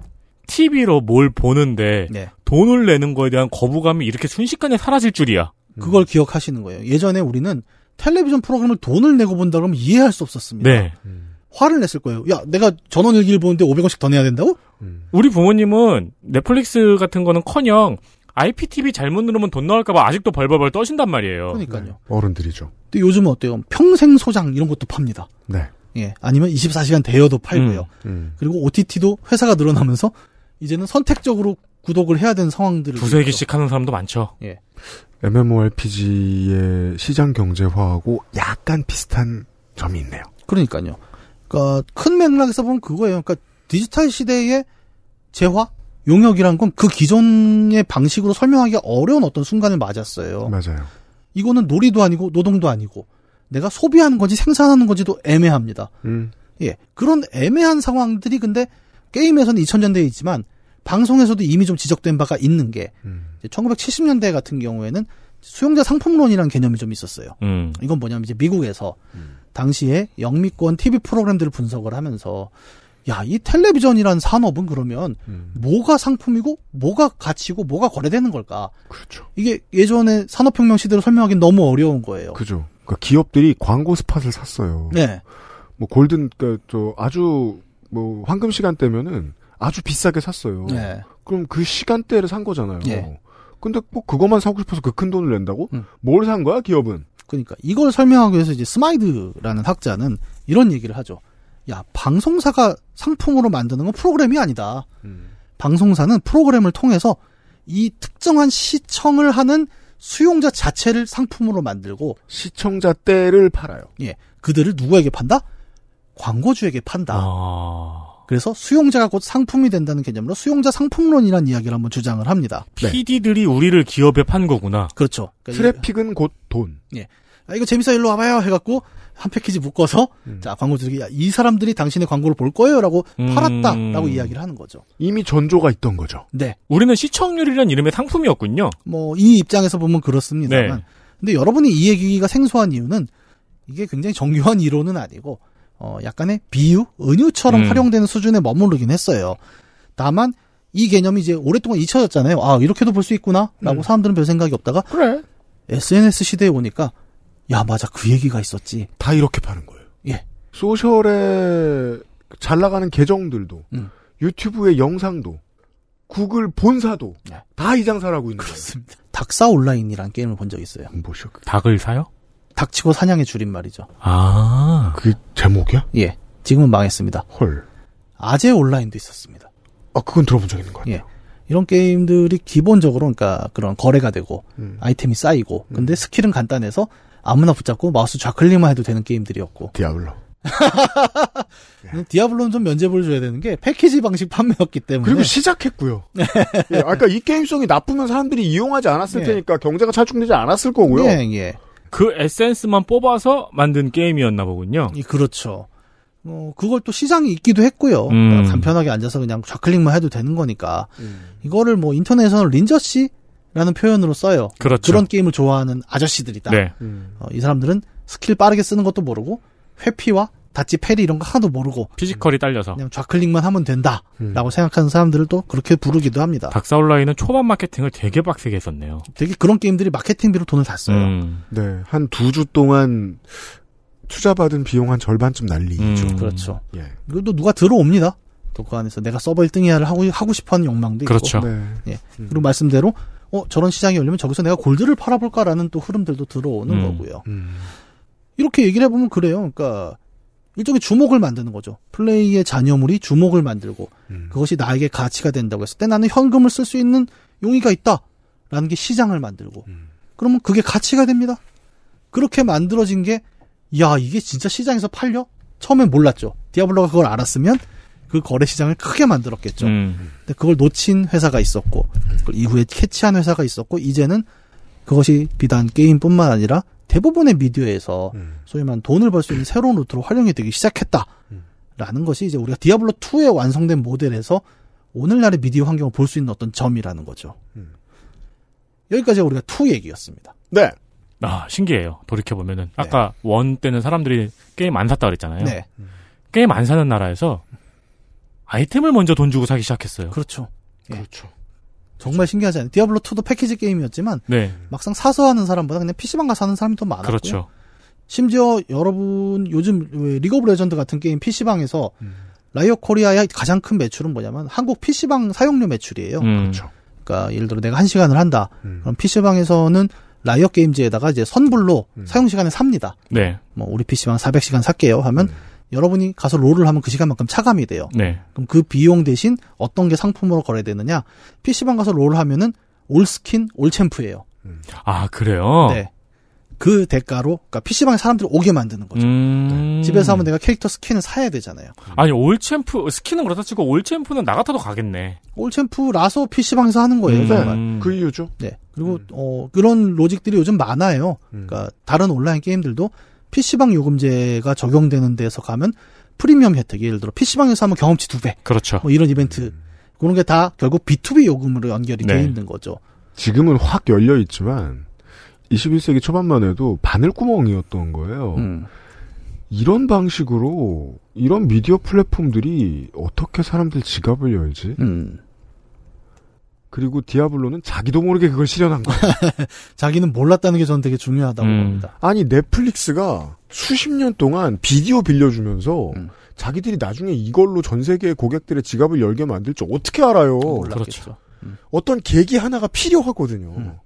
O: TV로 뭘 보는데
I: 네.
O: 돈을 내는 거에 대한 거부감이 이렇게 순식간에 사라질 줄이야.
I: 그걸 기억하시는 거예요. 예전에 우리는 텔레비전 프로그램을 돈을 내고 본다 그러면 이해할 수 없었습니다.
O: 네.
I: 화를 냈을 거예요. 야, 내가 전원 일기를 보는데 500원씩 더 내야 된다고?
O: 우리 부모님은 넷플릭스 같은 거는 커녕 IPTV 잘못 누르면 돈 나올까봐 아직도 벌벌벌 떠신단 말이에요.
I: 그러니까요.
B: 네. 어른들이죠.
I: 근데 요즘은 어때요? 평생 소장 이런 것도 팝니다.
B: 네.
I: 예. 아니면 24시간 대여도 팔고요.
O: 음.
I: 그리고 OTT도 회사가 늘어나면서 이제는 선택적으로 구독을 해야 되는 상황들을
O: 두세 개씩 하는 사람도 많죠.
I: 예.
B: MMORPG의 시장 경제화하고 약간 비슷한 점이 있네요.
I: 그러니까요. 그러니까 큰 맥락에서 보면 그거예요. 그러니까 디지털 시대의 재화 용역이란 건 그 기존의 방식으로 설명하기가 어려운 어떤 순간을 맞았어요.
B: 맞아요.
I: 이거는 놀이도 아니고 노동도 아니고 내가 소비하는 건지 생산하는 건지도 애매합니다.
B: 음.
I: 예. 그런 애매한 상황들이 근데 게임에서는 2000년대에 있지만 방송에서도 이미 좀 지적된 바가 있는 게
B: 음.
I: 1970년대 같은 경우에는 수용자 상품론이라는 개념이 좀 있었어요.
O: 음.
I: 이건 뭐냐면 이제 미국에서 당시에 영미권 TV 프로그램들을 분석을 하면서 야, 이 텔레비전이란 산업은 그러면
B: 음.
I: 뭐가 상품이고 뭐가 가치고 뭐가 거래되는 걸까?
B: 그렇죠.
I: 이게 예전에 산업혁명 시대로 설명하기는 너무 어려운 거예요.
B: 그죠. 그러니까 기업들이 광고 스팟을 샀어요.
I: 네.
B: 뭐 골든 그러니까 저 아주 뭐 황금 시간대면은 아주 비싸게 샀어요.
I: 네.
B: 그럼 그 시간대를 산 거잖아요.
I: 예. 음.
B: 근데 꼭 그것만 사고 싶어서 그 큰 돈을 낸다고? 뭘 산 거야 기업은?
I: 그러니까 이걸 설명하기 위해서 이제 스마이드라는 학자는 이런 얘기를 하죠. 야, 방송사가 상품으로 만드는 건 프로그램이 아니다.
B: 음.
I: 방송사는 프로그램을 통해서 이 특정한 시청을 하는 수용자 자체를 상품으로 만들고
B: 시청자 때를 팔아요.
I: 예. 그들을 누구에게 판다? 광고주에게 판다.
B: 아.
O: 아.
I: 그래서 수용자가 곧 상품이 된다는 개념으로 수용자 상품론이라는 이야기를 한번 주장을 합니다.
O: PD들이 우리를 기업에 판 거구나.
I: 그렇죠.
B: 네. 트래픽은 곧 돈.
I: 예. 아, 이거 재밌어, 일로 와봐요. 해갖고, 한 패키지 묶어서, 자, 광고주들에게, 야, 이 사람들이 당신의 광고를 볼 거예요. 라고 팔았다. 라고 이야기를 하는 거죠.
B: 이미 전조가 있던 거죠.
I: 네.
O: 우리는 시청률이란 이름의 상품이었군요.
I: 뭐, 이 입장에서 보면 그렇습니다만.
O: 네.
I: 근데 여러분이 이 얘기가 생소한 이유는, 이게 굉장히 정교한 이론은 아니고, 어, 약간의 비유? 은유처럼
Q: 음.
I: 활용되는 수준에 머무르긴 했어요. 다만, 이 개념이 이제 오랫동안 잊혀졌잖아요. 아, 이렇게도 볼 수 있구나. 라고 사람들은 별 생각이 없다가,
B: 그래.
I: SNS 시대에 오니까, 야, 맞아. 그 얘기가 있었지.
B: 다 이렇게 파는 거예요.
I: 예.
B: 소셜에 잘 나가는 계정들도
I: 음.
B: 유튜브의 영상도 구글 본사도 다 이 장사를 하고 있는
I: 예. 그렇습니다. 닥사 온라인이라는 게임을 본 적이 있어요.
B: 보시오.
O: 닭을 사요?
I: 닥치고 사냥의 줄임말이죠.
O: 아.
B: 그 제목이야?
I: 예. 지금은 망했습니다.
B: 헐.
I: 아재 온라인도 있었습니다.
B: 아, 그건 들어본 적 있는 것
I: 같아요. 이런 게임들이 기본적으로 그러니까 그런 거래가 되고
B: 음.
I: 아이템이 쌓이고 근데 스킬은 간단해서 아무나 붙잡고 마우스 좌클릭만 해도 되는 게임들이었고.
B: 디아블로. 네.
I: 디아블로는 좀 면제부를 줘야 되는 게 패키지 방식 판매였기 때문에
B: 그리고 시작했고요.
I: 네.
B: 예, 아까 이 게임성이 나쁘면 사람들이 이용하지 않았을
I: 네.
O: 예.
B: 테니까 경제가 차중되지 않았을
I: 예,
B: 거고요.
O: 그 에센스만 뽑아서 만든 게임이었나 보군요.
I: 그렇죠. 어, 그걸 또 시장이 있기도 했고요.
O: 음.
I: 그러니까 간편하게 앉아서 그냥 좌클릭만 해도 되는 거니까.
B: 음.
I: 이거를 뭐 인터넷에서는 린저씨라는 표현으로 써요.
O: 그렇죠.
I: 런 게임을 좋아하는 아저씨들이다.
O: 네.
B: 음.
I: 어, 이 사람들은 스킬 빠르게 쓰는 것도 모르고 회피와 닷지 패리 이런 거 하나도 모르고
O: 피지컬이 딸려서.
I: 그냥 좌클릭만 하면 된다라고 생각하는 사람들을 또 그렇게 부르기도 합니다.
O: 닥사 온라인은 초반 마케팅을 되게 빡세게 했었네요. 음.
I: 되게 그런 게임들이 마케팅비로 돈을 다 써요.
B: 네, 한 두 주 동안 투자받은 비용 한 절반쯤 날리죠.
I: 그렇죠.
B: 예.
I: 그리고 또 누가 들어옵니다. 또 그 안에서 내가 서버 1등이야를 하고 하고 싶어하는 욕망도
B: 그렇죠.
I: 있고.
B: 네.
I: 예. 그리고 말씀대로 어 저런 시장이 열리면 저기서 내가 골드를 팔아볼까라는 또 흐름들도 들어오는
B: 음.
I: 거고요. 이렇게 얘기를 해보면 그래요. 그러니까 일종의 주목을 만드는 거죠. 플레이의 잔여물이 주목을 만들고
B: 음.
I: 그것이 나에게 가치가 된다고 했을 때 나는 현금을 쓸 수 있는 용의가 있다라는 게 시장을 만들고 그러면 그게 가치가 됩니다. 그렇게 만들어진 게, 야, 이게 진짜 시장에서 팔려? 처음엔 몰랐죠. 디아블로가 그걸 알았으면 그 거래 시장을 크게 만들었겠죠.
O: 음.
I: 근데 그걸 놓친 회사가 있었고, 그걸 이후에 캐치한 회사가 있었고, 이제는 그것이 비단 게임뿐만 아니라 대부분의 미디어에서 소위 말하는 돈을 벌 수 있는 새로운 루트로 활용이 되기 시작했다. 라는 것이 이제 우리가 디아블로 2의 완성된 모델에서 오늘날의 미디어 환경을 볼 수 있는 어떤 점이라는 거죠. 여기까지 우리가 2 얘기였습니다.
B: 네.
O: 아, 신기해요. 돌이켜보면은. 아까 원 때는 사람들이 게임 안 샀다 그랬잖아요.
I: 네. 네.
O: 게임 안 사는 나라에서 아이템을 먼저 돈 주고 사기 시작했어요.
I: 그렇죠.
B: 그렇죠.
I: 정말 신기하지 않아요? 디아블로 2도 패키지 게임이었지만
O: 네.
C: 음.
I: 막상 사서 하는 사람보다 그냥 PC방 가서 하는 사람이 더 많았고요.
O: 그렇죠.
I: 심지어 여러분 요즘 왜 리그 오브 레전드 같은 게임 PC방에서 라이어 코리아의 가장 큰 매출은 뭐냐면 한국 PC방 사용료 매출이에요.
O: 음.
B: 그렇죠.
I: 그러니까 예를 들어 내가 한시간을 한다. 그럼 PC방에서는 라이어 게임즈에다가 이제 선불로 사용 시간을 삽니다.
O: 네.
I: 뭐 우리 PC방 400시간 살게요 하면 여러분이 가서 롤을 하면 그 시간만큼 차감이 돼요.
O: 네.
I: 그럼 그 비용 대신 어떤 게 상품으로 거래되느냐? PC방 가서 롤 하면은 올 스킨, 올 챔프예요.
O: 아, 그래요?
C: 어.
I: 네. 그 대가로 그러니까 PC방에 사람들이 오게 만드는 거죠.
O: 음.
I: 네. 집에서 하면 내가 캐릭터 스킨을 사야 되잖아요.
O: 아니, 올챔프, 스킨은 그렇다 치고 올챔프는 나 같아도 가겠네.
I: 올 챔프라서 PC방에서 하는 거예요,
O: 음.
I: 정말.
B: 그 이유죠.
I: 네. 그리고 어 그런 로직들이 요즘 많아요. 그러니까 다른 온라인 게임들도 PC방 요금제가 적용되는 데서 가면 프리미엄 혜택, 예를 들어 PC방에서 하면 경험치 두 배.
O: 그렇죠.
I: 뭐 이런 이벤트. 그런 게 다 결국 B2B 요금으로 연결이 돼
B: 네.
I: 있는 거죠.
B: 지금은 확 열려 있지만 21세기 초반만 해도 바늘구멍이었던 거예요.
I: 음.
B: 이런 방식으로 이런 미디어 플랫폼들이 어떻게 사람들 지갑을 열지? 그리고 디아블로는 자기도 모르게 그걸 실현한 거예요.
I: 자기는 몰랐다는 게 저는 되게 중요하다고 봅니다.
B: 아니 넷플릭스가 수십 년 동안 비디오 빌려주면서 자기들이 나중에 이걸로 전 세계 고객들의 지갑을 열게 만들 줄 어떻게 알아요?
I: 그렇죠.
B: 어떤 계기 하나가 필요하거든요.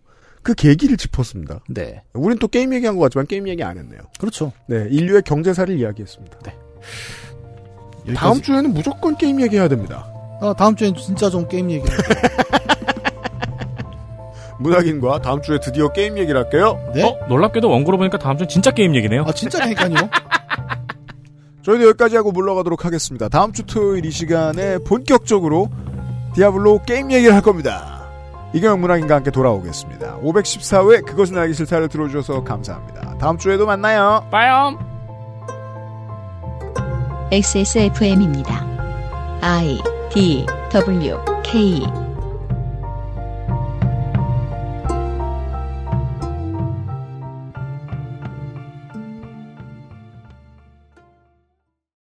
B: 그 계기를 짚었습니다.
I: 네.
B: 우린 또 게임 얘기한 것 같지만 게임 얘기 안 했네요.
I: 그렇죠.
B: 네, 인류의 경제사를 이야기했습니다.
I: 여기까지.
B: 다음 주에는 무조건 게임 얘기해야 됩니다.
I: 아, 다음 주엔 진짜 좀 게임 얘기.
B: 문학인과 다음 주에 드디어 게임 얘기를 할게요.
I: 네.
C: 어?
O: 어? 놀랍게도 원고로 보니까 다음 주는 진짜 게임 얘기네요.
I: 아, 진짜라니까요.
B: 저희도 여기까지 하고 물러가도록 하겠습니다. 다음 주 토요일 이 시간에 본격적으로 디아블로 게임 얘기를 할 겁니다. 이경영 문학인과 함께 돌아오겠습니다. 514회 그것은 알기 싫다를 들어주셔서 감사합니다. 다음 주에도 만나요.
O: 빠염.
A: XSFM입니다. I D W K